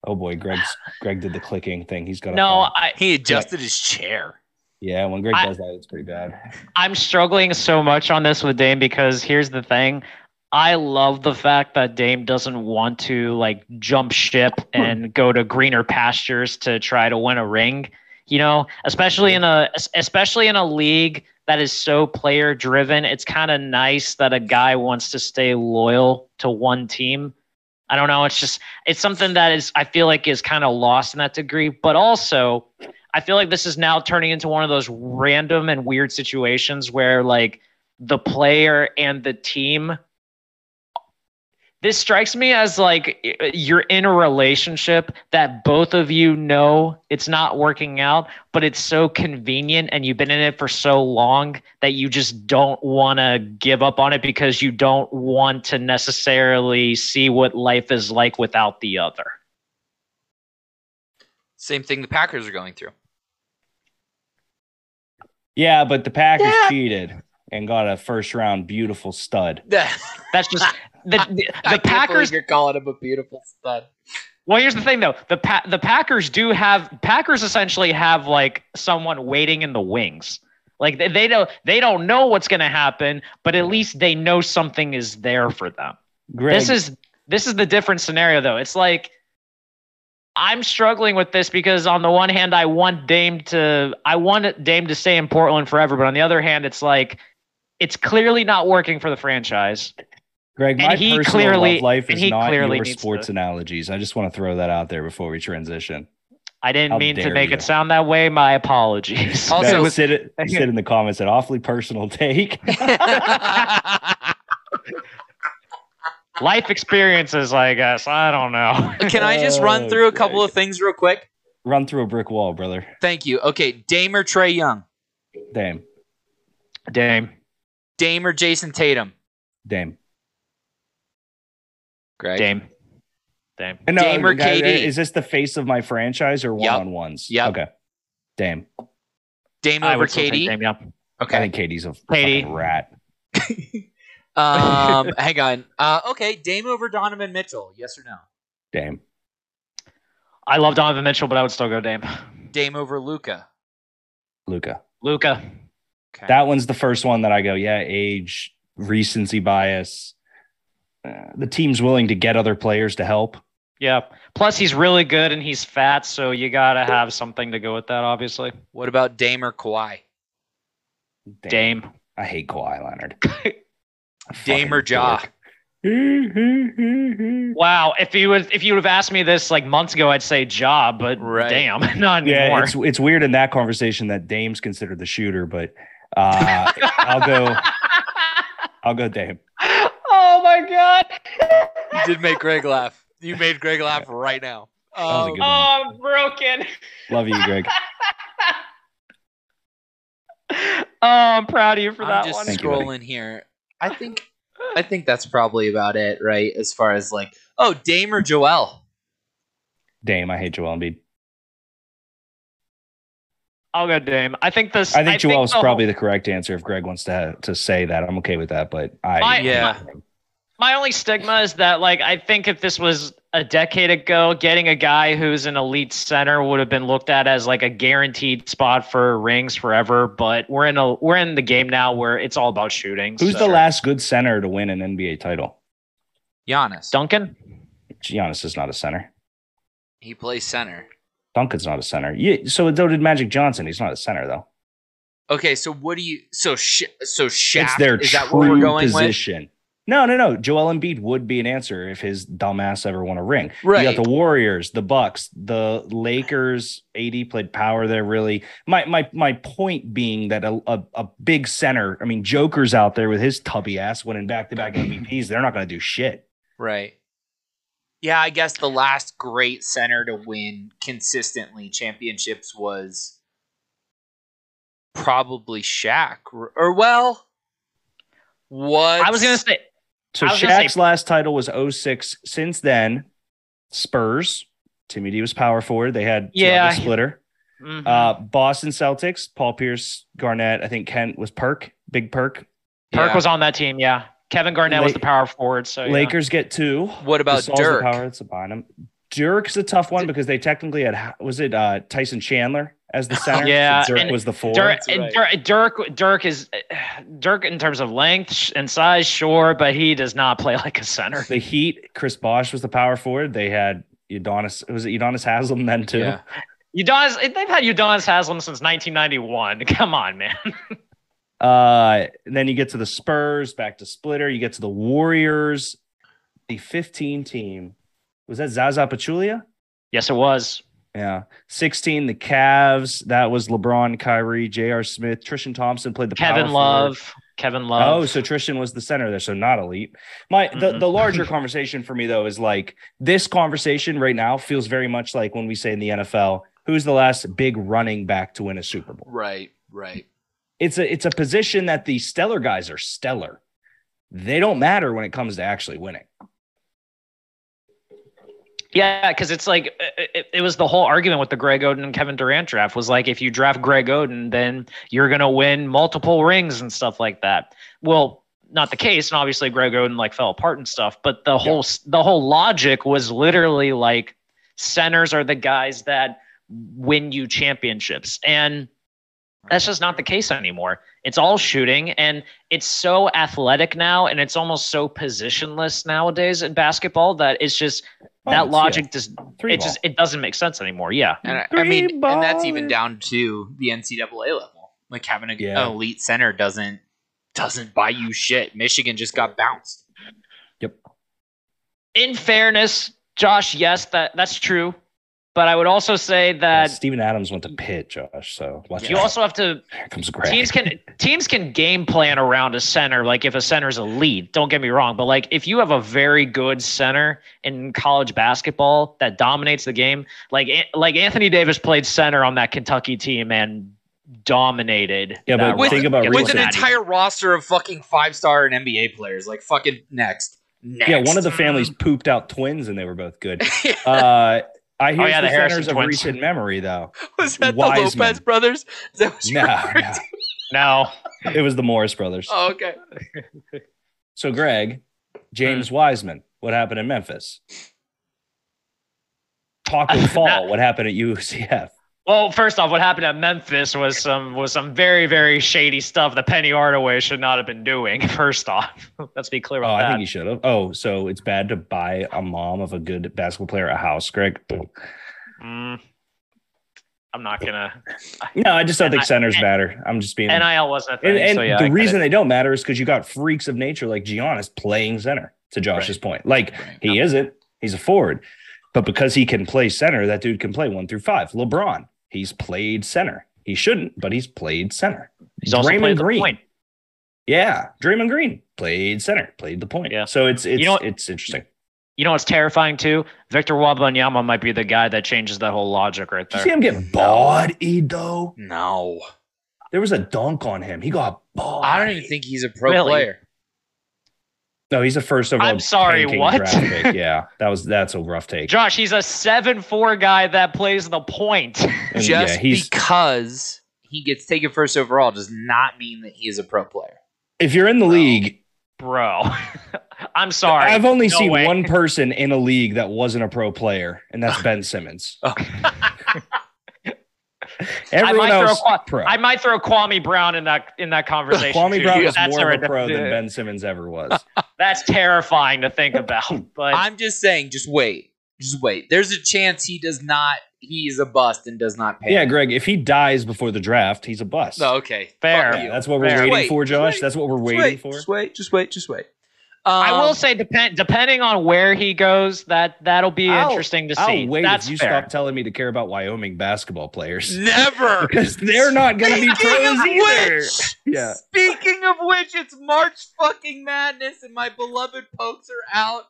Speaker 1: Oh boy,
Speaker 2: *sighs*
Speaker 1: Greg's Greg did the clicking thing. He's got a
Speaker 2: No,
Speaker 1: phone.
Speaker 2: I
Speaker 3: He adjusted his chair.
Speaker 1: yeah. When Greg
Speaker 2: I-
Speaker 1: does that, it's pretty bad.
Speaker 2: I'm struggling so much on this with Dame because here's the thing. I love the fact that Dame doesn't want to like jump ship and go to greener pastures to try to win a ring, you know, especially in a es- especially in a league that is so player driven. It's kind of nice that a guy wants to stay loyal to one team. I don't know, it's just it's something that is I feel like is kind of lost in that degree, but also I feel like this is now turning into one of those random and weird situations where like the player and the team this strikes me as like y- you're in a relationship that both of you know it's not working out but it's so convenient and you've been in it for so long that you just don't want to give up on it because you don't want to necessarily see what life is like without the other
Speaker 3: Same thing the Packers are going through.
Speaker 1: Yeah, but the Packers
Speaker 3: Yeah.
Speaker 1: cheated and got a first round beautiful stud.
Speaker 3: *laughs*
Speaker 2: that's just the, the,
Speaker 3: I
Speaker 2: the
Speaker 3: can't
Speaker 2: packers
Speaker 3: believe you're calling him a beautiful stud.
Speaker 2: Well, here's the thing though. The pa- the Packers do have Packers essentially have like someone waiting in the wings. Like they, they don't they don't know what's going to happen, but at least they know something is there for them.
Speaker 1: Greg,
Speaker 2: This is this is the different scenario though. It's like I'm struggling with this because on the one hand I want Dame to I want Dame to stay in Portland forever, but on the other hand it's like it's clearly not working for the franchise.
Speaker 1: Greg,
Speaker 2: and
Speaker 1: my
Speaker 2: he
Speaker 1: personal
Speaker 2: clearly-
Speaker 1: love life
Speaker 2: and
Speaker 1: is
Speaker 2: he
Speaker 1: not
Speaker 2: clearly
Speaker 1: your
Speaker 2: needs
Speaker 1: sports
Speaker 2: to-
Speaker 1: analogies. I just want to throw that out there before we transition.
Speaker 2: I didn't
Speaker 1: How
Speaker 2: mean to
Speaker 1: dare
Speaker 2: make
Speaker 1: you.
Speaker 2: it sound that way. My apologies.
Speaker 3: Also-
Speaker 1: No, sit,
Speaker 3: *laughs*
Speaker 1: it- sit in the comments. An awfully personal take. *laughs*
Speaker 2: life experiences, I guess. I don't know.
Speaker 3: Can I just run
Speaker 1: Oh,
Speaker 3: through a couple
Speaker 1: Jake.
Speaker 3: of things real quick?
Speaker 1: Run through a brick wall, brother.
Speaker 3: Thank you. Okay, Dame or Trey Young?
Speaker 1: Damn,
Speaker 2: Dame.
Speaker 3: Dame or Jason Tatum?
Speaker 1: damn.
Speaker 3: Greg.
Speaker 2: Dame. Dame.
Speaker 1: And uh,
Speaker 3: Dame or
Speaker 1: guy-
Speaker 3: KD?
Speaker 1: Is this the face of my franchise or
Speaker 3: Yup.
Speaker 1: one on ones?
Speaker 3: Yup.
Speaker 1: Okay. Damn.
Speaker 3: Dame
Speaker 2: I
Speaker 3: over
Speaker 2: would still take
Speaker 3: Katie.
Speaker 2: Dame, yeah.
Speaker 1: I
Speaker 3: Okay.
Speaker 1: think *laughs* KD's a
Speaker 2: KD.
Speaker 1: fucking rat.
Speaker 3: Um, hang on. Uh, okay, Dame over Donovan Mitchell. Yes or no?
Speaker 1: Damn.
Speaker 2: I love Donovan Mitchell, but I would still go Dame.
Speaker 3: Dame over Luca.
Speaker 1: Luca.
Speaker 2: Luca.
Speaker 3: Okay.
Speaker 1: That one's the first one that I go, yeah, age, recency bias. Uh, the team's willing to get other players to help.
Speaker 2: Yeah. Plus, he's really good and he's fat, so you gotta have something to go with that. Obviously,
Speaker 3: what about Dame or Kawhi?
Speaker 1: Damn.
Speaker 2: Dame.
Speaker 1: I hate Kawhi
Speaker 3: *laughs*
Speaker 1: Leonard.
Speaker 3: Dame or Ja?
Speaker 1: Fucking dork.
Speaker 2: Wow. If you would, if you would have asked me this like months ago, I'd say Ja, but
Speaker 3: Right.
Speaker 2: damn, *laughs* not
Speaker 1: yeah,
Speaker 2: anymore.
Speaker 1: it's, it's weird in that conversation that Dame's considered the shooter, but uh, I'll go I'll go Dame. *laughs*
Speaker 2: *laughs* oh my god.
Speaker 3: You did make Greg laugh. You made Greg laugh right now.
Speaker 1: was a
Speaker 3: Um,
Speaker 1: good
Speaker 2: Oh, I'm broken.
Speaker 1: Love you, Greg.
Speaker 2: Oh, I'm proud of you for
Speaker 3: I'm
Speaker 2: that
Speaker 3: just
Speaker 2: one.
Speaker 1: Thank you, buddy.
Speaker 3: scrolling here. I think I think that's probably about it, right? As far as like, oh, Dame or Joel?
Speaker 1: Dame, I hate Joel Embiid.
Speaker 2: I'll go Dame. I think this.
Speaker 1: I think Joel's
Speaker 2: the whole-
Speaker 1: probably the correct answer if Greg wants to to say that. I'm okay with that, but I
Speaker 2: My-
Speaker 3: Yeah.
Speaker 2: my only stigma is that, like, I think if this was a decade ago, getting a guy who's an elite center would have been looked at as like a guaranteed spot for rings forever. But we're in a we're in the game now where it's all about shooting.
Speaker 1: who's
Speaker 2: so-
Speaker 1: the last good center to win an NBA title?
Speaker 3: Giannis.
Speaker 2: Duncan?
Speaker 1: Giannis is not a center.
Speaker 3: He plays center.
Speaker 1: Duncan's not a center. Yeah, so though did Magic Johnson. He's not a center though.
Speaker 3: Okay, so what do you? So sh- so Shaft
Speaker 1: it's their
Speaker 3: is
Speaker 1: true
Speaker 3: that what we're going
Speaker 1: position. No, no, no. Joel Embiid would be an answer if his dumbass ever won a ring.
Speaker 3: with? Right.
Speaker 1: You got the Warriors, the Bucks, the Lakers. AD played power there. Really, my my my point being that a, a, a big center. I mean, Joker's out there with his tubby ass winning back to back MVPs. They're not going to do shit.
Speaker 3: Right. Yeah, I guess the last great center to win consistently championships was probably Shaq. Or, or, well, what?
Speaker 2: I was gonna say
Speaker 1: So
Speaker 2: I was gonna say-
Speaker 1: Shaq's last title was 06. Since then, Spurs. Timmy D was power forward. They had
Speaker 2: Yeah.
Speaker 1: yeah splitter.
Speaker 2: Mhm.
Speaker 1: Uh, Boston Celtics. Paul Pierce, Garnett. I think Kent was Perk. Big Perk.
Speaker 2: Perk
Speaker 3: Yeah.
Speaker 2: was on that team, yeah. Kevin Garnett was
Speaker 1: Lake-
Speaker 2: the power forward, so Oh, yeah.
Speaker 1: Lakers get two.
Speaker 3: What about
Speaker 1: Gasol's the
Speaker 3: Dirk?
Speaker 1: power that's behind him. Dirk's a tough one because they technically had was it uh, Tyson Chandler as the center?
Speaker 2: *laughs* Yeah,
Speaker 1: So Dirk
Speaker 2: and
Speaker 1: was the four.
Speaker 2: Dirk, and Dirk, Dirk, Dirk is Dirk in terms of length sh- and size, sure, but he does not play like a center.
Speaker 1: the Heat, Chris Bosch was the power forward. They had Udonis. Was it Udonis Haslam then too?
Speaker 3: Yeah.
Speaker 2: Udonis, they've had Udonis Haslam since 1991. *laughs* Come on, man.
Speaker 1: Uh, then you get to the Spurs, back to Splitter. You get to the Warriors, the 15 team. Was that Zaza Pachulia?
Speaker 2: Yes, it was.
Speaker 1: Yeah. 16, the Cavs. That was LeBron, Kyrie, J.R. Smith. Trishan Thompson played the power
Speaker 2: Kevin
Speaker 1: forward.
Speaker 2: Love. Kevin Love.
Speaker 1: Oh, so Trishan was the center there, so not elite. My the, the
Speaker 2: *laughs*
Speaker 1: larger conversation for me though is like this conversation right now feels very much like when we say in the NFL, who's the last big running back to win a Super Bowl?
Speaker 3: Right, right.
Speaker 1: It's a it's a position that the stellar guys are stellar. They don't matter when it comes to actually winning.
Speaker 2: Yeah, because it's like it, it- it was the whole argument with the Greg Oden and Kevin Durant draft was like if you draft Greg Oden, then you're gonna win multiple rings and stuff like that. Well, not the case, and obviously Greg Oden like fell apart and stuff. But the whole s the whole logic was literally like centers are the guys that win you championships, and that's just not the case anymore. It's all shooting, and it's so athletic now, and it's almost so positionless nowadays in basketball that it's just
Speaker 1: Oh,
Speaker 2: that
Speaker 1: it's-
Speaker 2: logic
Speaker 1: yeah.
Speaker 2: just
Speaker 1: Three
Speaker 2: it just it doesn't make sense anymore. Yeah.
Speaker 3: And I, I
Speaker 1: Three
Speaker 3: mean, and that's even
Speaker 1: ballers.
Speaker 3: down to the NCAA level. Like having a,
Speaker 1: Yeah.
Speaker 3: an elite center doesn't doesn't buy you shit. Michigan just got bounced.
Speaker 2: In fairness, Josh, yes, that that's true, but I would also say
Speaker 1: Uh,
Speaker 2: that
Speaker 1: Steven Adams went to Pitt, Josh. So watch
Speaker 2: you
Speaker 1: out.
Speaker 2: also have to
Speaker 1: *laughs* Here comes Greg.
Speaker 2: teams can teams can game plan around a center like if a center's a lead don't get me wrong but like if you have a very good center in college basketball that dominates the game like An- like anthony davis played center on that kentucky team and dominated
Speaker 1: Yeah,
Speaker 2: that
Speaker 1: but
Speaker 2: run
Speaker 1: think about
Speaker 2: against
Speaker 3: With an
Speaker 2: Cincinnati.
Speaker 3: entire roster of fucking five star and NBA players, like fucking next, next.
Speaker 1: Yeah, one of the families pooped out twins, and they were both
Speaker 2: *laughs*
Speaker 1: good. Uh, I hear
Speaker 2: Oh, yeah,
Speaker 1: the,
Speaker 2: the Harrison
Speaker 1: centers of
Speaker 2: twins.
Speaker 1: recent memory,
Speaker 2: *laughs*
Speaker 1: though.
Speaker 3: *laughs* was that the
Speaker 1: Wiseman.
Speaker 3: Lopez brothers? Is that what you
Speaker 1: No,
Speaker 3: referred
Speaker 1: no,
Speaker 3: to?
Speaker 2: no
Speaker 1: it was the Morris brothers.
Speaker 3: Oh, okay.
Speaker 1: So, Greg, James
Speaker 2: Hmm.
Speaker 1: Wiseman, what happened in Memphis? Talk
Speaker 2: *laughs*
Speaker 1: and fall. What happened at UCF?
Speaker 2: Well, first off, what happened at Memphis was some was some very very shady stuff that Penny Hardaway should not have been doing. *laughs* First off, let's be clear
Speaker 1: Oh,
Speaker 2: on
Speaker 1: I
Speaker 2: that.
Speaker 1: think you should have. Oh, so it's bad to buy a mom of a good basketball player a house, Greg.
Speaker 2: Mm. I'm not gonna.
Speaker 1: No, I just don't
Speaker 2: And
Speaker 1: think
Speaker 2: I-
Speaker 1: centers matter. I'm just being.
Speaker 2: NIL wasn't a thing,
Speaker 1: And, and
Speaker 2: so yeah, I
Speaker 1: the
Speaker 2: get
Speaker 1: reason
Speaker 2: it.
Speaker 1: they don't matter is because you got freaks of nature like Giannis playing center, to Josh's point. Like, he isn't, he's a forward. But because he can play center, that dude can play one through five. LeBron, he's played center. He shouldn't, but he's played center.
Speaker 2: he's also
Speaker 1: Draymond
Speaker 2: played the
Speaker 1: Green.
Speaker 2: point.
Speaker 1: Yeah. Draymond Green played center, played the point.
Speaker 2: Yeah.
Speaker 1: So it's it's
Speaker 2: You know what-
Speaker 1: it's interesting.
Speaker 2: You know what's terrifying too? Victor Wabanyama might be the guy that changes that whole logic right
Speaker 1: Did you
Speaker 2: there.
Speaker 1: see him get bawed, Edo?
Speaker 3: No,
Speaker 1: There was a dunk on him. He got bawed.
Speaker 3: I don't even think he's a pro
Speaker 2: Really?
Speaker 3: player.
Speaker 1: No, he's a first overall.
Speaker 2: I'm sorry,
Speaker 1: tanking
Speaker 2: what?
Speaker 1: draft pick. Yeah, that was that's a rough
Speaker 2: *laughs*
Speaker 1: take.
Speaker 2: Josh, he's a seven four guy that plays the point. *laughs*
Speaker 1: And
Speaker 3: Just
Speaker 1: yeah, he's
Speaker 3: because he gets taken first overall does not mean that he is a pro player.
Speaker 1: if you're in the league,
Speaker 2: Bro, *laughs* I'm sorry.
Speaker 1: I've only
Speaker 2: No
Speaker 1: seen
Speaker 2: way.
Speaker 1: one person in a league that wasn't a pro player, and that's Ben Simmons. *laughs* Everyone
Speaker 2: I might, throw
Speaker 1: else,
Speaker 2: Kwa-
Speaker 1: pro.
Speaker 2: I might throw Kwame Brown in that in that conversation.
Speaker 1: Kwame
Speaker 2: too.
Speaker 1: Brown was
Speaker 2: That's
Speaker 1: more of a
Speaker 2: ridic-
Speaker 1: pro than Ben Simmons
Speaker 2: *laughs*
Speaker 1: ever was.
Speaker 2: That's terrifying
Speaker 1: *laughs*
Speaker 2: to think about. But
Speaker 3: I'm just saying, just wait. Just wait. There's a chance he does not he is a bust and does not pay.
Speaker 1: yeah, Greg, if he dies before the draft, he's a bust.
Speaker 3: No, okay.
Speaker 2: Fair.
Speaker 3: Fuck
Speaker 1: Yeah,
Speaker 3: you.
Speaker 1: that's what we're
Speaker 2: Fair.
Speaker 1: waiting
Speaker 3: Wait,
Speaker 1: for, Josh.
Speaker 3: wait,
Speaker 1: that's what we're
Speaker 3: Just
Speaker 1: waiting
Speaker 3: wait,
Speaker 1: for.
Speaker 3: just wait, just wait, just wait. Um,
Speaker 2: I will say, depend depending on where he goes, that that'll be
Speaker 1: I'll-
Speaker 2: interesting to see.
Speaker 1: I'll wait
Speaker 2: That's
Speaker 1: if you
Speaker 2: fair.
Speaker 1: stop telling me to care about Wyoming basketball
Speaker 2: *laughs*
Speaker 3: Um,
Speaker 1: players
Speaker 3: *laughs* never
Speaker 1: because *laughs* they're not going to be pros either. Yeah.
Speaker 3: Speaking of which, it's March fucking madness, and my beloved pokes are out.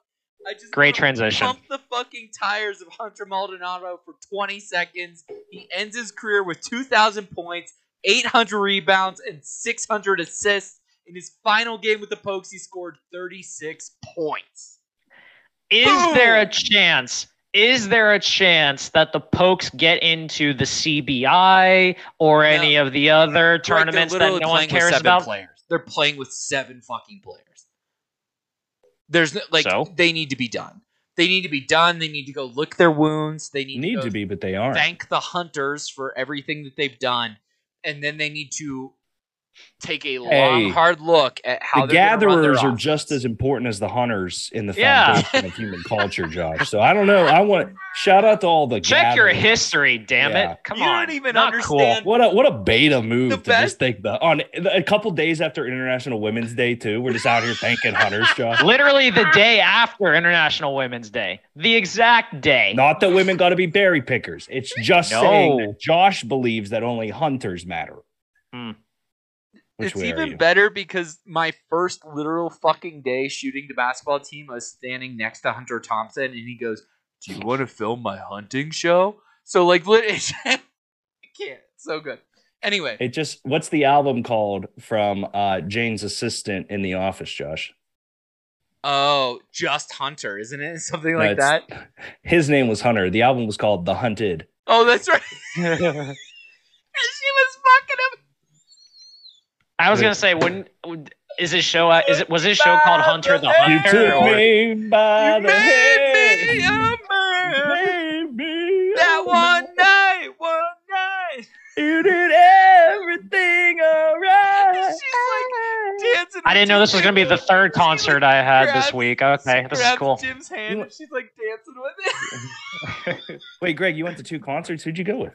Speaker 3: I just
Speaker 2: Great
Speaker 3: wanna
Speaker 2: transition.
Speaker 3: Pump the fucking tires of Hunter Maldonado for 20 seconds. He ends his career with 2,000 points, 800 rebounds, and 600 assists. In his final game with the Pokes, he scored 36 points.
Speaker 2: Is
Speaker 3: Boom.
Speaker 2: there a chance? Is there a chance that the Pokes get into the CBI or
Speaker 3: No.
Speaker 2: any of the other
Speaker 3: Like, they're
Speaker 2: tournaments
Speaker 3: literally
Speaker 2: that no one
Speaker 3: playing with
Speaker 2: cares
Speaker 3: seven
Speaker 2: about?
Speaker 3: Players. They're playing with seven fucking players. There's no, like
Speaker 2: So?
Speaker 3: they need to be done. They need to be done. They need to go lick their wounds. They need,
Speaker 1: Need
Speaker 3: to, go
Speaker 1: to be, but they aren't.
Speaker 3: thank the hunters for everything that they've done, and then they need to take a long,
Speaker 1: Hey,
Speaker 3: hard look at how
Speaker 1: the
Speaker 3: they're gonna run their
Speaker 1: gatherers are
Speaker 3: offense.
Speaker 1: just as important as the hunters in the
Speaker 2: Yeah.
Speaker 1: foundation of human culture, Josh. So I don't know. I want shout out to all the
Speaker 2: Check your
Speaker 1: gatherers.
Speaker 2: history, damn
Speaker 1: Yeah.
Speaker 2: it. Come
Speaker 3: You
Speaker 2: on.
Speaker 3: don't even
Speaker 2: Not
Speaker 3: understand.
Speaker 1: What a what a beta move
Speaker 3: The
Speaker 1: to
Speaker 3: best-
Speaker 1: just think the on a couple days after International Women's Day too. We're just out here thanking hunters,
Speaker 3: *laughs*
Speaker 1: Josh.
Speaker 2: Cool. Literally the day after International Women's Day. The exact day.
Speaker 1: Not that women got to be berry pickers. It's just
Speaker 2: No.
Speaker 1: saying that Josh believes that only hunters matter.
Speaker 2: Hmm.
Speaker 1: Which
Speaker 3: it's
Speaker 1: way are
Speaker 3: even
Speaker 1: you?
Speaker 3: better because my first literal fucking day shooting the basketball team, I was standing next to Hunter Thompson, and he goes, "Do you want to film my hunting show?" So like, lit- *laughs* I can't. So good. Anyway,
Speaker 1: It just what's the album called from uh, Jane's assistant in the office, Josh?
Speaker 3: oh, just Hunter, isn't it? *laughs* Something
Speaker 1: No,
Speaker 3: like that.
Speaker 1: it's- His name was Hunter. The album was called The Hunted.
Speaker 3: Oh, that's right. *laughs* she was
Speaker 1: *laughs*
Speaker 3: fucking up.
Speaker 2: I was gonna say, wouldn't would- is his show uh, is it was his show called Hunter the
Speaker 1: You
Speaker 2: Hunter?
Speaker 1: took
Speaker 2: or-
Speaker 1: me by
Speaker 3: You
Speaker 1: Ah, the head.
Speaker 3: made me a man.
Speaker 1: Made me
Speaker 3: That
Speaker 1: a
Speaker 3: one night, one night. *laughs*
Speaker 1: You did everything all right. Ah.
Speaker 3: She's like dancing.
Speaker 2: I didn't know this was gonna be the third concert I had this week. Okay, this is cool.
Speaker 3: Jim's hand.
Speaker 1: You-
Speaker 3: and she's like dancing with it. *laughs*
Speaker 1: Wait, Greg, you went to two concerts. Who'd you go with?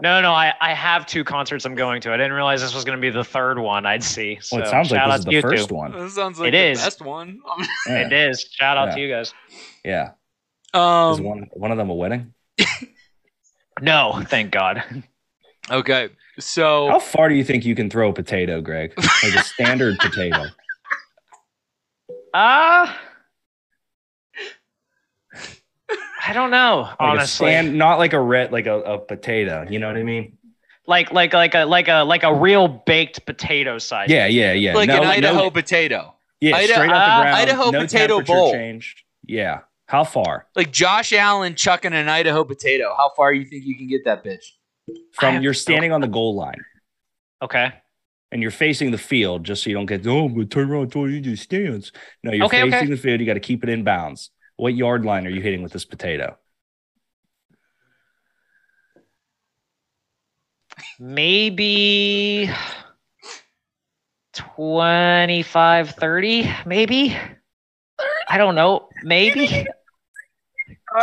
Speaker 2: No, no, I, I have two concerts I'm going to. I didn't realize this was gonna be the third one I'd see. So
Speaker 1: Well, it sounds like
Speaker 2: shout
Speaker 1: this
Speaker 2: out
Speaker 1: is
Speaker 2: to
Speaker 1: the
Speaker 2: you two.
Speaker 1: first
Speaker 2: *laughs*
Speaker 1: one.
Speaker 3: That sounds like
Speaker 2: It
Speaker 3: the
Speaker 2: is.
Speaker 3: best one.
Speaker 1: Yeah,
Speaker 2: It is. Shout out
Speaker 1: Yeah.
Speaker 2: to you guys.
Speaker 1: yeah. Is
Speaker 3: um.
Speaker 1: one one of them a wedding?
Speaker 2: No, *laughs* thank
Speaker 1: *laughs*
Speaker 2: God.
Speaker 3: Okay. So
Speaker 1: How far do you think you can throw a potato, Greg? Like
Speaker 2: *laughs*
Speaker 1: a standard potato.
Speaker 2: Ah, I don't know,
Speaker 1: Like a
Speaker 2: honestly.
Speaker 1: stand- not like a red, like a, a potato. You know what I mean?
Speaker 2: like like like a like a like a real baked potato size.
Speaker 1: Yeah, yeah, yeah.
Speaker 3: like
Speaker 1: no,
Speaker 3: an Idaho
Speaker 1: no,
Speaker 3: potato.
Speaker 1: yeah,
Speaker 3: Ida-
Speaker 1: straight out
Speaker 2: uh,
Speaker 1: the ground.
Speaker 3: Idaho
Speaker 1: no
Speaker 3: potato
Speaker 1: temperature
Speaker 3: bowl.
Speaker 1: Change. Yeah. How far
Speaker 3: Like Josh Allen chucking an Idaho potato. How far you think you can get that bitch?
Speaker 1: from
Speaker 2: have
Speaker 1: you're
Speaker 2: no-
Speaker 1: standing
Speaker 2: *laughs*
Speaker 1: on the goal line
Speaker 2: Okay.
Speaker 1: and you're facing the field, just so you don't get oh, I'm gonna turn around, throw you to the stands. No, you're
Speaker 2: Okay,
Speaker 1: facing
Speaker 2: okay.
Speaker 1: the field. You got to keep it in bounds. What yard line are you hitting with this potato?
Speaker 2: Maybe 25 30 maybe. I don't know. Maybe.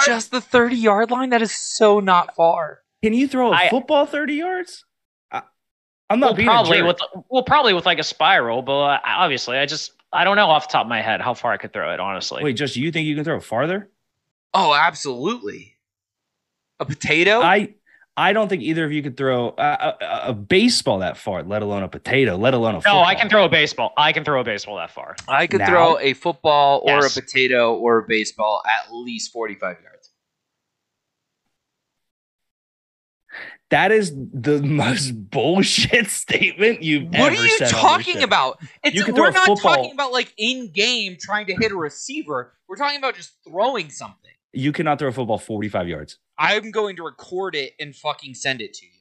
Speaker 3: Just the thirty yard line. That is so not far.
Speaker 1: Can you throw a
Speaker 2: I-
Speaker 1: football thirty yards? I, I'm not
Speaker 2: Well,
Speaker 1: being
Speaker 2: probably
Speaker 1: a jerk.
Speaker 2: with well probably with like a spiral, but uh, obviously I just I don't know off the top of my head how far I could throw it honestly.
Speaker 1: Wait, just you think you can throw it farther?
Speaker 3: Oh, absolutely. A
Speaker 2: Oh.
Speaker 3: potato.
Speaker 1: I I don't think either of you could throw a, a, a baseball that far, let alone a potato, let alone a.
Speaker 2: no, I
Speaker 1: football.
Speaker 2: can throw a baseball. I can throw a baseball that far.
Speaker 3: I could
Speaker 1: Now?
Speaker 3: throw a football or
Speaker 2: Yes.
Speaker 3: a potato or a baseball at least 45 yards.
Speaker 1: That is the *laughs* most bullshit statement you've
Speaker 3: What
Speaker 1: ever
Speaker 3: are you
Speaker 1: said on this
Speaker 3: talking
Speaker 1: show.
Speaker 3: about? It's,
Speaker 1: You could
Speaker 3: we're
Speaker 1: throw a
Speaker 3: not
Speaker 1: football.
Speaker 3: talking about like in game trying to hit a receiver. We're talking about just throwing something.
Speaker 1: You cannot throw a football 45 yards.
Speaker 3: I'm going to record it and fucking send it to you.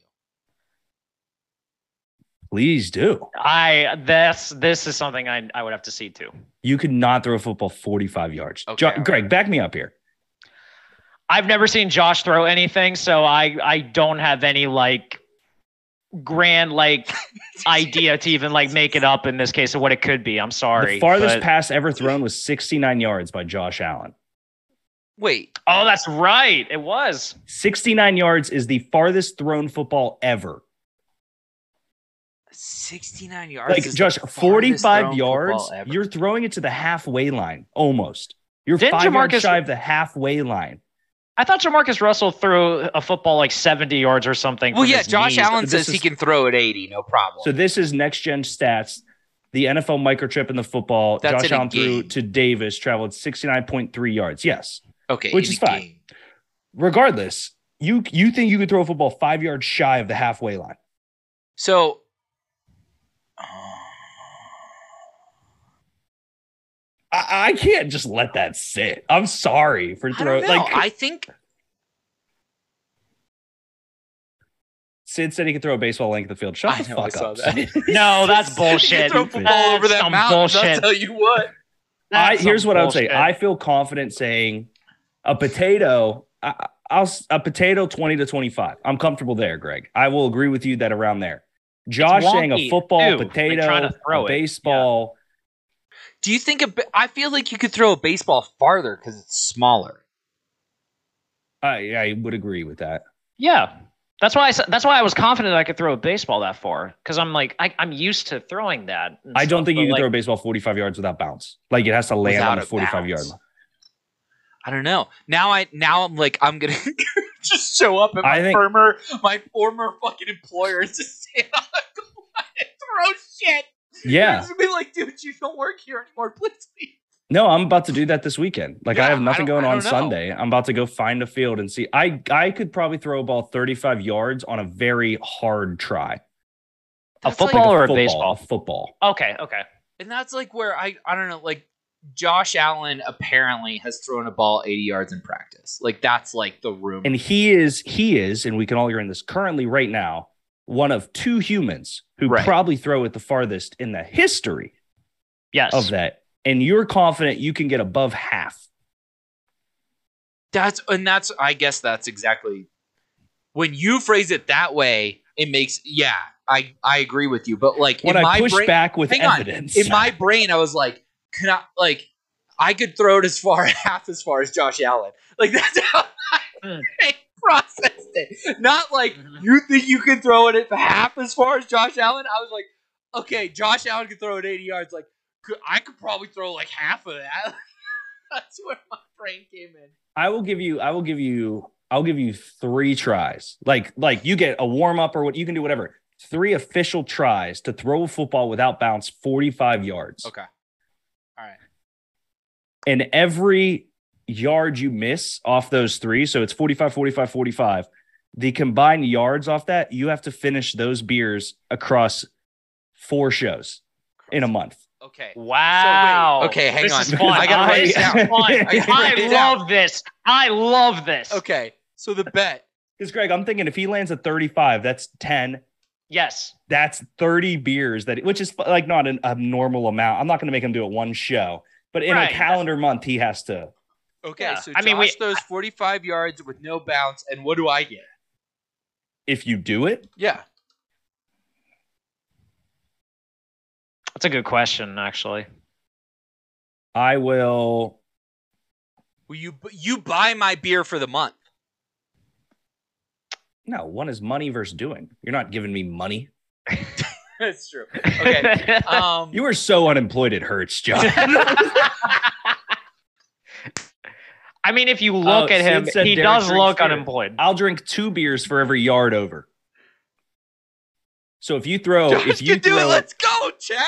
Speaker 1: Please do.
Speaker 2: I that's this is something I I would have to see too.
Speaker 1: You could not throw a football 45 yards.
Speaker 3: Okay,
Speaker 1: Jo-
Speaker 3: all right.
Speaker 1: Greg, back me up here.
Speaker 2: I've never seen Josh throw anything, so I I don't have any like grand
Speaker 3: *laughs*
Speaker 2: like idea to even like make it up in this case of what it could be. I'm sorry.
Speaker 1: the farthest
Speaker 2: but-
Speaker 1: pass ever thrown was 69 yards by Josh Allen.
Speaker 3: Wait,
Speaker 2: oh, that's right. It was.
Speaker 1: 69 yards is the farthest thrown football ever.
Speaker 3: 69 yards.
Speaker 1: Like,
Speaker 3: is the
Speaker 1: Josh,
Speaker 3: farthest
Speaker 1: 45
Speaker 3: thrown
Speaker 1: yards,
Speaker 3: football ever.
Speaker 1: you're throwing it to the halfway line almost. You're
Speaker 2: Didn't
Speaker 1: five
Speaker 2: Jamarcus-
Speaker 1: yards shy of the halfway line.
Speaker 2: I thought Jamarcus Russell threw a football like 70 yards or something.
Speaker 3: well,
Speaker 2: from
Speaker 3: yeah,
Speaker 2: his
Speaker 3: Josh
Speaker 2: knees.
Speaker 3: Allen
Speaker 1: This
Speaker 3: says he
Speaker 1: is-
Speaker 3: can throw at 80, no problem.
Speaker 1: So this is next gen stats. The NFL microchip in the football.
Speaker 3: That's
Speaker 1: Josh
Speaker 3: in a
Speaker 1: Allen threw
Speaker 3: game.
Speaker 1: to Davis, traveled 69.3 yards. Yes.
Speaker 3: okay,
Speaker 1: which
Speaker 3: in
Speaker 1: is
Speaker 3: a
Speaker 1: fine.
Speaker 3: game.
Speaker 1: Regardless, you you think you could throw a football five yards shy of the halfway line?
Speaker 3: So
Speaker 1: I, I can't just let that sit. I'm sorry for
Speaker 3: I don't
Speaker 1: throwing.
Speaker 3: know.
Speaker 1: Like
Speaker 3: I think
Speaker 1: Sid said, he could throw a baseball length of the field. Shut
Speaker 3: I
Speaker 1: the
Speaker 3: know, I
Speaker 1: fuck
Speaker 3: saw
Speaker 1: up.
Speaker 3: that. *laughs*
Speaker 1: Sid.
Speaker 2: *laughs*
Speaker 1: *laughs*
Speaker 2: No, that's bullshit.
Speaker 3: throw football over
Speaker 2: That's
Speaker 3: that
Speaker 2: some
Speaker 3: mountain. I'll
Speaker 2: bullshit.
Speaker 3: tell you what.
Speaker 1: I,
Speaker 2: That's
Speaker 1: here's
Speaker 2: some
Speaker 1: what I would say.
Speaker 2: bullshit.
Speaker 1: I feel confident saying A potato, I, I'll s- a potato twenty to twenty five. I'm comfortable there, Greg. I will agree with you that around there. Josh saying a
Speaker 2: wonky,
Speaker 1: football,
Speaker 2: too, like
Speaker 1: potato,
Speaker 2: trying to throw
Speaker 1: a
Speaker 2: it.
Speaker 1: baseball.
Speaker 3: Do you think a ba- I feel like you could throw a baseball farther because it's smaller?
Speaker 1: I, I would agree with that.
Speaker 2: Yeah. That's why I s- that's why I was confident I could throw a baseball that far cuz I'm like I am used to throwing that. and
Speaker 1: I don't
Speaker 2: stuff,
Speaker 1: think you
Speaker 2: but,
Speaker 1: can
Speaker 2: like,
Speaker 1: throw a baseball 45 yards without bounce. Like it has to land
Speaker 3: Without
Speaker 1: on the
Speaker 3: a
Speaker 1: 45 yard
Speaker 3: bounce.
Speaker 1: line.
Speaker 3: I don't know. Now I now I'm like I'm gonna *laughs* just show up at my
Speaker 1: I think-
Speaker 3: former my former fucking employer to *laughs* stand on the line and "Ah, throw shit.
Speaker 1: Yeah.
Speaker 3: Just be like, dude, you don't work here anymore. Please leave.
Speaker 1: No, I'm about to do that this weekend. Like I
Speaker 3: Yeah,
Speaker 1: have
Speaker 3: I
Speaker 1: nothing
Speaker 3: don't-
Speaker 1: going
Speaker 3: I
Speaker 1: on
Speaker 3: don't know.
Speaker 1: Sunday. I'm about to go find a field and see. I I could probably throw a ball 35 yards on a very hard try.
Speaker 2: a
Speaker 3: That's like-
Speaker 2: football or a
Speaker 1: football,
Speaker 2: baseball.
Speaker 1: Football.
Speaker 2: Okay, okay.
Speaker 3: And that's like where I I don't know, like Josh Allen apparently has thrown a ball 80 yards in practice. Like that's like the room.
Speaker 1: And he is he is, and we can all agree on this currently right now, one of two humans who
Speaker 3: Right.
Speaker 1: probably throw it the farthest in the history
Speaker 2: Yes.
Speaker 1: of that. And you're confident you can get above half.
Speaker 3: that's and that's I guess that's exactly when you phrase it that way, it makes yeah, I I agree with you. But like
Speaker 1: When
Speaker 3: in
Speaker 1: I
Speaker 3: my
Speaker 1: push
Speaker 3: brain,
Speaker 1: back with
Speaker 3: hang on.
Speaker 1: evidence.
Speaker 3: in my brain, I was like, can I like I could throw it as far *laughs* half as far as Josh Allen. Like *laughs* that's how my
Speaker 2: Mm.
Speaker 3: brain processed it. Not like
Speaker 2: Mm-hmm.
Speaker 3: you think you can throw it at half as far as Josh Allen. I was like, okay, Josh Allen can throw it 80 yards. Like could, I could probably throw like half of that. *laughs* that's where my brain came in.
Speaker 1: I will give you. I will give you. I'll give you three tries. Like like you get a warm up or what you can do whatever. Three official tries to throw a football without bounce, forty five yards,
Speaker 3: Okay. All right.
Speaker 1: and every yard you miss off those three, so it's 45, 45, 45. The combined yards off that, you have to finish those beers across four shows in a month.
Speaker 3: Okay.
Speaker 2: Wow.
Speaker 3: okay, hang
Speaker 2: this
Speaker 3: on.
Speaker 2: Is fun.
Speaker 3: *laughs* I gotta
Speaker 2: Oh,
Speaker 3: write
Speaker 2: this is
Speaker 3: it down.
Speaker 2: fun.
Speaker 1: I
Speaker 3: gotta write
Speaker 2: I
Speaker 3: it down.
Speaker 2: love this. I love this.
Speaker 3: Okay. So the bet.
Speaker 1: Because Greg, I'm thinking if he lands a thirty five, that's ten.
Speaker 2: Yes.
Speaker 1: that's 30 beers that which is like not an abnormal amount i'm not going to make him do it one show but in
Speaker 2: Right.
Speaker 1: a calendar month he has to
Speaker 3: Okay,
Speaker 2: Yeah.
Speaker 3: so
Speaker 2: I
Speaker 3: I
Speaker 2: mean,
Speaker 3: mean,
Speaker 2: we-
Speaker 3: Josh throws 45 yards with no bounce, and what do I get?
Speaker 1: if you do it
Speaker 3: Yeah.
Speaker 2: That's a good question actually.
Speaker 1: i will
Speaker 3: Well, you bu- you buy my beer for the month. *laughs*
Speaker 1: no one is money versus doing you're not giving me money
Speaker 3: That's true. *laughs* Okay.
Speaker 2: *laughs*
Speaker 3: Um,
Speaker 1: you are so unemployed it hurts john
Speaker 2: I mean, if you look
Speaker 1: Oh,
Speaker 2: at him,
Speaker 1: Sid said
Speaker 2: he
Speaker 1: Derek
Speaker 2: does
Speaker 1: drinks
Speaker 2: look
Speaker 1: beer.
Speaker 2: unemployed.
Speaker 1: i'll drink two beers for every yard over so if you throw
Speaker 3: Josh
Speaker 1: Oh, if you
Speaker 3: can do it.
Speaker 1: throw
Speaker 3: Let's go, Chad.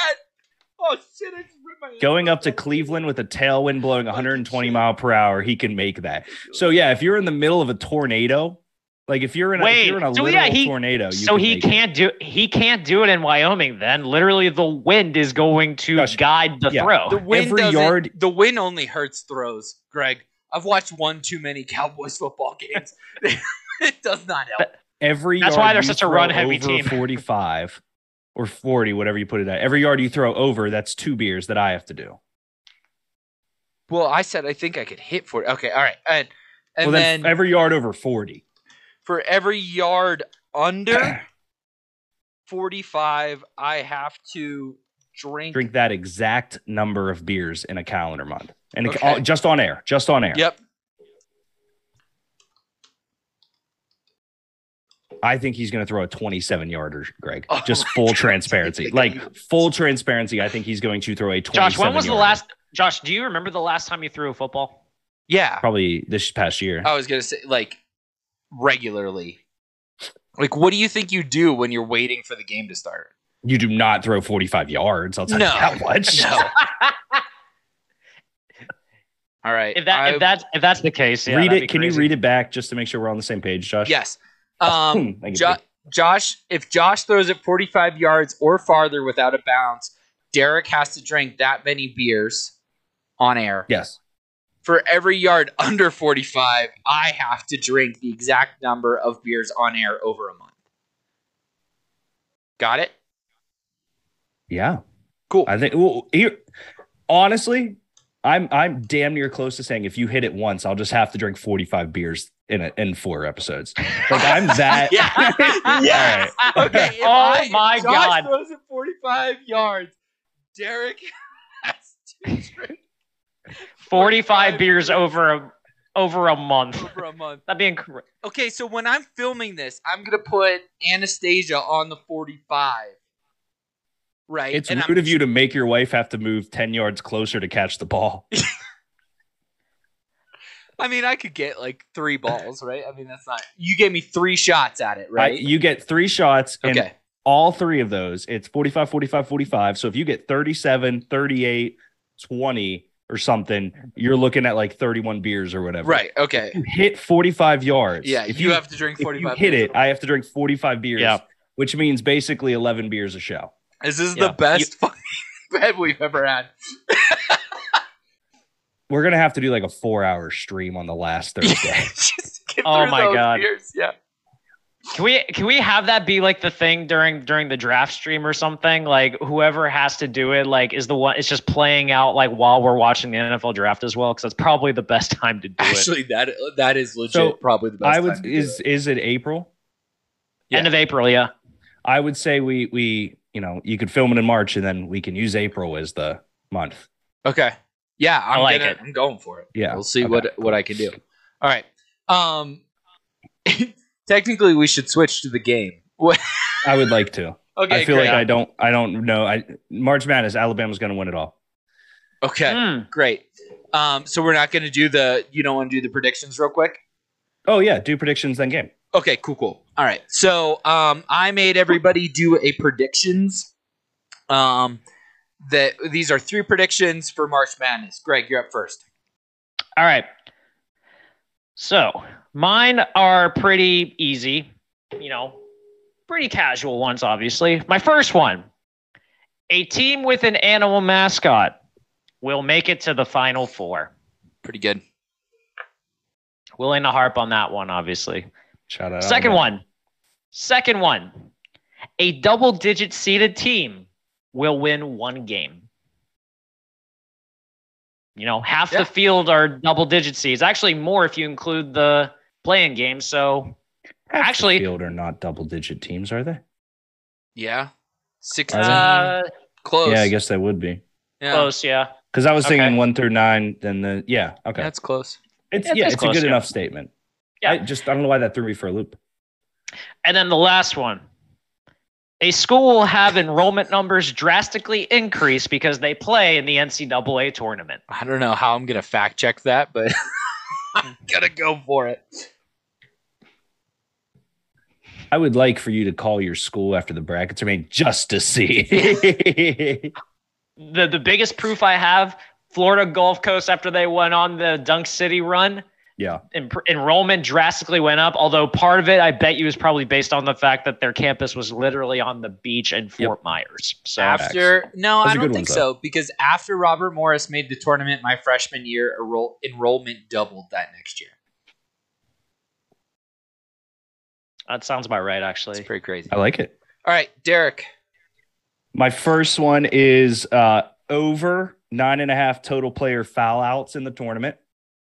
Speaker 3: Oh shit! I just ripped my
Speaker 1: going up to Cleveland with a tailwind blowing 120 mile per hour, he can make that. So yeah, if you're in the middle of a tornado, like if you're in a, if
Speaker 2: Wait,
Speaker 1: you're in a
Speaker 2: so
Speaker 1: literal
Speaker 2: yeah, he-
Speaker 1: tornado, you
Speaker 2: so
Speaker 1: can
Speaker 2: he
Speaker 1: make it.
Speaker 2: can't do he can't do it in Wyoming. Then literally, the wind is going to
Speaker 1: Gotcha.
Speaker 2: guide the
Speaker 1: Yeah.
Speaker 2: throw.
Speaker 3: The win
Speaker 1: every
Speaker 3: doesn't-
Speaker 1: yard-
Speaker 3: The win only hurts throws, Greg. I've watched one too many Cowboys football *laughs* games. it does not help.
Speaker 1: every.
Speaker 2: That's
Speaker 1: yard
Speaker 2: why they're
Speaker 1: you
Speaker 2: such a
Speaker 1: throw
Speaker 2: run-heavy
Speaker 1: over
Speaker 2: team.
Speaker 1: 45 or 40, whatever you put it at. Every yard you throw over, that's two beers that I have to do.
Speaker 3: Well, I said I think I could hit for it. Okay, all right, and and
Speaker 1: well,
Speaker 3: then,
Speaker 1: then, every yard over 40.
Speaker 3: for every yard
Speaker 1: *clears throat*
Speaker 3: under 45 i have to drink,
Speaker 1: Drink that exact number of beers in a calendar month, and it,
Speaker 3: Okay.
Speaker 1: all, just on air, just on air.
Speaker 3: yep
Speaker 1: I think he's going to throw a 27 yarder, Greg.
Speaker 3: Oh
Speaker 1: Just
Speaker 3: my
Speaker 1: full
Speaker 3: God.
Speaker 1: transparency. Like full transparency, I think he's going to throw a 27
Speaker 2: Josh, when was the
Speaker 1: yarder.
Speaker 2: last? Josh, do you remember the last time you threw a football?
Speaker 3: yeah
Speaker 1: Probably this past year.
Speaker 3: i was gonna say like regularly like what do you think you do when you're waiting for the game to start
Speaker 1: you do not throw 45 yards. I'll tell
Speaker 3: *laughs* No.
Speaker 1: you that much.
Speaker 3: all right
Speaker 2: If that
Speaker 3: I-
Speaker 2: if that's if that's the case, yeah,
Speaker 1: read
Speaker 2: that'd
Speaker 1: it.
Speaker 2: be
Speaker 1: Can you
Speaker 2: crazy.
Speaker 1: read it back just to make sure we're on the same page, Josh? Hmm,
Speaker 3: yes um
Speaker 1: *laughs* Thank you,
Speaker 3: Jo-
Speaker 1: dude.
Speaker 3: josh if josh throws it 45 yards or farther without a bounce derek has to drink that many beers on air
Speaker 1: yes.
Speaker 3: for every yard *laughs* under 45, I have to drink the exact number of beers on air over a month. Got it?
Speaker 1: Yeah.
Speaker 3: Cool.
Speaker 1: I think well, here honestly, I'm I'm damn near close to saying if you hit it once, I'll just have to drink 45 beers in a, in four episodes. Like I'm
Speaker 3: *laughs*
Speaker 1: that.
Speaker 3: yes. *laughs* Okay. if
Speaker 2: Oh
Speaker 3: I-
Speaker 2: my
Speaker 3: if Josh
Speaker 2: God.
Speaker 3: Throws it 45 yards. Derek *laughs* has to drink
Speaker 2: 45 beers over a over a month.
Speaker 6: over a month.
Speaker 2: That'd be incredible.
Speaker 3: Okay, so when I'm filming this, I'm gonna put Anastasia on the 45. Right.
Speaker 1: It's
Speaker 3: And I'm-
Speaker 1: rude of you to make your wife have to move 10 yards closer to catch the
Speaker 3: *laughs*
Speaker 1: ball.
Speaker 3: I mean, I could get like three balls, right? I mean, that's not. You gave me three shots at it,
Speaker 1: Right?
Speaker 3: right?
Speaker 1: you get three shots and
Speaker 3: okay.
Speaker 1: all three of those, it's 45, 45, 45. So if you get 37, 38, 20 or something, you're looking at like 31 beers or whatever.
Speaker 3: Right. Okay.
Speaker 1: You hit 45 yards.
Speaker 3: Yeah.
Speaker 1: If
Speaker 3: you,
Speaker 1: you,
Speaker 3: have to drink
Speaker 1: if you
Speaker 3: 45.
Speaker 1: hit
Speaker 3: beers.
Speaker 1: it, I have to drink 45 beers,
Speaker 2: Yeah.
Speaker 1: which means basically 11 beers a show.
Speaker 3: This is
Speaker 2: Yeah.
Speaker 3: the best *laughs* fucking bed we've ever had. *laughs*
Speaker 1: We're going to have to do like a four hour stream on the
Speaker 3: *laughs*
Speaker 1: last Thursday.
Speaker 3: Just to get
Speaker 2: Oh
Speaker 3: through
Speaker 2: my
Speaker 3: those
Speaker 2: God.
Speaker 3: beers, Yeah.
Speaker 2: Can we can we have that be like the thing during during the draft stream or something? Like whoever has to do it, like is the one. It's just playing out like while we're watching the NFL draft as well, because that's probably the best time to do it.
Speaker 3: Actually, that that is legit.
Speaker 1: So,
Speaker 3: probably the best.
Speaker 1: I
Speaker 3: time
Speaker 1: would,
Speaker 3: to do
Speaker 1: is,
Speaker 3: it.
Speaker 1: is it April?
Speaker 2: End of April, yeah.
Speaker 1: I would say we we you know you could film it in March and then we can use April as the month.
Speaker 3: okay. Yeah, I'm
Speaker 2: like
Speaker 3: gonna-
Speaker 2: it.
Speaker 3: I'm going for it.
Speaker 1: Yeah,
Speaker 3: we'll see
Speaker 1: okay.
Speaker 3: what what I can do. All right. Um, *laughs* technically, we should switch to the game. *laughs* What?
Speaker 1: I would like to.
Speaker 3: Okay.
Speaker 1: I feel
Speaker 3: great.
Speaker 1: like I don't I don't know. I March Madness, Alabama's going to win it all.
Speaker 3: okay.
Speaker 2: Hmm.
Speaker 3: Great. Um, so we're not going to do the. You don't want to do the predictions real quick.
Speaker 1: Oh yeah, do predictions then game.
Speaker 3: Okay. Cool. Cool. All right. So um, I made everybody do a predictions. Um, that these are three predictions for March Madness. Greg, you're up first.
Speaker 2: All right. So mine are pretty easy, you know, pretty casual ones, obviously. My first one a team with an animal mascot will make it to the final four.
Speaker 3: Pretty good.
Speaker 2: Willing to harp on that one, obviously.
Speaker 1: Shout out.
Speaker 2: Second
Speaker 1: Alabama.
Speaker 2: one. Second one. A double digit seeded team will win one game. You know, half
Speaker 3: Yeah.
Speaker 2: the field are double digit seeds. Actually, more if you include the playing game. So, actually,
Speaker 1: Field are not double digit teams, are they?
Speaker 3: Yeah. Sixteen.
Speaker 2: uh,
Speaker 3: close.
Speaker 1: Yeah, I guess they would be.
Speaker 3: Yeah.
Speaker 2: close, yeah.
Speaker 1: Because I was
Speaker 2: Okay.
Speaker 1: thinking one through nine, then the yeah, okay.
Speaker 3: That's close.
Speaker 1: it's
Speaker 2: yeah,
Speaker 1: yeah,
Speaker 2: that's
Speaker 1: it's
Speaker 2: close,
Speaker 1: a good
Speaker 2: yeah.
Speaker 1: enough statement.
Speaker 2: Yeah.
Speaker 1: I just I don't know why that threw me for a loop.
Speaker 2: And then the last one. A school will have enrollment numbers drastically increase because they play in the NCAA tournament.
Speaker 3: I don't know how I'm gonna fact check that, but *laughs* I'm gonna go for it.
Speaker 1: I would like for you to call your school after the brackets are made just to
Speaker 2: *laughs*
Speaker 1: see.
Speaker 2: the the biggest proof I have, Florida Gulf Coast after they went on the Dunk City run,
Speaker 1: yeah.
Speaker 2: en- enrollment drastically went up. Although part of it, I bet you, is probably based on the fact that their campus was literally on the beach in Fort Myers. So
Speaker 3: After no,
Speaker 1: Those
Speaker 3: I
Speaker 1: are
Speaker 3: don't
Speaker 1: good
Speaker 3: think
Speaker 1: ones,
Speaker 3: so because after Robert Morris made the tournament my freshman year, enroll- enrollment doubled that next year.
Speaker 2: that sounds about right, actually.
Speaker 3: It's pretty crazy.
Speaker 1: I like it.
Speaker 3: All right, Derek.
Speaker 1: My first one is uh, over nine and a half total player foul outs in the tournament.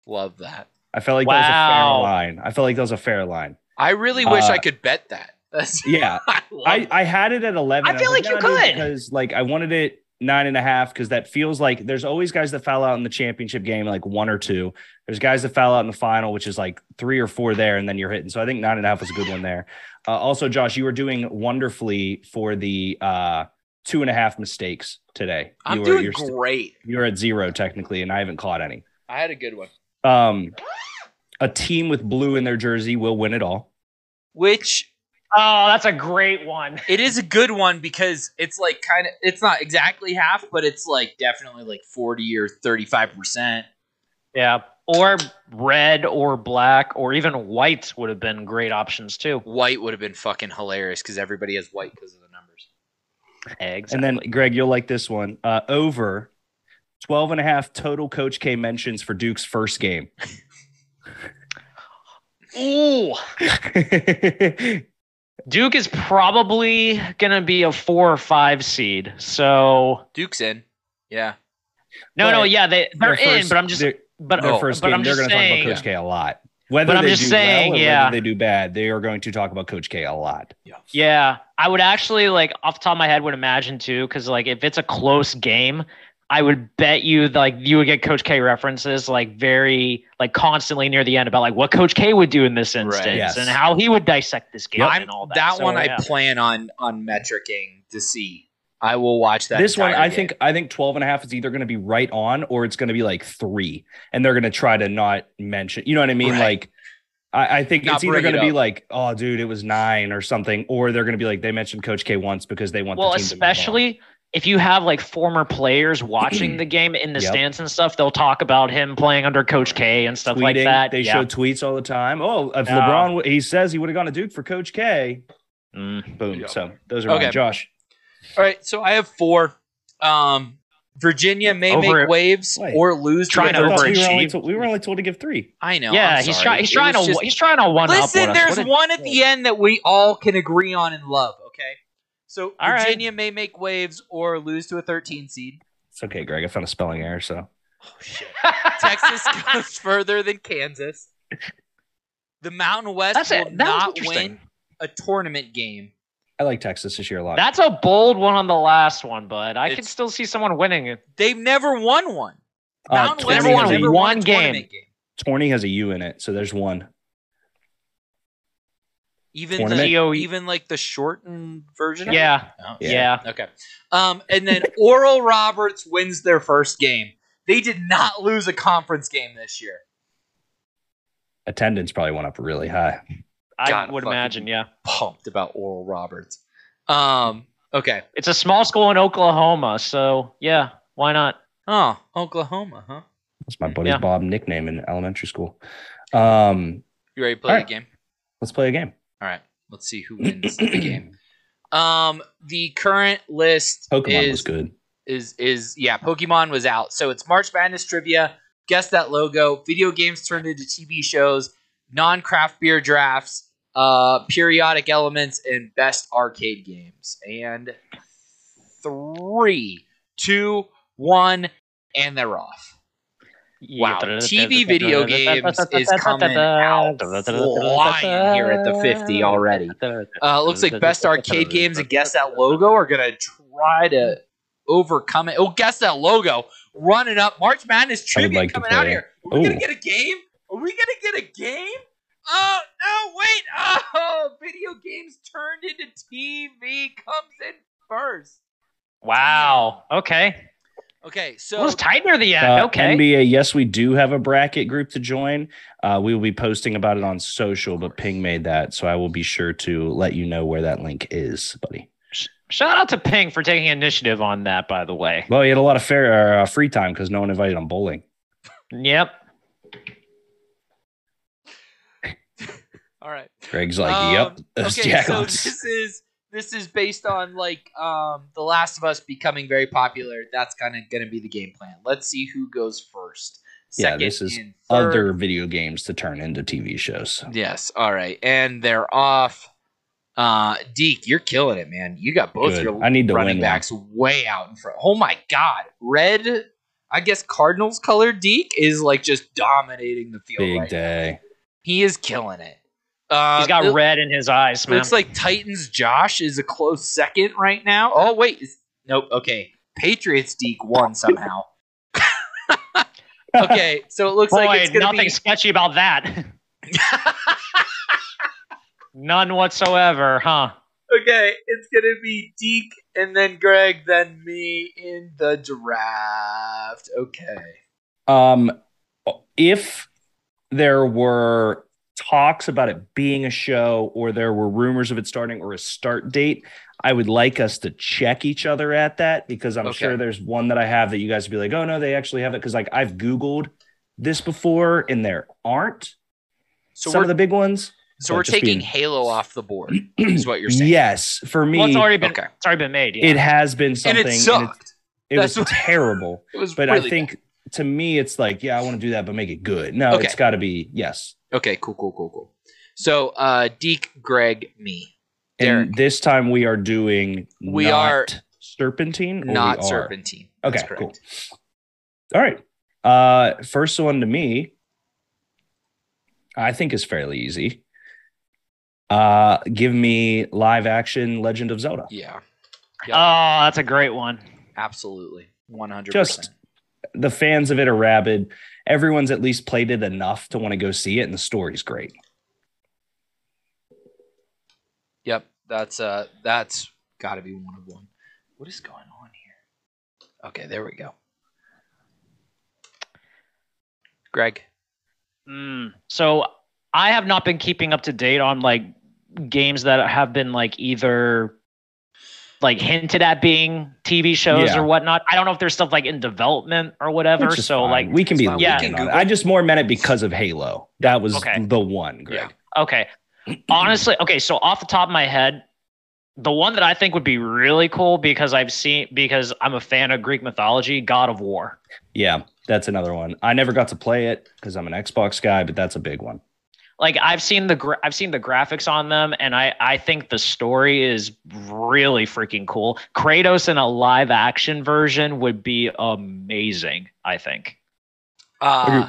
Speaker 3: Love that.
Speaker 1: I felt like that was a
Speaker 2: Wow.
Speaker 1: fair line. I felt like that was a fair line.
Speaker 3: I really wish
Speaker 1: Uh,
Speaker 3: I could bet that. *laughs* That's,
Speaker 1: Yeah.
Speaker 3: I, love
Speaker 1: I,
Speaker 3: it.
Speaker 1: I had it at 11.
Speaker 2: I
Speaker 1: was
Speaker 2: feel like you
Speaker 1: "Nah, dude,"
Speaker 2: could.
Speaker 1: Because like I wanted it nine and a half because that feels like there's always guys that foul out in the championship game, like one or two. There's guys that foul out in the final, which is like three or four there, and then you're hitting. So I think nine and a half was a good one there. Uh, also, Josh, you were doing wonderfully for the uh, two and a half mistakes today.
Speaker 3: I'm
Speaker 1: you were,
Speaker 3: doing
Speaker 1: you're, st-
Speaker 3: great.
Speaker 1: you're at zero technically, and I haven't caught any.
Speaker 3: I had a good one.
Speaker 1: Um, a team with blue in their jersey will win it all.
Speaker 3: Which
Speaker 2: Oh, that's a great one.
Speaker 3: it is a good one because it's like kind of it's not exactly half, but it's like definitely like forty or thirty five percent.
Speaker 2: Yeah. Or red or black or even white would have been great options too.
Speaker 3: White would have been fucking hilarious because everybody has white because of the numbers.
Speaker 2: Eggs.
Speaker 1: And then, Greg, you'll like this one. Uh, over 12 and a half total Coach K mentions for Duke's first game. *laughs*
Speaker 2: Ooh.
Speaker 1: yeah,
Speaker 2: Duke is probably gonna be a four or five seed. So
Speaker 3: Duke's in. Yeah.
Speaker 2: No, no, yeah, they they're in, but I'm just
Speaker 1: their,
Speaker 2: but
Speaker 1: their
Speaker 2: oh,
Speaker 1: first
Speaker 2: but
Speaker 1: game,
Speaker 2: I'm
Speaker 1: they're
Speaker 2: just
Speaker 1: going to talk about
Speaker 2: saying-
Speaker 1: Coach K a lot. Whether
Speaker 2: But I'm
Speaker 1: they
Speaker 2: just
Speaker 1: do
Speaker 2: saying,
Speaker 1: well or
Speaker 2: yeah.
Speaker 1: whether they do bad, they are going to talk about Coach K a lot.
Speaker 2: Yeah, I would actually like off the top of my head would imagine too, because like if it's a close game, I would bet you like you would get Coach K references like very like constantly near the end about like what Coach K would do in this instance
Speaker 1: Yes.
Speaker 2: and how he would dissect this game
Speaker 3: I'm-
Speaker 2: and all that.
Speaker 3: that
Speaker 2: So,
Speaker 3: one
Speaker 2: yeah.
Speaker 3: I plan on on metricing to see. I will watch that.
Speaker 1: this one,
Speaker 3: entire
Speaker 1: I
Speaker 3: game.
Speaker 1: think, I think 12 and a half is either going to be right on or it's going to be like three, and they're going to try to not mention. You know what I mean?
Speaker 3: Right.
Speaker 1: Like, I, I think
Speaker 3: Not
Speaker 1: it's either
Speaker 3: bring it
Speaker 1: going to be
Speaker 3: up.
Speaker 1: like, "Oh, dude, it was nine or something," or they're going to be like, "They mentioned Coach K once because they want."
Speaker 2: well,
Speaker 1: the team to move on."
Speaker 2: especially if you have like former players watching the game in the
Speaker 1: Yep.
Speaker 2: stands and stuff, they'll talk about him playing under Coach K and stuff like
Speaker 1: Tweeting,
Speaker 2: that.
Speaker 1: They
Speaker 2: yeah.
Speaker 1: show tweets all the time. Oh, if
Speaker 2: Yeah.
Speaker 1: LeBron, w- he says he would have gone to Duke for Coach K.
Speaker 2: Mm.
Speaker 1: Boom.
Speaker 3: Yep.
Speaker 1: So those are mine.
Speaker 3: Okay.
Speaker 1: Josh.
Speaker 3: All right, so I have four. Um, Virginia may
Speaker 2: Over-
Speaker 3: make waves
Speaker 1: Wait.
Speaker 3: or lose.
Speaker 2: Trying
Speaker 3: the
Speaker 2: to
Speaker 3: third
Speaker 1: we, were
Speaker 3: seed.
Speaker 1: only
Speaker 2: overachieve.
Speaker 1: told, we were only told to give three.
Speaker 3: I know.
Speaker 2: yeah,
Speaker 3: I'm
Speaker 2: he's
Speaker 3: sorry.
Speaker 2: trying. He's
Speaker 3: It
Speaker 2: trying
Speaker 3: was
Speaker 2: to.
Speaker 3: just-
Speaker 2: he's trying to one
Speaker 3: Listen,
Speaker 2: up. on us.
Speaker 3: there's
Speaker 2: What a-
Speaker 3: one at the end that we all can agree on and love. Okay, so
Speaker 2: All right.
Speaker 3: Virginia may make waves or lose to a 13 seed.
Speaker 1: It's okay, Greg. I found a spelling error. So
Speaker 3: Texas *laughs* goes further than Kansas. The Mountain West
Speaker 2: That's
Speaker 3: will
Speaker 2: it. That was
Speaker 3: not
Speaker 2: interesting.
Speaker 3: win a tournament game.
Speaker 1: I like Texas this year a lot.
Speaker 2: That's a bold one on the last one, but I could
Speaker 3: It's-
Speaker 2: still see someone winning it.
Speaker 3: They've never won one.
Speaker 1: uh,
Speaker 3: Mountain
Speaker 1: Torney,
Speaker 3: West
Speaker 2: Everyone
Speaker 1: has a,
Speaker 2: won. one
Speaker 3: a
Speaker 2: game.
Speaker 3: tournament
Speaker 1: Torney has a U in it, so there's one.
Speaker 3: Even
Speaker 1: Tournament?
Speaker 3: the,
Speaker 2: GOE.
Speaker 3: even like the shortened version.
Speaker 2: Yeah,
Speaker 3: of it?
Speaker 2: yeah.
Speaker 3: Oh, Okay. Um, and then Oral Roberts wins their first game. They did not lose a conference game this year.
Speaker 1: Attendance probably went up really high.
Speaker 2: I
Speaker 3: Gotta
Speaker 2: would
Speaker 3: fucking-
Speaker 2: imagine. Yeah,
Speaker 3: Pumped about Oral Roberts. Um, okay.
Speaker 2: it's a small school in Oklahoma, so yeah, why not?
Speaker 3: Oh, Oklahoma, huh?
Speaker 1: That's my buddy
Speaker 2: Yeah.
Speaker 1: Bob nickname in elementary school. Um,
Speaker 3: You ready to play
Speaker 1: All right.
Speaker 3: the game?
Speaker 1: let's play a game.
Speaker 3: All right. Let's see who wins the game. Um, the current list
Speaker 1: Pokemon
Speaker 3: is
Speaker 1: was good.
Speaker 3: is is yeah, Pokemon was out. So it's March Madness trivia. Guess that logo. Video games turned into TV shows. Non craft beer drafts. Uh, periodic elements and best arcade games. And three, two, one, and they're off. Wow, TV video games is coming out flying here at the 50 already. Uh, looks like best arcade games and guess that logo are gonna try to overcome it. Oh, guess that logo running up March Madness
Speaker 1: I would
Speaker 3: trivia
Speaker 1: like to
Speaker 3: coming out
Speaker 1: play.
Speaker 3: here. Are we
Speaker 1: Ooh.
Speaker 3: gonna get a game? Are we gonna get a game? Oh no! Wait! Oh, *laughs* video games turned into TV comes in first.
Speaker 2: Wow. Okay.
Speaker 3: Okay, so
Speaker 2: It was tight near the end.
Speaker 1: Uh,
Speaker 2: okay.
Speaker 1: NBA, yes, we do have a bracket group to join. Uh, we will be posting about it on social, but Ping made that. So I will be sure to let you know where that link is, buddy.
Speaker 2: Shout out to Ping for taking initiative on that, by the way.
Speaker 1: Well, he had a lot of fair, uh, free time because no one invited him bowling.
Speaker 2: Yep.
Speaker 3: all right.
Speaker 1: Greg's like,
Speaker 3: Um,
Speaker 1: *laughs* yep, those
Speaker 3: Okay, so
Speaker 1: jackals.
Speaker 3: this is this is based on like um The Last of Us becoming very popular. That's kind of going to be the game plan. Let's see who goes first.
Speaker 1: Yeah,
Speaker 3: Second
Speaker 1: this is
Speaker 3: and third.
Speaker 1: Other video games to turn into TV shows.
Speaker 3: Yes. All right, and they're off. Uh, Deke, you're killing it, man. You got both
Speaker 1: Good.
Speaker 3: your
Speaker 1: I need to win
Speaker 3: running
Speaker 1: one.
Speaker 3: backs way out in front. Oh my God, red. I guess Cardinals color Deke is like just dominating the field.
Speaker 1: Big
Speaker 3: right now.
Speaker 1: day.
Speaker 3: He is killing it. Uh,
Speaker 2: He's got
Speaker 3: it-
Speaker 2: red in his eyes, man.
Speaker 3: Looks like Titans Josh is a close second right now. Oh wait, is, nope. Okay, Patriots Deke won *laughs* somehow. okay, so it looks
Speaker 2: Boy,
Speaker 3: like it's gonna
Speaker 2: nothing
Speaker 3: be.
Speaker 2: sketchy about that. None whatsoever, huh?
Speaker 3: okay, it's gonna be Deke and then Greg, then me in the draft. Okay.
Speaker 1: Um, if there were talks about it being a show or there were rumors of it starting or a start date, I would like us to check each other at that because I'm
Speaker 3: Okay.
Speaker 1: sure there's one that I have that you guys would be like, oh no, they actually have it. Cause like I've Googled this before and there aren't
Speaker 3: So
Speaker 1: some
Speaker 3: we're
Speaker 1: of the big ones.
Speaker 3: so
Speaker 1: but
Speaker 3: we're
Speaker 1: just
Speaker 3: taking
Speaker 1: being-
Speaker 3: Halo off the board. is what
Speaker 1: *clears throat*
Speaker 3: you're saying?
Speaker 1: yes. For me,
Speaker 2: Well, it's already been
Speaker 3: Okay.
Speaker 2: it's already been made. Yeah.
Speaker 1: it has been something.
Speaker 3: and it sucked.
Speaker 1: it was
Speaker 3: That's what-
Speaker 1: terrible.
Speaker 3: It was
Speaker 1: But
Speaker 3: really
Speaker 1: I think to me, it's like, yeah, I want to do that, but make it good. No,
Speaker 3: Okay.
Speaker 1: it's got to be yes.
Speaker 3: bad. okay. Cool. Cool. Cool. Cool. So uh, Deke, Greg, me. Derek.
Speaker 1: And this time we are doing
Speaker 3: We
Speaker 1: not
Speaker 3: are-
Speaker 1: serpentine, or we
Speaker 3: not
Speaker 1: are?
Speaker 3: serpentine.
Speaker 1: Okay,
Speaker 3: That's correct.
Speaker 1: cool. All right. Uh, first one to me, I think is fairly easy. Uh, give me live action Legend of Zelda.
Speaker 3: Yeah,
Speaker 2: Oh, that's a great one.
Speaker 3: absolutely, one hundred
Speaker 1: Just
Speaker 3: percent.
Speaker 1: the fans of it are rabid. Everyone's at least played it enough to want to go see it, and the story's great.
Speaker 3: Yep, that's uh, that's got to be one of one. What is going on here? Okay, there we go. Greg,
Speaker 2: Mm. So I have not been keeping up to date on like games that have been like either like hinted at being TV shows
Speaker 1: Yeah.
Speaker 2: or whatnot. I don't know if there's stuff like in development or whatever.
Speaker 1: which is
Speaker 2: So
Speaker 1: fine.
Speaker 2: like
Speaker 1: we can be
Speaker 3: fine. We
Speaker 1: yeah.
Speaker 3: can Google.
Speaker 1: I just more meant it because of Halo. That was
Speaker 2: Okay.
Speaker 1: the one, Greg.
Speaker 3: Yeah.
Speaker 2: Okay. Honestly, okay, so off the top of my head, the one that I think would be really cool because I've seen because I'm a fan of Greek mythology, God of War.
Speaker 1: Yeah, that's another one. I never got to play it because I'm an Xbox guy, but that's a big one.
Speaker 2: Like I've seen the gra- I've seen the graphics on them and I I think the story is really freaking cool. Kratos in a live action version would be amazing, I think.
Speaker 3: uh,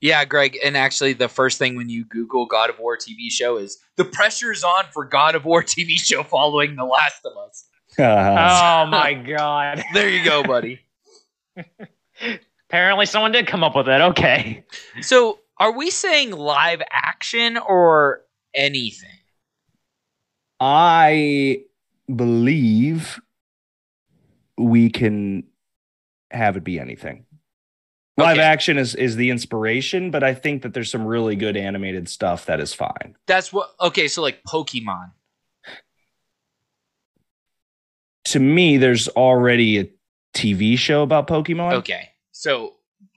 Speaker 3: yeah, Greg, and actually, the first thing when you Google God of War TV show is the pressure's on for God of War TV show following The Last of Us. Uh-huh.
Speaker 1: Uh,
Speaker 2: Oh my god.
Speaker 3: There you go, buddy.
Speaker 2: Apparently someone did come up with it. Okay.
Speaker 3: So, are we saying live action or anything?
Speaker 1: I believe we can have it be anything. Live
Speaker 3: Okay.
Speaker 1: action is is the inspiration, but I think that there's some really good animated stuff that is fine.
Speaker 3: That's what. Okay, so like Pokemon.
Speaker 1: To me, there's already a TV show about Pokemon.
Speaker 3: Okay, so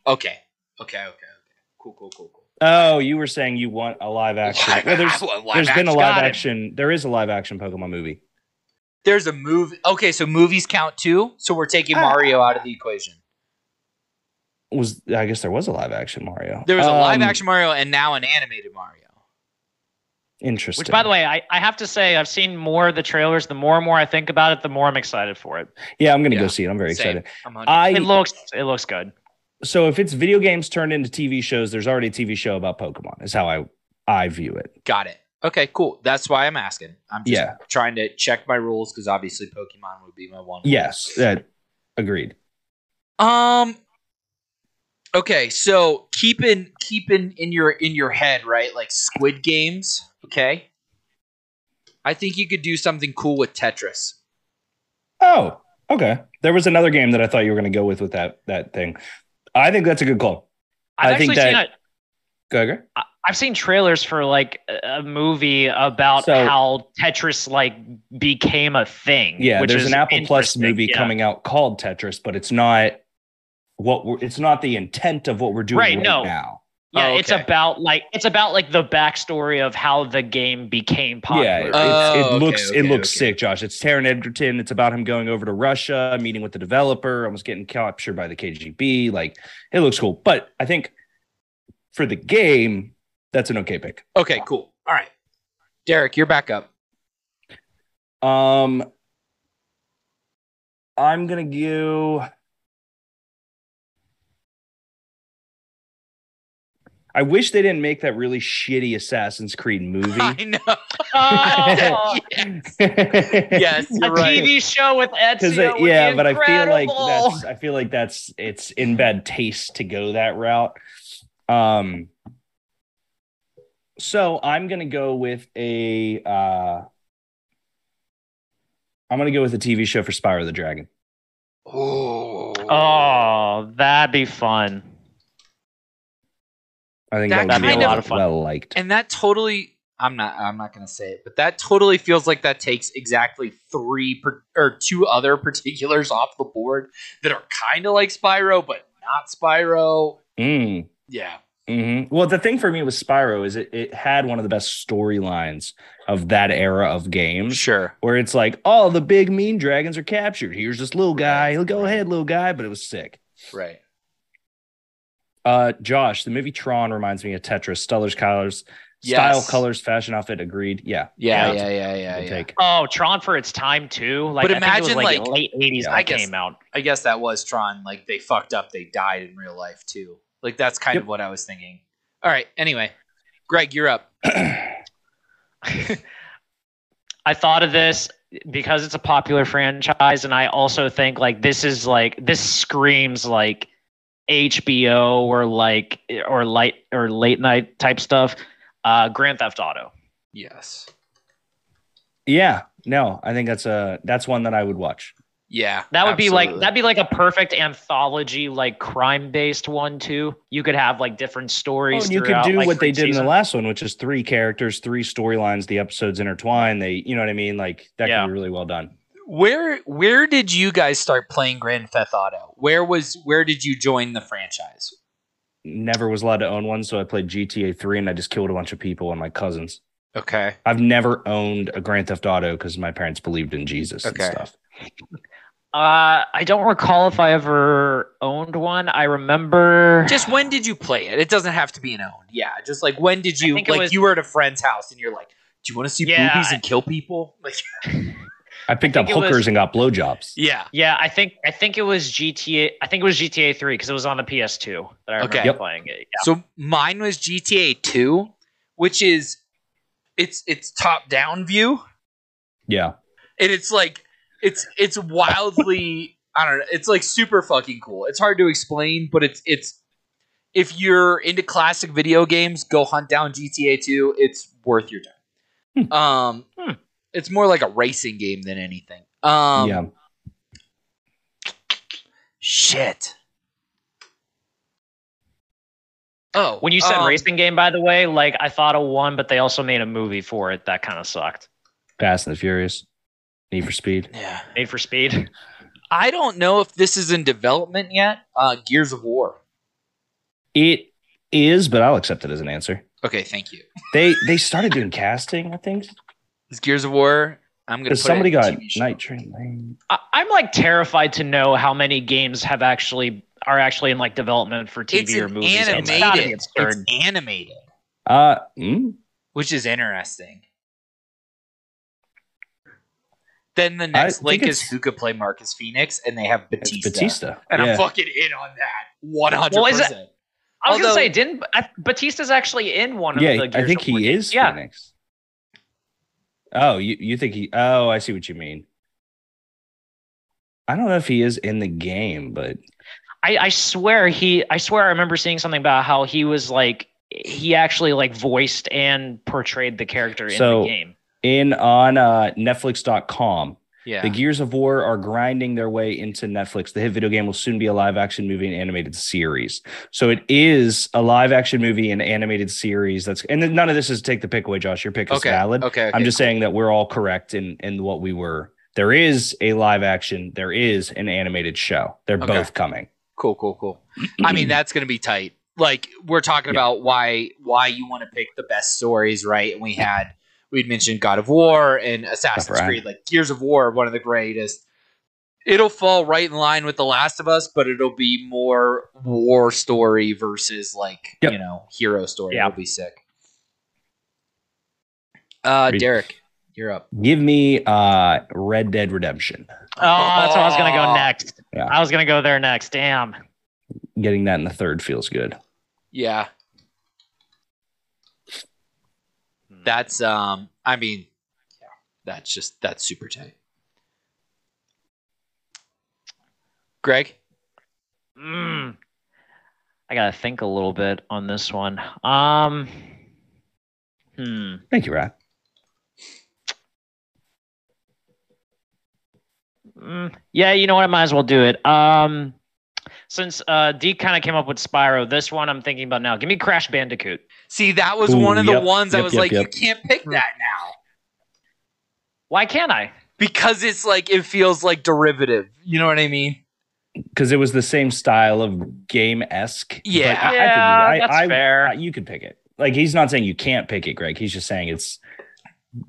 Speaker 3: okay, okay, okay, okay. Cool, cool, cool, cool.
Speaker 1: Oh, you were saying you want a live action.
Speaker 3: Live
Speaker 1: well, there's
Speaker 3: ac- live
Speaker 1: there's been a
Speaker 3: action.
Speaker 1: live
Speaker 2: Got it.
Speaker 1: action. There is a live action Pokemon movie.
Speaker 3: There's a movie. Okay, so movies count too. So we're taking
Speaker 1: Ah.
Speaker 3: Mario out of the equation.
Speaker 1: Was I guess there was a live action Mario.
Speaker 3: There was a
Speaker 1: Um,
Speaker 3: live action Mario and now an animated Mario.
Speaker 1: Interesting.
Speaker 2: Which, by the way, I, I have to say, I've seen more of the trailers. The more and more I think about it, the more I'm excited for it.
Speaker 1: yeah, I'm gonna go
Speaker 3: Yeah,
Speaker 1: see it. I'm very
Speaker 3: Same.
Speaker 1: excited.
Speaker 3: I'm on.
Speaker 1: I
Speaker 2: It looks it looks good.
Speaker 1: so if it's video games turned into TV shows, there's already a TV show about Pokemon. Is how I I view it.
Speaker 3: Got it. Okay, cool. That's why I'm asking. I'm just
Speaker 1: Yeah.
Speaker 3: trying to check my rules because obviously Pokemon would be my one.
Speaker 1: Yes, that agreed.
Speaker 3: Um. Okay, so keeping keeping in your in your head, right? Like Squid Games. Okay. I think you could do something cool with Tetris.
Speaker 1: Oh, okay. There was another game that I thought you were gonna go with with that that thing. I think that's a good call.
Speaker 2: I've
Speaker 1: I think
Speaker 2: actually seen
Speaker 1: that-
Speaker 2: a,
Speaker 1: Go ahead.
Speaker 2: I- I've seen trailers for like a a movie about
Speaker 1: So-
Speaker 2: how Tetris like became a thing.
Speaker 1: Yeah,
Speaker 2: which
Speaker 1: there's
Speaker 2: is
Speaker 1: an Apple Plus
Speaker 2: interesting.
Speaker 1: movie
Speaker 2: Yeah.
Speaker 1: coming out called Tetris, but it's not what we're it's not the intent of what we're doing right,
Speaker 2: Right, no.
Speaker 1: now.
Speaker 2: Yeah,
Speaker 3: Oh,
Speaker 2: it's
Speaker 3: okay.
Speaker 2: about like it's about like the backstory of how the game became
Speaker 1: Yeah,
Speaker 2: popular.
Speaker 3: *laughs*
Speaker 1: it,
Speaker 3: Oh,
Speaker 1: it's- it
Speaker 3: okay,
Speaker 1: looks it
Speaker 3: okay,
Speaker 1: looks
Speaker 3: okay.
Speaker 1: sick, Josh. It's Taron Edgerton. It's about him going over to Russia, meeting with the developer, almost getting captured by the KGB. Like it looks cool, but I think for the game, that's an okay pick.
Speaker 3: Okay, cool. All right. Derek, you're back up.
Speaker 1: Um, I'm gonna go. I wish they didn't make that really shitty Assassin's Creed movie.
Speaker 3: I know.
Speaker 2: Oh,
Speaker 3: *laughs*
Speaker 1: *laughs*
Speaker 3: Yes,
Speaker 2: a
Speaker 3: you're right.
Speaker 2: TV show with
Speaker 1: Because
Speaker 2: Ezio. would
Speaker 1: yeah,
Speaker 2: be
Speaker 1: but I feel like
Speaker 2: incredible.
Speaker 1: that's I feel like that's it's in bad taste to go that route. Um, so I'm gonna go with a uh, I'm gonna go with a TV show for Spyro the Dragon.
Speaker 3: Oh.
Speaker 2: oh, that'd be fun.
Speaker 1: I think that,
Speaker 3: That
Speaker 1: would be a
Speaker 3: kind
Speaker 1: lot
Speaker 2: of-
Speaker 1: of well liked.
Speaker 3: And that totally I'm not I'm not going to say it, but that totally feels like that takes exactly 3 per, or two other particulars *laughs* off the board that are kind of like Spyro but not Spyro.
Speaker 1: Mm,
Speaker 3: Yeah.
Speaker 1: mhm. Well, the thing for me with Spyro is it, it had one of the best storylines of that era of games.
Speaker 3: Sure.
Speaker 1: where it's like, oh, the big mean dragons are captured. Here's this little guy. He'll go ahead, little guy. But it was sick.
Speaker 3: Right.
Speaker 1: Uh, Josh, the movie Tron reminds me of Tetris. Stellar's colors Style,
Speaker 3: Yes.
Speaker 1: colors, fashion, outfit, agreed. Yeah.
Speaker 3: Yeah,
Speaker 1: We'll
Speaker 3: yeah, yeah, yeah. yeah.
Speaker 1: take.
Speaker 2: Oh, Tron for its time too. Like,
Speaker 3: But
Speaker 2: I think it was,
Speaker 3: imagine,
Speaker 2: like,
Speaker 3: like-
Speaker 2: late eighties
Speaker 1: Yeah,
Speaker 2: that
Speaker 3: I guess-
Speaker 2: came out.
Speaker 3: I guess that was Tron. Like they fucked up. They died in real life too. Like that's kind
Speaker 1: Yep.
Speaker 3: of what I was thinking. All right. Anyway, Greg, you're up.
Speaker 2: I thought of this because it's a popular franchise, and I also think like this is like this screams like HBO or like or light or late night type stuff. Uh, Grand Theft Auto.
Speaker 3: Yes.
Speaker 1: Yeah. No, I think that's a that's one that I would watch.
Speaker 3: Yeah.
Speaker 2: That would be like
Speaker 3: absolutely.
Speaker 2: that'd be like a perfect anthology, like crime based one too. You could have like different
Speaker 1: Oh,
Speaker 2: stories.
Speaker 1: and you could
Speaker 2: throughout,
Speaker 1: do
Speaker 2: like,
Speaker 1: what they
Speaker 2: for
Speaker 1: did in the
Speaker 2: season.
Speaker 1: last one, which is three characters, three storylines, the episodes intertwine. They, you know what I mean? Like that
Speaker 2: Yeah.
Speaker 1: could be really well done.
Speaker 3: Where where did you guys start playing Grand Theft Auto? Where was where did you join the franchise?
Speaker 1: Never was allowed to own one, so I played GTA 3 and I just killed a bunch of people and my cousins.
Speaker 3: Okay.
Speaker 1: I've never owned a Grand Theft Auto because my parents believed in Jesus
Speaker 3: Okay.
Speaker 1: and stuff.
Speaker 2: Uh, I don't recall if I ever owned one. I remember
Speaker 3: Just when did you play it? It doesn't have to be an own. Yeah. Just like when did
Speaker 2: I
Speaker 3: you
Speaker 2: think
Speaker 3: like
Speaker 2: it was-
Speaker 3: you were at a friend's house and you're like, do you want to see
Speaker 2: Yeah,
Speaker 3: boobies
Speaker 2: I-
Speaker 3: and kill people? Like
Speaker 1: I picked
Speaker 2: I
Speaker 1: up
Speaker 2: think it was-
Speaker 1: hookers and got blowjobs.
Speaker 3: yeah.
Speaker 2: Yeah, I think I think it was GTA. I think it was GTA three because it was on the PS2 that I remember
Speaker 3: Okay. Yep.
Speaker 2: playing it.
Speaker 3: So mine was GTA 2, which is it's it's top down view
Speaker 1: Yeah.
Speaker 3: and it's like it's it's wildly I don't know, it's like super fucking cool. It's hard to explain, but it's it's if you're into classic video games, go hunt down GTA 2. It's worth your time. Um
Speaker 2: Hmm.
Speaker 3: it's more like a racing game than anything. Um
Speaker 1: yeah.
Speaker 3: shit. Oh,
Speaker 2: When you said
Speaker 3: um,
Speaker 2: racing game, by the way, like I thought of one, but they also made a movie for it that kind of sucked.
Speaker 1: Fast and the Furious. Need for Speed.
Speaker 3: yeah.
Speaker 2: Made for Speed.
Speaker 3: I don't know if this is in development yet. Uh, Gears of War.
Speaker 1: It is, but I'll accept it as an answer.
Speaker 3: Okay, thank you.
Speaker 1: They they started doing casting, I think.
Speaker 3: It's Gears of War. I'm gonna. Put
Speaker 1: Because somebody
Speaker 3: it in
Speaker 1: got
Speaker 3: TV show.
Speaker 1: Night Train Lane.
Speaker 2: I, I'm like terrified to know how many games have actually are actually in like development for TV
Speaker 3: It's
Speaker 2: or
Speaker 3: an
Speaker 2: movies.
Speaker 3: animated.
Speaker 2: It's gotta be
Speaker 3: It's,
Speaker 2: absurd.
Speaker 3: animated,
Speaker 1: Uh, mm,
Speaker 3: which is interesting. Then the
Speaker 1: I
Speaker 3: next
Speaker 1: think
Speaker 3: link is
Speaker 1: it's-
Speaker 3: who could play Marcus Phoenix, and they have
Speaker 1: it's
Speaker 3: Batista.
Speaker 1: Batista.
Speaker 3: And
Speaker 1: Yeah.
Speaker 3: I'm fucking in on that. One hundred
Speaker 2: Well, is
Speaker 3: percent.
Speaker 2: I was gonna
Speaker 3: Although-
Speaker 2: say, didn't I, Batista's actually in one of
Speaker 1: yeah,
Speaker 2: the? Gears
Speaker 1: I think
Speaker 2: of War
Speaker 1: he
Speaker 2: games.
Speaker 1: is
Speaker 2: Yeah,
Speaker 1: Phoenix. Oh, you, you think he? Oh, I see what you mean. I don't know if he is in the game, but
Speaker 2: I, I swear he I swear I remember seeing something about how he was like he actually like voiced and portrayed the character in
Speaker 1: So-
Speaker 2: the game.
Speaker 1: in on uh, Netflix.com,
Speaker 3: Yeah.
Speaker 1: the Gears of War are grinding their way into Netflix. The hit video game will soon be a live action movie and animated series. So it is a live action movie and animated series. That's and then none of this is take the pick away, Josh. Your pick is
Speaker 3: okay.
Speaker 1: valid.
Speaker 3: Okay. okay.
Speaker 1: I'm just saying that we're all correct in in what we were. There is a live action. There is an animated show. They're
Speaker 3: Okay.
Speaker 1: both coming.
Speaker 3: cool cool cool i
Speaker 1: *clears throat*
Speaker 3: mean that's gonna be tight like we're talking
Speaker 1: Yeah.
Speaker 3: about why why you want to pick the best stories right and we had we'd mentioned god of war and assassin's
Speaker 1: Right.
Speaker 3: creed like gears of war one of the greatest it'll fall right in line with the last of us but it'll be more war story versus like
Speaker 1: Yep.
Speaker 3: you know hero story
Speaker 2: Yeah.
Speaker 3: it'll be sick uh
Speaker 1: Agreed.
Speaker 3: derek you're up
Speaker 1: Give me uh Red Dead Redemption.
Speaker 2: Oh, that's where I was gonna go next.
Speaker 1: Yeah.
Speaker 2: I was gonna go there next. Damn.
Speaker 1: Getting that in the third feels good.
Speaker 3: yeah that's um i mean yeah, that's just that's super tight greg
Speaker 2: Mm. I gotta think a little bit on this one. Um Hmm.
Speaker 1: Thank you, Ryan.
Speaker 2: Mm, yeah, you know what? I might as well do it. Um, since uh, D kind of came up with Spyro, this one I'm thinking about now. Give me Crash Bandicoot.
Speaker 3: see that was
Speaker 1: Ooh,
Speaker 3: one of the
Speaker 1: yep,
Speaker 3: ones i
Speaker 1: yep,
Speaker 3: was
Speaker 1: yep,
Speaker 3: like
Speaker 1: yep.
Speaker 3: you can't pick that now
Speaker 2: Why can't I?
Speaker 3: because it's like it feels like derivative you know what i mean
Speaker 1: Because it was the same style of game esque. I,
Speaker 3: Yeah.
Speaker 1: I
Speaker 2: Yeah,
Speaker 1: could do that.
Speaker 2: that's
Speaker 1: I, I,
Speaker 2: fair.
Speaker 1: I- you could pick it. Like he's not saying you can't pick it, Greg. He's just saying it's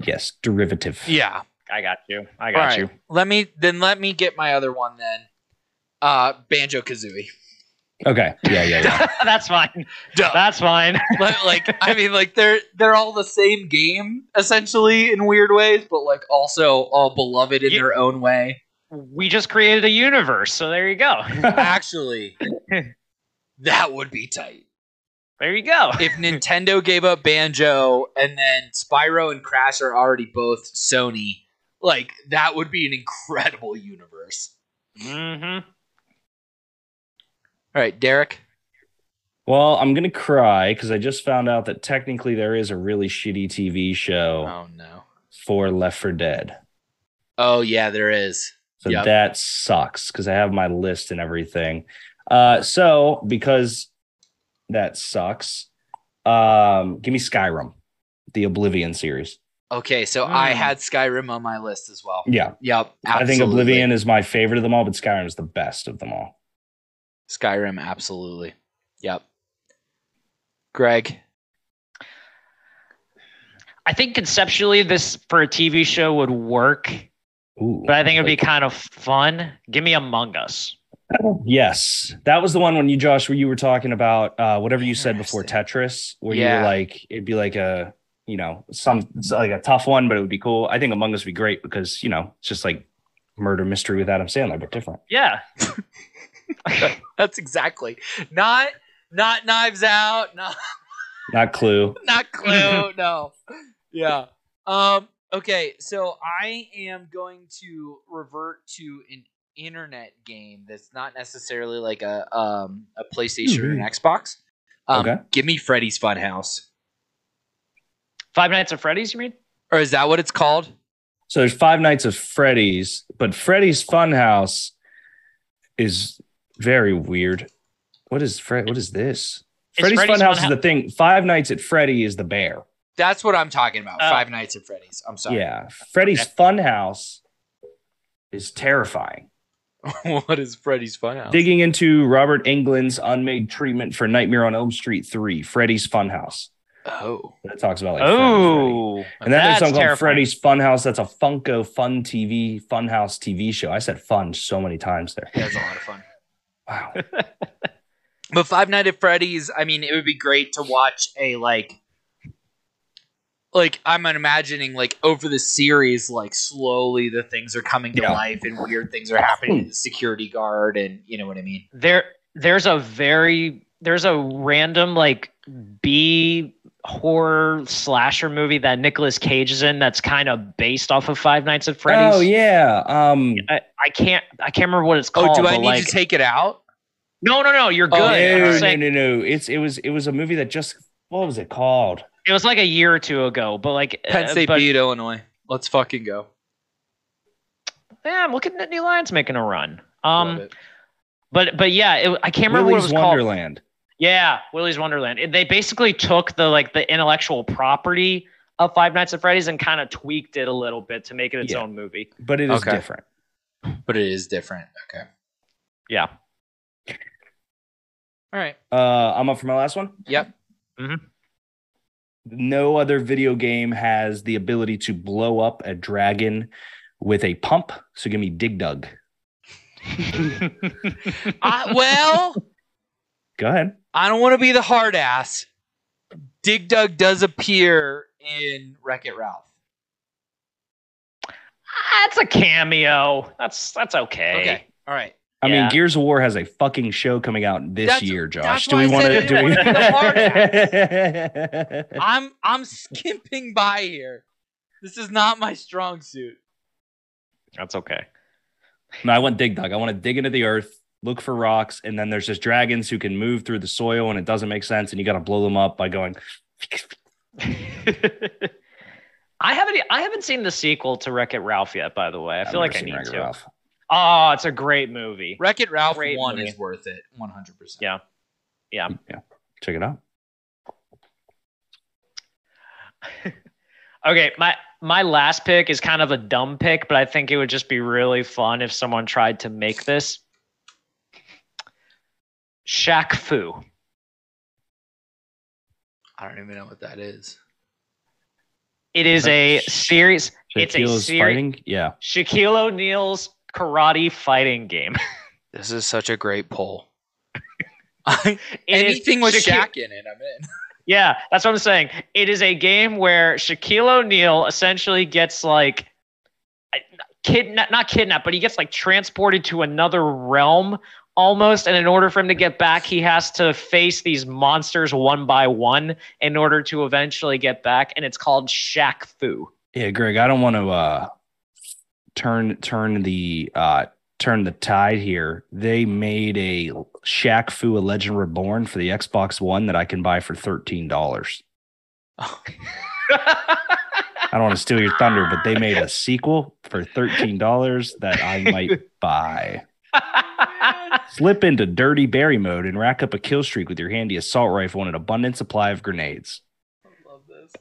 Speaker 1: yes, derivative.
Speaker 3: yeah
Speaker 2: I got you. I got
Speaker 3: All
Speaker 2: you. *laughs*
Speaker 3: right, let me then let me get my other one then uh banjo kazooie
Speaker 1: Okay. Yeah, yeah, *laughs* yeah.
Speaker 2: That's fine.
Speaker 3: Duh.
Speaker 2: That's fine.
Speaker 3: But, like I mean, like they're they're all the same game essentially in weird ways, but like also all beloved in
Speaker 2: You-
Speaker 3: their own way.
Speaker 2: We just created a universe, so there
Speaker 1: *laughs*
Speaker 2: you go.
Speaker 3: Actually, *laughs* that would be tight.
Speaker 2: There you go.
Speaker 3: If Nintendo gave up Banjo and then Spyro and Crash are already both Sony, like that would be an incredible universe.
Speaker 2: hmm
Speaker 3: All right, Derek.
Speaker 1: Well, I'm gonna cry because I just found out that technically there is a really shitty TV show
Speaker 3: Oh no.
Speaker 1: for Left for Dead.
Speaker 3: Oh yeah, there is.
Speaker 1: So
Speaker 3: Yep.
Speaker 1: that sucks because I have my list and everything. Uh, so because that sucks, um, give me Skyrim, the Oblivion series.
Speaker 3: Okay, so I
Speaker 2: Mm.
Speaker 3: had Skyrim on my list as well.
Speaker 1: Yeah,
Speaker 3: Yep. Absolutely.
Speaker 1: I think Oblivion is my favorite of them all, but Skyrim is the best of them all.
Speaker 3: Skyrim, absolutely. Yep. Greg.
Speaker 2: I think conceptually, this for a TV show would work,
Speaker 1: Ooh,
Speaker 2: but I think it'd be kind of fun. Give me Among Us.
Speaker 1: yes, that was the one when you Josh, where you were talking about uh, whatever you said before Tetris, where you
Speaker 3: Yeah.
Speaker 1: were like, it'd be like a you know some it's like a tough one, but it would be cool. I think Among Us would be great because you know it's just like murder mystery with Adam Sandler, but different.
Speaker 2: Yeah.
Speaker 3: That's exactly. Not not knives out, *laughs* not
Speaker 1: Not Clue.
Speaker 3: not *laughs* clue, no. Yeah. Um okay, so I am going to revert to an internet game that's not necessarily like a um a PlayStation or an Xbox. Um,
Speaker 1: Okay.
Speaker 3: give me Freddy's Funhouse.
Speaker 2: Five Nights at Freddy's, you mean?
Speaker 3: Or is that what it's called?
Speaker 1: So there's Five Nights of Freddy's, but Freddy's Funhouse is very weird. What is Fred? What is this?
Speaker 2: It's
Speaker 1: Freddy's,
Speaker 2: Freddy's
Speaker 1: Funhouse
Speaker 2: Funhou-
Speaker 1: is the thing. Five Nights at Freddy is the bear.
Speaker 3: That's what I'm talking about.
Speaker 2: Oh.
Speaker 3: Five Nights at Freddy's. I'm sorry.
Speaker 1: Yeah, Freddy's Funhouse is terrifying.
Speaker 3: *laughs* what is Freddy's
Speaker 2: Oh.
Speaker 3: Funhouse?
Speaker 1: Digging into Robert Englund's unmade treatment for Nightmare on Elm Street Three, Freddy's Funhouse.
Speaker 3: oh.
Speaker 1: That talks about like Freddy, Freddy.
Speaker 2: oh,
Speaker 1: and then there's
Speaker 2: that's
Speaker 1: something called
Speaker 2: terrifying.
Speaker 1: Freddy's Funhouse. That's a Funko Fun TV Funhouse TV show. I said fun so many times there.
Speaker 3: That's a lot of fun.
Speaker 1: Wow.
Speaker 3: But Five Nights at Freddy's, I mean, it would be great to watch a like like I'm imagining like over the series, like slowly the things are coming to
Speaker 1: Yeah.
Speaker 3: life and weird things are happening to the security guard and you know what I mean?
Speaker 2: There, there's a very there's a random like B horror slasher movie that Nicolas Cage is in that's kind of based off of Five Nights at *laughs* Freddy's.
Speaker 1: Oh yeah. Um.
Speaker 2: I, I can't I can't remember what it's called.
Speaker 3: oh, do I
Speaker 2: but,
Speaker 3: need
Speaker 2: like,
Speaker 3: to take it out?
Speaker 2: No, no, no. You're good.
Speaker 3: Oh,
Speaker 2: I'm
Speaker 1: no,
Speaker 2: saying-
Speaker 1: no, no, no. It's it was it was a movie that just what was it called?
Speaker 2: It was like a year or two ago, but like
Speaker 3: Penn
Speaker 2: uh,
Speaker 3: State
Speaker 2: but,
Speaker 3: beat Illinois. Let's fucking go.
Speaker 2: Yeah, I'm looking at Nittany Lions making a run.
Speaker 3: Love
Speaker 2: Um,
Speaker 3: it.
Speaker 2: but but yeah, it, I can't remember
Speaker 1: Willy's
Speaker 2: what it was called.
Speaker 1: Wonderland.
Speaker 2: Yeah, Willy's Wonderland. It- they basically took the like the intellectual property of Five Nights at Freddy's and kind of tweaked it a little bit to make it its
Speaker 1: Yeah.
Speaker 2: own
Speaker 3: *laughs*
Speaker 2: movie.
Speaker 1: But it is
Speaker 3: Okay.
Speaker 1: different.
Speaker 3: but it is different. Okay.
Speaker 2: Yeah.
Speaker 3: All right.
Speaker 1: Uh, I'm up for my last one.
Speaker 3: Yep.
Speaker 2: Mhm.
Speaker 1: No other video game has the ability to blow up a dragon with a pump. So give me Dig Dug.
Speaker 3: I, well,
Speaker 1: Go ahead.
Speaker 3: I don't want to be the hard ass. Dig Dug does appear in Wreck It Ralph.
Speaker 2: That's a cameo. That's that's okay.
Speaker 3: Okay. All right.
Speaker 1: I
Speaker 2: Yeah.
Speaker 1: mean, Gears of War has a fucking show coming out this
Speaker 3: That's-
Speaker 1: year, Josh.
Speaker 3: that's
Speaker 1: Do
Speaker 3: why
Speaker 1: we
Speaker 3: I
Speaker 1: want
Speaker 3: said
Speaker 1: to
Speaker 3: it
Speaker 1: do
Speaker 3: wasn't the hard
Speaker 1: *laughs* we?
Speaker 3: I'm I'm skimping by here. This is not my strong suit.
Speaker 2: That's okay. *laughs*
Speaker 1: No, I want dig dug. I want to dig into the earth, look for rocks, and then there's just dragons who can move through the soil, and it doesn't make sense, and you got to blow them up by going.
Speaker 2: I haven't I haven't seen the sequel to Wreck It Ralph yet, by the way. I feel like I
Speaker 1: Mercy,
Speaker 2: need
Speaker 1: Wreck-It
Speaker 2: to.
Speaker 1: Ralph.
Speaker 2: Oh, it's a great movie.
Speaker 3: Wreck It Ralph
Speaker 2: Great
Speaker 3: one
Speaker 2: movie.
Speaker 3: is worth it. One hundred percent.
Speaker 2: Yeah. Yeah.
Speaker 1: Check it out.
Speaker 2: Okay, my my last pick is kind of a dumb pick, but I think it would just be really fun if someone tried to make this. Shaq Fu.
Speaker 3: I don't even know what that is.
Speaker 2: It is a
Speaker 1: Sh-
Speaker 2: series. It's a
Speaker 1: Shaquille's
Speaker 2: series.
Speaker 1: fighting. Yeah,
Speaker 2: Shaquille O'Neal's karate fighting game. *laughs*
Speaker 3: This is such a great poll.
Speaker 2: It is
Speaker 3: Anything with
Speaker 2: Shaqu-
Speaker 3: Shaq in it, I'm in.
Speaker 2: Yeah, that's what I'm saying. It is a game where Shaquille O'Neal essentially gets like kidnapped, not kidnapped, but he gets like transported to another realm almost. And in order for him to get back, he has to face these monsters one by one in order to eventually get back. And it's called Shaq Fu. *laughs*
Speaker 1: Yeah, Greg, I don't want to uh, turn turn the uh, turn the tide here. They made a Shaq Fu: A Legend Reborn for the Xbox One that I can buy for thirteen dollars. I don't want to steal your thunder, but they made a sequel for thirteen dollars that I *laughs* might buy. Slip into dirty Barry mode and rack up a kill streak with your handy assault rifle and an abundant supply of grenades.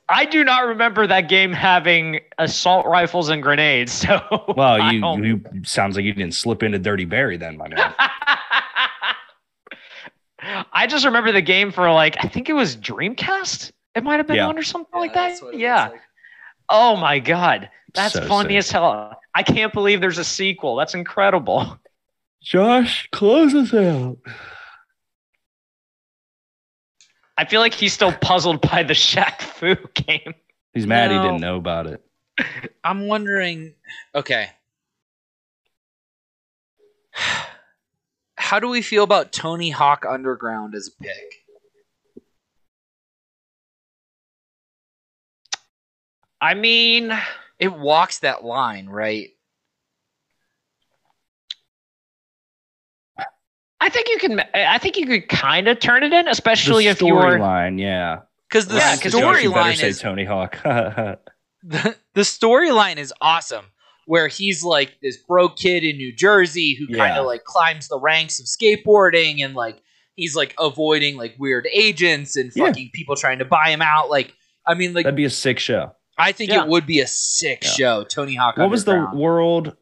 Speaker 2: I do not remember that game having assault rifles and grenades. So
Speaker 1: Well,
Speaker 2: *laughs* I
Speaker 1: you,
Speaker 2: don't-
Speaker 1: you sounds like you didn't slip into Dirty Barry then, my man.
Speaker 2: I just remember the game for like I think it was Dreamcast. It might have been
Speaker 1: Yeah.
Speaker 2: on or something Oh, like
Speaker 3: Yeah,
Speaker 2: that.
Speaker 3: that's what it looks
Speaker 2: Yeah.
Speaker 3: like.
Speaker 2: Oh my god, that's
Speaker 1: So
Speaker 2: funny
Speaker 1: sick.
Speaker 2: as hell. I can't believe there's a sequel. That's incredible. *laughs*
Speaker 1: Josh, close us out.
Speaker 2: I feel like he's still puzzled by the Shaq Fu game.
Speaker 1: He's mad he
Speaker 3: No.
Speaker 1: didn't know about it.
Speaker 3: *laughs* I'm wondering. Okay. *sighs* How do we feel about Tony Hawk Underground as a pick?
Speaker 2: I mean,
Speaker 3: It walks that line, right?
Speaker 2: I think you can. I think you could kind of turn it in, especially
Speaker 1: the
Speaker 2: if you're.
Speaker 1: storyline, yeah.
Speaker 3: Because the
Speaker 2: Yeah, 'cause
Speaker 1: Josh, you better
Speaker 3: storyline
Speaker 1: say
Speaker 3: is
Speaker 1: Tony Hawk. *laughs* yeah,
Speaker 3: the, the storyline is awesome where he's like this broke kid in New Jersey who
Speaker 1: Yeah.
Speaker 3: kind of like climbs the ranks of skateboarding and like he's like avoiding like weird agents and
Speaker 1: Yeah.
Speaker 3: fucking people trying to buy him out like I mean like
Speaker 1: that'd be a sick show.
Speaker 3: I think
Speaker 2: Yeah.
Speaker 3: it would be a sick
Speaker 1: Yeah.
Speaker 3: show Tony Hawk
Speaker 1: What was the
Speaker 3: Underground.
Speaker 1: World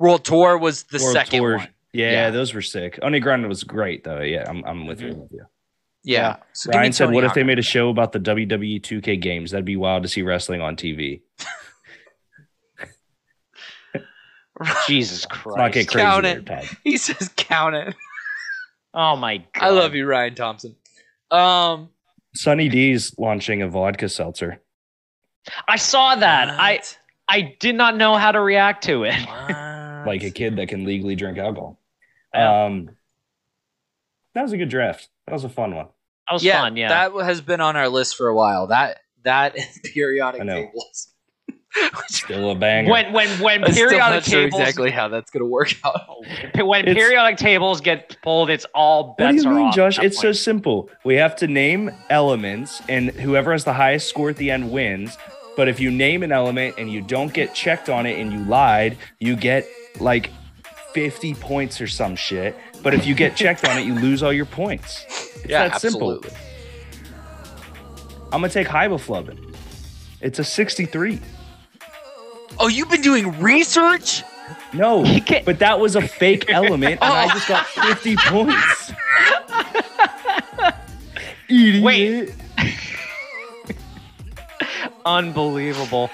Speaker 3: World Tour was the
Speaker 1: World
Speaker 3: second
Speaker 1: Tour?
Speaker 3: one
Speaker 1: Yeah,
Speaker 3: Yeah.
Speaker 1: those were sick. Underground was great though. Yeah, I'm, I'm with you. Yeah.
Speaker 3: yeah,
Speaker 1: Yeah.
Speaker 3: Mm-hmm. so give me
Speaker 1: Ryan said,
Speaker 3: Tony
Speaker 1: "What if
Speaker 3: Hawk.
Speaker 1: they made a show about the WWE 2K games? That'd be wild to see wrestling on TV.
Speaker 2: Jesus
Speaker 1: Let's not
Speaker 2: Christ!
Speaker 1: get crazy
Speaker 3: Count
Speaker 1: there,
Speaker 3: it.
Speaker 1: Pat.
Speaker 3: he says count it
Speaker 2: oh my god!
Speaker 3: I love you Ryan Thompson um
Speaker 1: Sonny D's launching a vodka seltzer.
Speaker 2: I saw that. I
Speaker 3: what?
Speaker 2: I did not know how to react to it.
Speaker 3: What?
Speaker 1: like a kid that can legally drink alcohol.
Speaker 2: Yeah.
Speaker 1: Um, that was a good draft. That was a fun one.
Speaker 2: That was fun. Yeah.
Speaker 3: that has been on our list for a while. That that *laughs* and periodic
Speaker 1: I know.
Speaker 3: tables.
Speaker 1: Still a banger.
Speaker 2: when when when
Speaker 3: *laughs* I'm still
Speaker 2: periodic
Speaker 3: not sure
Speaker 2: tables
Speaker 3: exactly how that's going to work *laughs* out.
Speaker 2: when
Speaker 1: It's-
Speaker 2: periodic tables get pulled, it's all
Speaker 1: what do
Speaker 2: bets
Speaker 1: you
Speaker 2: are
Speaker 1: mean,
Speaker 2: off.
Speaker 1: Josh?
Speaker 2: at that
Speaker 1: It's so
Speaker 2: point.
Speaker 1: simple. We have to name elements, and whoever has the highest score at the end wins. But if you name an element and you don't get checked on it and you lied, you get like 50 points or some shit. But if you get checked on it, you lose all your points. It's
Speaker 3: Yeah,
Speaker 1: that
Speaker 3: absolutely.
Speaker 1: simple. I'm going to take Hybaflubbin. It's a 63.
Speaker 3: Oh, you've been doing research?
Speaker 2: *laughs*
Speaker 1: No,
Speaker 2: He can't- Oh.
Speaker 1: but that was a
Speaker 2: *laughs*
Speaker 1: fake element, and I just got 50 points. Idiot.
Speaker 2: Wait. unbelievable.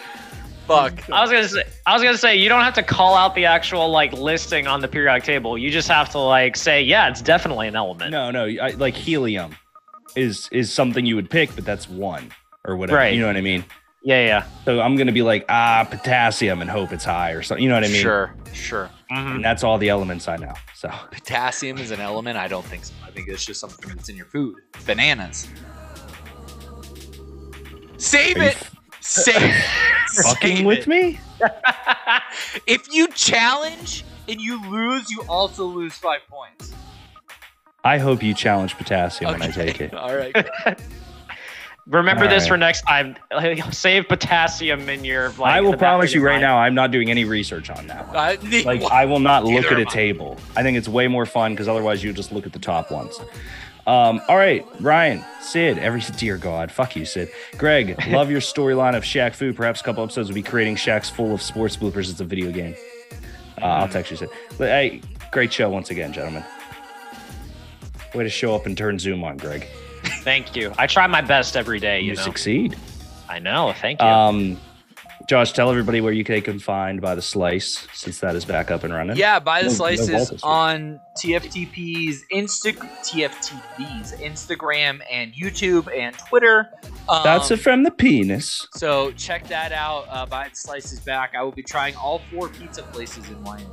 Speaker 3: Fuck.
Speaker 2: I was gonna say, I was gonna say, you don't have to call out the actual like listing on the periodic table. You just have to like say, yeah, it's definitely an element.
Speaker 1: No, no, I, like helium is is something you would pick, but that's one or whatever.
Speaker 2: Right.
Speaker 1: You know what I mean?
Speaker 2: Yeah, yeah.
Speaker 1: So I'm gonna be like, ah, potassium, and hope it's high or something. You know what I mean?
Speaker 3: Sure, sure.
Speaker 1: And that's all the elements I know. So
Speaker 3: Potassium is an element? I don't think so. I think it's just something that's in your food. Bananas. Save
Speaker 1: Are you
Speaker 3: it.
Speaker 1: *laughs*
Speaker 3: Save.
Speaker 1: fucking with me?
Speaker 3: If you challenge and you lose, you also lose five points.
Speaker 1: I hope you challenge potassium when I
Speaker 3: Okay.
Speaker 1: take
Speaker 2: *laughs*
Speaker 1: it.
Speaker 3: *laughs* All right.
Speaker 2: Remember
Speaker 1: All
Speaker 2: this
Speaker 1: right.
Speaker 2: for next time. *laughs* Save potassium in your. Like,
Speaker 1: I will
Speaker 2: the back
Speaker 1: promise
Speaker 2: of
Speaker 1: you
Speaker 2: your
Speaker 1: right
Speaker 2: mind.
Speaker 1: now, I'm not doing any research on that. one.
Speaker 3: I,
Speaker 1: Like I will not look at a
Speaker 3: Neither am I.
Speaker 1: table. I think it's way more fun because otherwise you just look at the top ones. Um, all right, Ryan, Sid, every dear God, fuck you, Sid.
Speaker 3: *laughs*
Speaker 1: Greg, love your storyline of Shaq Fu. Perhaps a couple episodes will be creating Shaq's full of sports bloopers. It's a video game. Uh, I'll
Speaker 3: Mm-hmm.
Speaker 1: text you, Sid. But, hey, great show once again, gentlemen. Way to show up and turn Zoom on, Greg.
Speaker 2: Thank you. I try my best every day.
Speaker 1: You,
Speaker 2: You, know.
Speaker 1: succeed.
Speaker 2: I know. Thank you.
Speaker 1: Um, Josh, tell everybody where you can find by the slice since that is back up and running.
Speaker 3: Yeah, buy the
Speaker 1: No- no
Speaker 3: slices
Speaker 1: Voltas.
Speaker 3: on TFTP's Insta TFTP's Instagram and YouTube and Twitter. Um,
Speaker 1: That's it from the penis.
Speaker 3: So check that out. Uh, buy the slices back. I will be trying all four pizza places in Wyoming.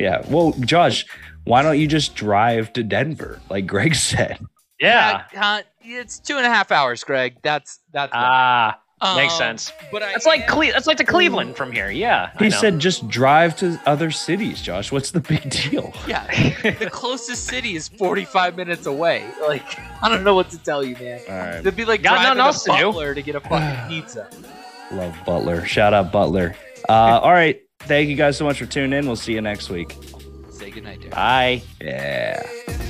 Speaker 1: Yeah. Well, Josh, why don't you just drive to Denver like Greg *laughs* said?
Speaker 2: Yeah.
Speaker 3: Uh, it's two and a half hours, Greg. That's that's.
Speaker 2: Ah, makes
Speaker 3: Um,
Speaker 2: sense.
Speaker 3: But I
Speaker 2: That's like
Speaker 3: am-
Speaker 2: Cle- that's like to Cleveland from here. Yeah. I
Speaker 1: He
Speaker 2: know.
Speaker 1: said just drive to other cities, Josh. What's the big deal?
Speaker 3: yeah. the closest city is 45 minutes away. Like I don't know what to tell you, man.
Speaker 1: All right.
Speaker 3: It'd be like
Speaker 2: Got nothing
Speaker 3: driving
Speaker 2: else
Speaker 3: to
Speaker 2: to do.
Speaker 3: Butler to get a fucking pizza.
Speaker 1: Love Butler. Shout out Butler. Uh, all right. Thank you guys so much for tuning in. We'll see you next week.
Speaker 3: Say goodnight, Derek.
Speaker 2: Bye.
Speaker 1: Yeah.
Speaker 6: If